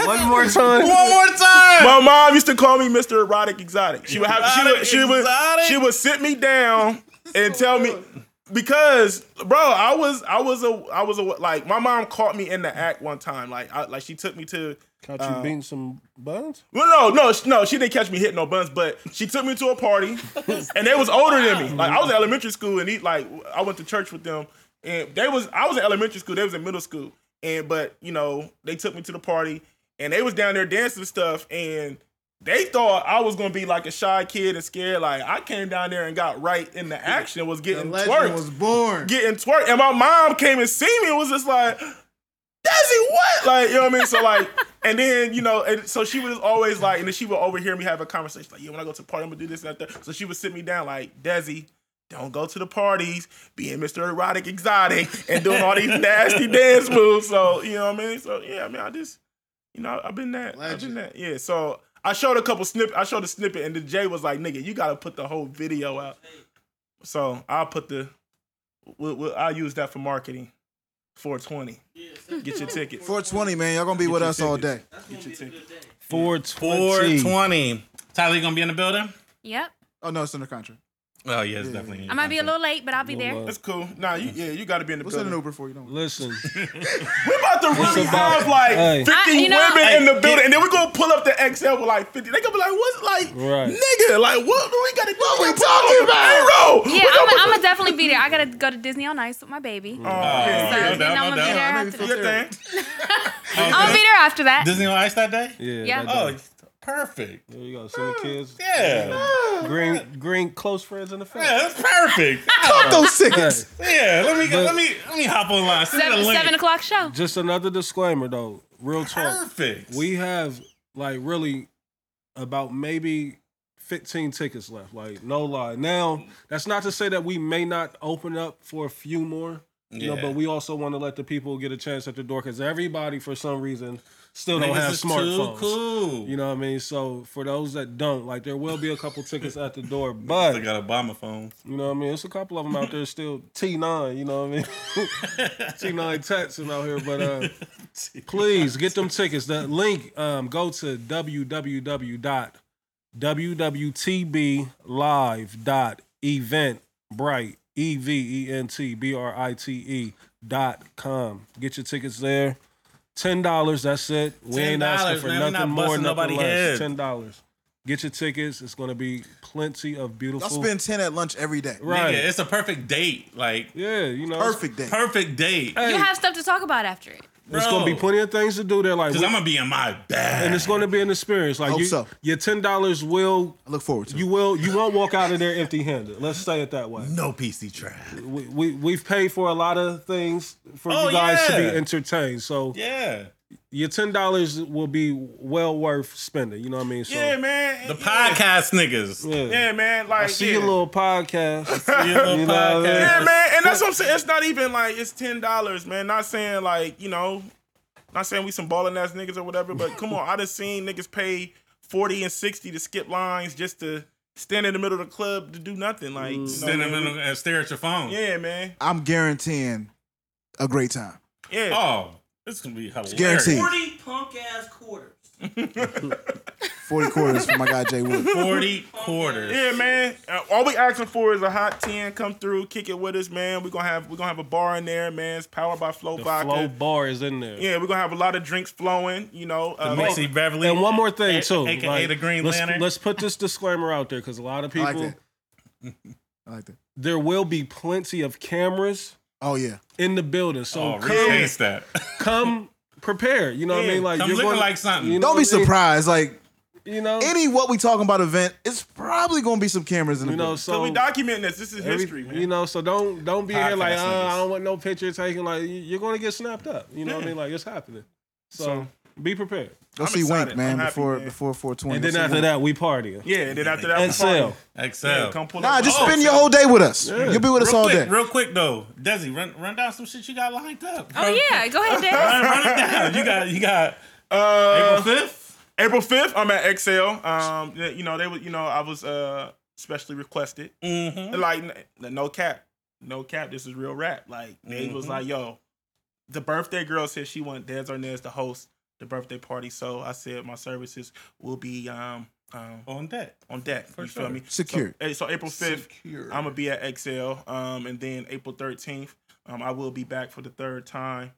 Speaker 8: One more time.
Speaker 1: one more time.
Speaker 5: My mom used to call me Mr. Erotic Exotic. She would have she would she would
Speaker 1: Exotic?
Speaker 5: she would sit me down and tell me because bro, I was I was a I was a like my mom caught me in the act one time. Like I like she took me to
Speaker 3: Caught
Speaker 1: Uh,
Speaker 3: you beating some buns?
Speaker 5: well, no, no, sh- no. She didn't catch me hitting no buns, but she took me to a party, and they was older than me. Like I was in elementary school, and he like I went to church with them, and they was I was in elementary school, they was in middle school, and but you know they took me to the party, and they was down there dancing and stuff, and they thought I was gonna be like a shy kid and scared. Like I came down there and got right in the action, was
Speaker 2: The
Speaker 5: getting
Speaker 2: legend
Speaker 5: twerked,
Speaker 2: was born.
Speaker 5: getting twerked, and my mom came and see me and was just like. Desi, what? Like, you know what I mean? So like, and then you know, and so she was always like, and then she would overhear me have a conversation like, yeah, when I go to the party, I'm gonna do this and that. So she would sit me down like, Desi, don't go to the parties, being Mr. Erotic Exotic and doing all these nasty dance moves. So you know what I mean? So yeah, I mean, I just, you know, I've been that, I've been
Speaker 2: Legend.
Speaker 5: that, yeah. So I showed a couple snip, I showed a snippet, and then Jay was like, nigga, you gotta put the whole video out. So I'll put the, we'll, we'll, I'll use that for marketing. 420. Get your tickets.
Speaker 2: 420, man. Y'all gonna be with
Speaker 5: your
Speaker 2: us all day.
Speaker 5: tickets. Get your tickets.
Speaker 3: Four
Speaker 1: Four
Speaker 3: twenty.
Speaker 1: twenty. Tyler, you gonna be in the building?
Speaker 4: Yep.
Speaker 2: Oh no, it's under contract.
Speaker 1: Oh yeah, it's definitely. in
Speaker 4: I might be a
Speaker 1: your
Speaker 4: little late, but I'll be there.
Speaker 5: That's cool. Nah, you, yeah, you got to be in the
Speaker 2: We'll send
Speaker 5: building.
Speaker 2: an Uber for you. Don't. worry.
Speaker 3: Listen,
Speaker 5: we about to really
Speaker 3: about-
Speaker 5: have like
Speaker 3: Hey.
Speaker 5: 50
Speaker 4: I- you know-
Speaker 5: women
Speaker 4: Hey,
Speaker 5: in the building, and then we're gonna pull up the XL with like 50. They gonna be like, "What's like,
Speaker 3: Right.
Speaker 5: nigga? Like, what do we gotta do? What we talking about?
Speaker 4: Yeah, I'm gonna definitely be there. I gotta go to Disney on Ice with my baby.
Speaker 5: Oh,
Speaker 1: Oh,
Speaker 5: yeah.
Speaker 1: no
Speaker 4: Thursday,
Speaker 1: doubt,
Speaker 4: and I'm
Speaker 1: no
Speaker 4: gonna be there
Speaker 1: doubt.
Speaker 4: after
Speaker 5: Your
Speaker 4: that.
Speaker 5: thing.
Speaker 1: building.
Speaker 4: I'm gonna be there after that.
Speaker 1: Disney on Ice that day?
Speaker 3: yeah,
Speaker 4: Yeah.
Speaker 3: that-
Speaker 1: Oh, perfect.
Speaker 3: there you go. Send the kids.
Speaker 1: Mm, Yeah.
Speaker 3: Green, green, close friends in the family.
Speaker 1: Yeah, that's perfect.
Speaker 2: Fuck those tickets.
Speaker 1: Yeah, let me
Speaker 3: But-
Speaker 1: let me let me hop online. Send me
Speaker 4: seven,
Speaker 1: the link.
Speaker 4: seven o'clock show.
Speaker 3: Just another disclaimer, though. Real talk.
Speaker 1: Perfect.
Speaker 3: We have like really about maybe 15 tickets left. Like, no lie. Now, that's not to say that we may not open up for a few more, You know,
Speaker 1: Yeah.
Speaker 3: but we also want to let the people get a chance at the door because everybody, for some reason, still don't
Speaker 1: Niggas
Speaker 3: have
Speaker 1: is too
Speaker 3: smartphones.
Speaker 1: cool.
Speaker 3: You know what I mean? So for those that don't, like, there will be a couple tickets at the door,
Speaker 1: I
Speaker 3: but
Speaker 1: got Obama phone.
Speaker 3: you know what I mean? It's a couple of them out there still T9, you know what I mean? T9 Texan out here, but uh, please get them tickets. The link, um, go to www.wwtblive.eventbrite, E V E N T B R I T E dot com. Get your tickets there. Ten dollars, that's it. We ain't asking
Speaker 1: $10,
Speaker 3: for
Speaker 1: man. We
Speaker 3: nothing
Speaker 1: not
Speaker 3: more,
Speaker 1: busting
Speaker 3: nothing
Speaker 1: nobody
Speaker 3: less.
Speaker 1: head.
Speaker 3: Ten dollars. Get your tickets. It's gonna be plenty of beautiful.
Speaker 2: Y'all spend ten at lunch every day.
Speaker 3: Right.
Speaker 1: Nigga, it's a perfect date. Like
Speaker 3: Yeah, you know,
Speaker 2: Perfect day.
Speaker 1: perfect date.
Speaker 3: Hey,
Speaker 4: You have stuff to talk about after it.
Speaker 3: there's gonna be
Speaker 1: Bro.
Speaker 3: plenty of things to do there, like,
Speaker 1: Cause I'm gonna be in my bag.
Speaker 3: and it's gonna be an experience. Like,
Speaker 2: Hope
Speaker 3: you,
Speaker 2: so.
Speaker 3: your ten dollars will
Speaker 2: I look forward to.
Speaker 3: you
Speaker 2: it.
Speaker 3: will you won't walk out of there empty-handed. Let's say it that way.
Speaker 1: no PC trap.
Speaker 3: We, we we've paid for a lot of things for
Speaker 1: Oh,
Speaker 3: you guys to
Speaker 1: yeah.
Speaker 3: be entertained. So
Speaker 1: Yeah.
Speaker 3: your ten dollars will be well worth spending. You know what I mean? So,
Speaker 5: Yeah, man.
Speaker 1: The
Speaker 5: yeah.
Speaker 1: podcast niggas.
Speaker 3: Yeah.
Speaker 5: Yeah, man. Like,
Speaker 3: I see
Speaker 5: yeah.
Speaker 3: your little podcast.
Speaker 1: See your little
Speaker 3: You know what I mean?
Speaker 1: podcast.
Speaker 5: Yeah, man, and that's what I'm saying. It's not even like it's ten dollars, man. Not saying like you know, not saying we some balling ass niggas or whatever, but come on, I just seen niggas pay forty and sixty to skip lines just to stand in the middle of the club to do nothing. Like, you know,
Speaker 3: Mm.
Speaker 1: Stand in the
Speaker 5: man,
Speaker 1: middle and stare at your phone.
Speaker 5: yeah, man,
Speaker 2: I'm guaranteeing a great time.
Speaker 5: yeah.
Speaker 1: Oh, this is gonna be hilarious.
Speaker 2: guaranteed.
Speaker 7: Forty punk ass quarters.
Speaker 2: Forty quarters for my guy Jay Wood.
Speaker 1: Forty quarters.
Speaker 5: Yeah, man. Uh, all we asking for is a hot ten. Come through, kick it with us, man. We gonna have we gonna have a bar in there, man. It's powered by Flow
Speaker 3: the
Speaker 5: Vodka.
Speaker 3: flow bar is in there.
Speaker 5: Yeah, we're gonna have a lot of drinks flowing. You know, uh,
Speaker 1: Mixie Beverly.
Speaker 3: And one more thing
Speaker 1: A-
Speaker 3: too,
Speaker 1: AKA the Green
Speaker 3: let's,
Speaker 1: Lantern.
Speaker 3: Let's put this disclaimer out there because a lot of
Speaker 2: I like
Speaker 3: people
Speaker 2: that. I like that.
Speaker 3: there will be plenty of cameras
Speaker 2: Oh yeah.
Speaker 3: in the building. So
Speaker 1: Oh,
Speaker 3: come,
Speaker 1: rephrase that.
Speaker 3: come prepared. You know what I
Speaker 5: Yeah,
Speaker 3: mean? Like
Speaker 1: come
Speaker 3: you're
Speaker 1: looking
Speaker 3: gonna-
Speaker 1: like something.
Speaker 3: you know
Speaker 2: Don't be
Speaker 3: what I mean?
Speaker 2: surprised. Like
Speaker 3: You know,
Speaker 2: any what we talking about event, it's probably gonna be some cameras in the
Speaker 3: you know.
Speaker 2: building.
Speaker 5: So
Speaker 3: So
Speaker 5: we documenting this. This is
Speaker 3: every-
Speaker 5: history, man.
Speaker 3: You know, so don't don't be in here like
Speaker 1: Podcast
Speaker 3: uh,
Speaker 1: niggas.
Speaker 3: I don't want no picture taken. Like you- you're gonna get snapped up. You know what I mean? Like it's happening. So, be prepared.
Speaker 2: Go
Speaker 5: I'm
Speaker 2: see
Speaker 5: excited.
Speaker 2: Wink, man,
Speaker 5: I'm happy,
Speaker 2: before
Speaker 5: man.
Speaker 2: before 420.
Speaker 3: And then
Speaker 2: Go see
Speaker 3: after
Speaker 2: Wink.
Speaker 3: that, we partying
Speaker 5: yeah, and then after that,
Speaker 3: and
Speaker 5: we party.
Speaker 3: sell.
Speaker 5: Yeah,
Speaker 1: Excel.
Speaker 5: come pull
Speaker 2: Nah,
Speaker 5: up.
Speaker 2: just
Speaker 5: Oh,
Speaker 2: spend your whole day with us.
Speaker 3: Yeah.
Speaker 2: You'll be with us
Speaker 1: real
Speaker 2: all
Speaker 1: quick,
Speaker 2: day.
Speaker 1: real quick though, Desi, run run down some shit you got lined up.
Speaker 4: Oh yeah, go ahead, Dad.
Speaker 1: run, run it down. You got you got
Speaker 5: Uh,
Speaker 1: April fifth.
Speaker 5: April fifth, I'm at XL. Um, th- you know they were, you know, I was uh specially requested.
Speaker 1: Mm-hmm.
Speaker 5: And Like, n- n- no cap, no cap. This is real rap. Like, they was like, yo, the birthday girl said she wanted Dez Arnaz to host the birthday party. So I said my services will be um um
Speaker 1: On deck.
Speaker 5: on deck. you
Speaker 1: sure.
Speaker 5: feel me?
Speaker 2: Secure.
Speaker 5: So, eh, so April fifth, I'm gonna be at XL, um, and then April thirteenth, um, I will be back for the third time.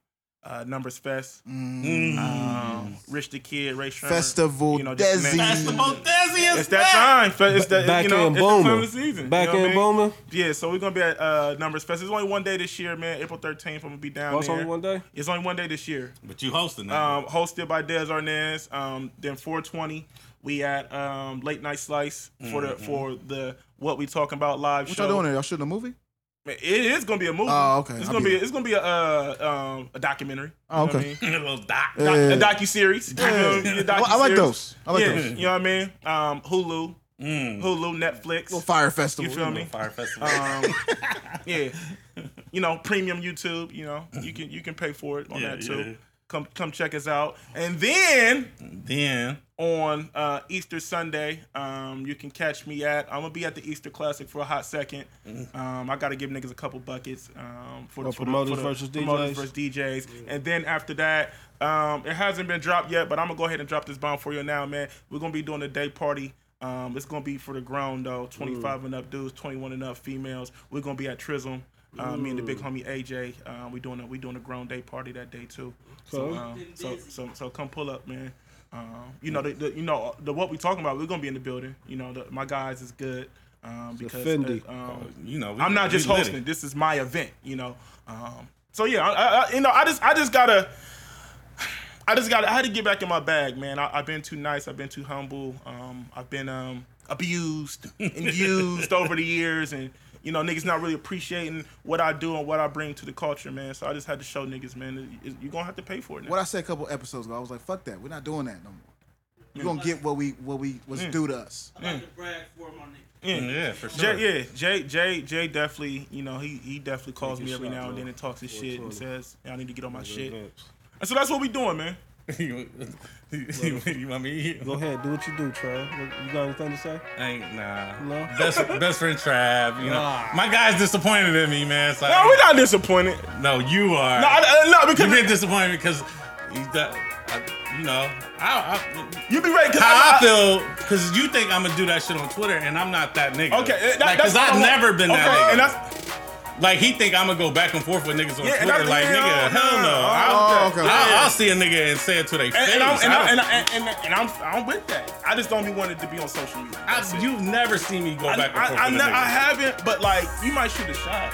Speaker 5: Uh, Numbers Fest,
Speaker 2: Mm.
Speaker 5: um, Rich the Kid, Ray Sherman.
Speaker 2: Festival
Speaker 5: you know, just
Speaker 2: Desi.
Speaker 5: man-
Speaker 1: Festival Desi is
Speaker 5: It's that time. Fe- It's that
Speaker 3: Back
Speaker 5: you know,
Speaker 3: in
Speaker 5: it's the time
Speaker 3: booming.
Speaker 5: of the season.
Speaker 3: Back
Speaker 5: you know
Speaker 3: in
Speaker 5: what I mean?
Speaker 3: booming.
Speaker 5: Yeah, so we're gonna be at uh, Numbers Fest. It's only one day this year, man. April thirteenth, I'm gonna be down
Speaker 3: Oh, it's
Speaker 5: there.
Speaker 3: only one day.
Speaker 5: It's only one day this year.
Speaker 1: But you hosting that.
Speaker 5: Um, hosted by Des Arnaz. Um, then 420, we at um, Late Night Slice for the for the what we talking about live
Speaker 2: Mm-hmm. What
Speaker 5: show.
Speaker 2: y'all doing there? Y'all shooting a movie?
Speaker 5: Man, It is gonna be a movie.
Speaker 2: Oh, okay.
Speaker 5: It's
Speaker 2: I'll
Speaker 5: gonna
Speaker 2: be
Speaker 5: be,
Speaker 2: there.
Speaker 5: it's gonna be a uh, um, a documentary.
Speaker 2: Oh,
Speaker 5: You know what
Speaker 2: okay.
Speaker 5: I mean?
Speaker 1: a little doc.
Speaker 2: Yeah.
Speaker 5: Doc- A docu series.
Speaker 2: Well, I like those. I like
Speaker 5: yeah,
Speaker 2: those.
Speaker 5: you know what I mean. Um, Hulu,
Speaker 1: Mm.
Speaker 5: Hulu, Netflix.
Speaker 2: Little fire festival.
Speaker 5: You feel me?
Speaker 1: Fire Festival.
Speaker 5: Um, yeah, you know, premium YouTube. You know, you can you can pay for it on
Speaker 1: Yeah,
Speaker 5: that too.
Speaker 1: yeah.
Speaker 5: Come come check us out. And then
Speaker 1: then
Speaker 5: on uh, Easter Sunday, um, you can catch me at. I'm gonna be at the Easter Classic for a hot second. Um, I gotta give niggas a couple buckets um, for, the,
Speaker 3: Well,
Speaker 5: for,
Speaker 3: promoters
Speaker 5: the, for the
Speaker 3: versus
Speaker 5: promoters
Speaker 3: DJs.
Speaker 5: versus DJs. And then after that, um, it hasn't been dropped yet, but I'm gonna go ahead and drop this bomb for you now, man. We're gonna be doing a day party. Um, it's gonna be for the grown though, 25 and up dudes, 21 and up females. We're gonna be at Trism. Uh, me and the big homie AJ, uh, we doing a we doing a grown day party that day too. So,
Speaker 3: Okay.
Speaker 5: um, so so so come pull up, man. Um, you know the, the you know the what we talking about. We're gonna be in the building. You know the, my guys is good um, because uh,
Speaker 3: Fendi.
Speaker 5: um,
Speaker 1: you know Oh, we-
Speaker 5: I'm not
Speaker 1: we
Speaker 5: just
Speaker 1: lit it.
Speaker 5: hosting. This is my event. You know. Um, so yeah, I, I, I- you know I just I just gotta. I just got. to I had to get back in my bag, man. I, I've been too nice. I've been too humble. Um, I've been um, abused and used over the years, and you know niggas not really appreciating what I do and what I bring to the culture, man. So I just had to show niggas, man. You're gonna have to pay for it. Now.
Speaker 2: What I said a couple episodes ago, I was like, fuck that. We're not doing that no more. We're gonna get what we what we was
Speaker 5: Mm.
Speaker 2: due to us.
Speaker 7: I like to brag for my nigga.
Speaker 1: Mm, yeah, for sure.
Speaker 5: Jay, yeah, Jay, Jay, Jay definitely, you know, he he definitely calls
Speaker 3: Take
Speaker 5: me
Speaker 3: your
Speaker 5: every
Speaker 3: shot,
Speaker 5: now and
Speaker 3: bro.
Speaker 5: then and talks his shit and
Speaker 3: 420.
Speaker 5: says, "I need to get on my shit."
Speaker 3: Go
Speaker 5: And so that's what we doing, man.
Speaker 1: you, you, you want me? to-
Speaker 3: ahead, do what you do, Trey. What- You got anything to say?
Speaker 1: Ain't nah.
Speaker 3: No?
Speaker 1: Best best friend Trav. You know,
Speaker 3: Nah.
Speaker 1: my guy's disappointed in me, man. So
Speaker 5: No, we're not disappointed.
Speaker 1: No, you are.
Speaker 5: No, I- I- no,
Speaker 1: You've
Speaker 5: because
Speaker 1: been disappointed because you, got, I, you know, I, I,
Speaker 5: you be right. 'cause
Speaker 1: how I feel because you think I'm gonna do that shit on Twitter, and I'm not that nigga.
Speaker 5: Okay, eh, that-
Speaker 1: Like,
Speaker 5: that's
Speaker 1: 'cause I've
Speaker 5: what I want.
Speaker 1: never been that
Speaker 5: Okay,
Speaker 1: nigga.
Speaker 5: and that's
Speaker 1: like he think I'm gonna go back and forth with niggas on
Speaker 5: Yeah, and
Speaker 1: Twitter.
Speaker 5: I-
Speaker 1: Like
Speaker 5: yeah, uh,
Speaker 1: nigga,
Speaker 5: no,
Speaker 1: hell no.
Speaker 5: no, no.
Speaker 1: I'll,
Speaker 2: okay.
Speaker 1: I'll, I'll see a nigga and say it to their face.
Speaker 5: and, and I'm and, I,
Speaker 1: I
Speaker 5: and,
Speaker 1: don't-
Speaker 5: I, and, and, and I'm I'm with that. I just don't be wanted to be on social media.
Speaker 1: I-
Speaker 5: That's it.
Speaker 1: you've never seen me go
Speaker 5: I,
Speaker 1: back and
Speaker 5: I,
Speaker 1: forth
Speaker 5: I,
Speaker 1: with
Speaker 5: ne-
Speaker 1: a
Speaker 5: I
Speaker 1: nigga.
Speaker 5: haven't, but like you might shoot a shot.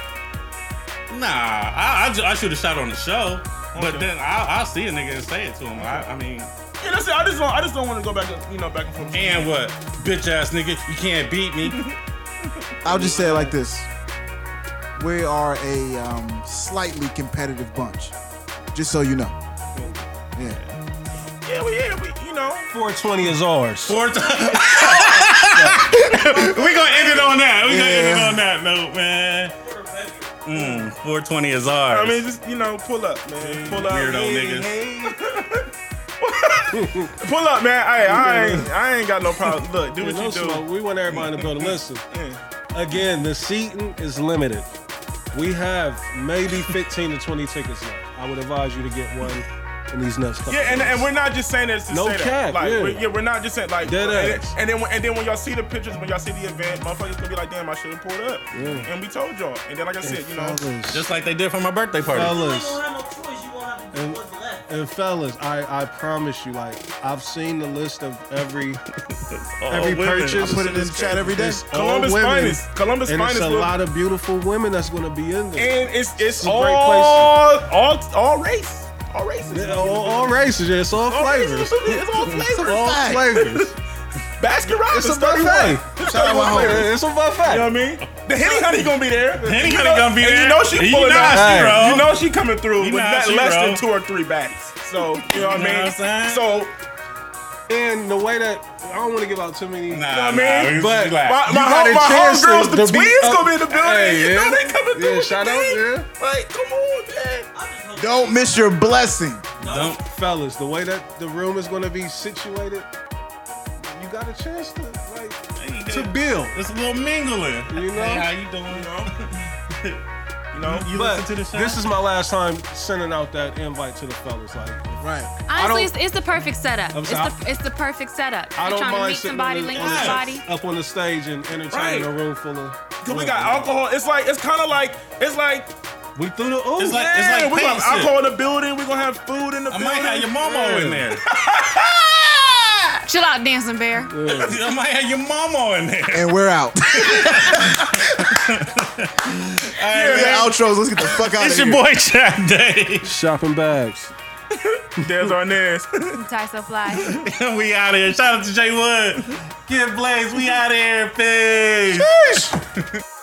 Speaker 1: Nah, I, I, ju- I should have shot on the show, but
Speaker 5: Okay.
Speaker 1: then I'll, I'll see a nigga and say it to him. I, I mean,
Speaker 5: Yeah, that's it. I just don't. I just don't want to go back. and- You know, back and forth.
Speaker 1: and what? Bitch ass nigga, you can't beat me.
Speaker 2: I'll just say it like this: We are a um, slightly competitive bunch. Just so you know. Yeah.
Speaker 5: Yeah, we, yeah, we, you know.
Speaker 3: 420 is ours.
Speaker 1: Four times. we gonna end it on that. We gonna end it
Speaker 2: Yeah.
Speaker 1: on that note, man. Mm, 420 is ours.
Speaker 5: I mean, just you know, pull up,
Speaker 3: Mm,
Speaker 5: man. Pull up,
Speaker 1: weirdo niggas.
Speaker 5: Pull up, man. Hey, I ain't, I ain't got no problem. Look, do
Speaker 3: Yeah,
Speaker 5: what
Speaker 3: no
Speaker 5: you do.
Speaker 3: smoke. We want everybody in the building. Listen,
Speaker 5: Yeah.
Speaker 3: again, the seating is limited. We have maybe 15 to 20 tickets left. I would advise you to get one in these next couple.
Speaker 5: Yeah, and,
Speaker 3: days.
Speaker 5: and we're not just saying this to
Speaker 3: No
Speaker 5: say
Speaker 3: cap,
Speaker 5: that. Like,
Speaker 3: yeah.
Speaker 5: We're, yeah, we're not just saying like.
Speaker 3: Dead
Speaker 5: and,
Speaker 3: ass.
Speaker 5: and then when- and then when y'all see the pictures, when y'all see the event, motherfuckers gonna be like, damn, I should have pulled up.
Speaker 3: Yeah.
Speaker 5: And we told y'all. And then like I said, you know,
Speaker 3: fellas,
Speaker 1: Just like they did for my birthday party.
Speaker 3: fellas.
Speaker 7: You ain't gonna have no choice. You gonna have to do
Speaker 3: And-
Speaker 7: what's left.
Speaker 3: And fellas, I, I promise you, like I've seen the list of every
Speaker 1: All
Speaker 3: every
Speaker 1: women.
Speaker 3: purchase.
Speaker 2: Put it in the chat every day.
Speaker 3: It's all
Speaker 5: Columbus
Speaker 3: women,
Speaker 5: finest. Columbus
Speaker 3: and
Speaker 5: finest.
Speaker 3: it's a
Speaker 5: will-
Speaker 3: lot of beautiful women that's going to be in there.
Speaker 5: and it's it's,
Speaker 3: a great place
Speaker 5: all, all all race, all races.
Speaker 3: Yeah, all, all races, yeah, it's all
Speaker 5: All
Speaker 3: flavors,
Speaker 5: races. It's all flavors.
Speaker 3: all
Speaker 2: Fact.
Speaker 3: flavors.
Speaker 5: Baskin Robbins.
Speaker 3: It's a
Speaker 5: 31.
Speaker 3: buffet.
Speaker 2: Shout out my homie.
Speaker 3: It's a buffet.
Speaker 5: You know what I mean? The Henny Honey gonna be there.
Speaker 1: Henny
Speaker 5: You
Speaker 1: Honey
Speaker 5: know-
Speaker 1: gonna be
Speaker 5: and
Speaker 1: there.
Speaker 5: You know she
Speaker 1: You
Speaker 5: pulling
Speaker 1: know
Speaker 5: out.
Speaker 1: she roll.
Speaker 5: You know she coming through
Speaker 1: You
Speaker 5: with
Speaker 1: know
Speaker 5: not
Speaker 1: she
Speaker 5: less
Speaker 1: roll.
Speaker 5: than two or three bags. So you know what
Speaker 1: You know
Speaker 5: I mean?
Speaker 1: what I'm saying?
Speaker 5: So
Speaker 3: And the way that I don't want to give out too many.
Speaker 1: Nah,
Speaker 5: I
Speaker 1: nah,
Speaker 5: mean?
Speaker 1: we-
Speaker 3: But-
Speaker 1: relax.
Speaker 5: my my,
Speaker 3: You got
Speaker 5: home,
Speaker 3: a
Speaker 5: my
Speaker 3: chance to-
Speaker 5: homegirls, the
Speaker 3: to be
Speaker 5: twins
Speaker 3: up-
Speaker 5: gonna be in the building.
Speaker 3: Hey,
Speaker 5: you
Speaker 3: yeah.
Speaker 5: know they coming through.
Speaker 3: Yeah,
Speaker 5: with
Speaker 3: shout
Speaker 5: the
Speaker 3: out,
Speaker 5: thing.
Speaker 3: yeah.
Speaker 5: Like, come on, man.
Speaker 2: Don't miss your blessing.
Speaker 1: Don't-
Speaker 3: fellas, the way that the room is going to be situated, you got a chance to like to build.
Speaker 1: It's a little mingling.
Speaker 3: You know?
Speaker 1: Hey, how you doing? You know?
Speaker 5: You know,
Speaker 1: You
Speaker 3: But
Speaker 1: listen to the show?
Speaker 3: this is my last time sending out that invite to the fellas. Like,
Speaker 2: Right.
Speaker 3: don't-
Speaker 4: Honestly, it's, it's the perfect setup.
Speaker 3: I'm
Speaker 4: It's
Speaker 3: sorry,
Speaker 4: the, it's the perfect setup.
Speaker 3: I
Speaker 4: You're
Speaker 3: don't
Speaker 4: trying to
Speaker 3: mind
Speaker 4: meet
Speaker 3: sitting
Speaker 4: somebody,
Speaker 3: on the-
Speaker 4: link
Speaker 3: on
Speaker 4: with
Speaker 3: the-
Speaker 4: somebody.
Speaker 3: up on the stage and entertaining a room full of.
Speaker 5: Cause we got alcohol. It's like it's kind of like it's like
Speaker 3: We threw the ooh.
Speaker 1: It's like-
Speaker 5: man,
Speaker 1: like
Speaker 5: we gonna
Speaker 1: paint
Speaker 5: have
Speaker 1: shit.
Speaker 5: alcohol in the building. We gonna have food in the
Speaker 1: I
Speaker 5: building.
Speaker 1: might have your mama in there.
Speaker 4: Chill out, Dancing Bear.
Speaker 1: I might have your mama in there.
Speaker 2: And we're out.
Speaker 1: Hey,
Speaker 2: The
Speaker 1: man.
Speaker 2: outros. Let's get the fuck out of
Speaker 1: It's
Speaker 2: here.
Speaker 1: your boy Chad Day.
Speaker 3: shopping bags.
Speaker 5: There's our nest.
Speaker 4: Ty so fly.
Speaker 1: we out here. Shout out to Jay Wood. Kid Blaze, we out here. Peace.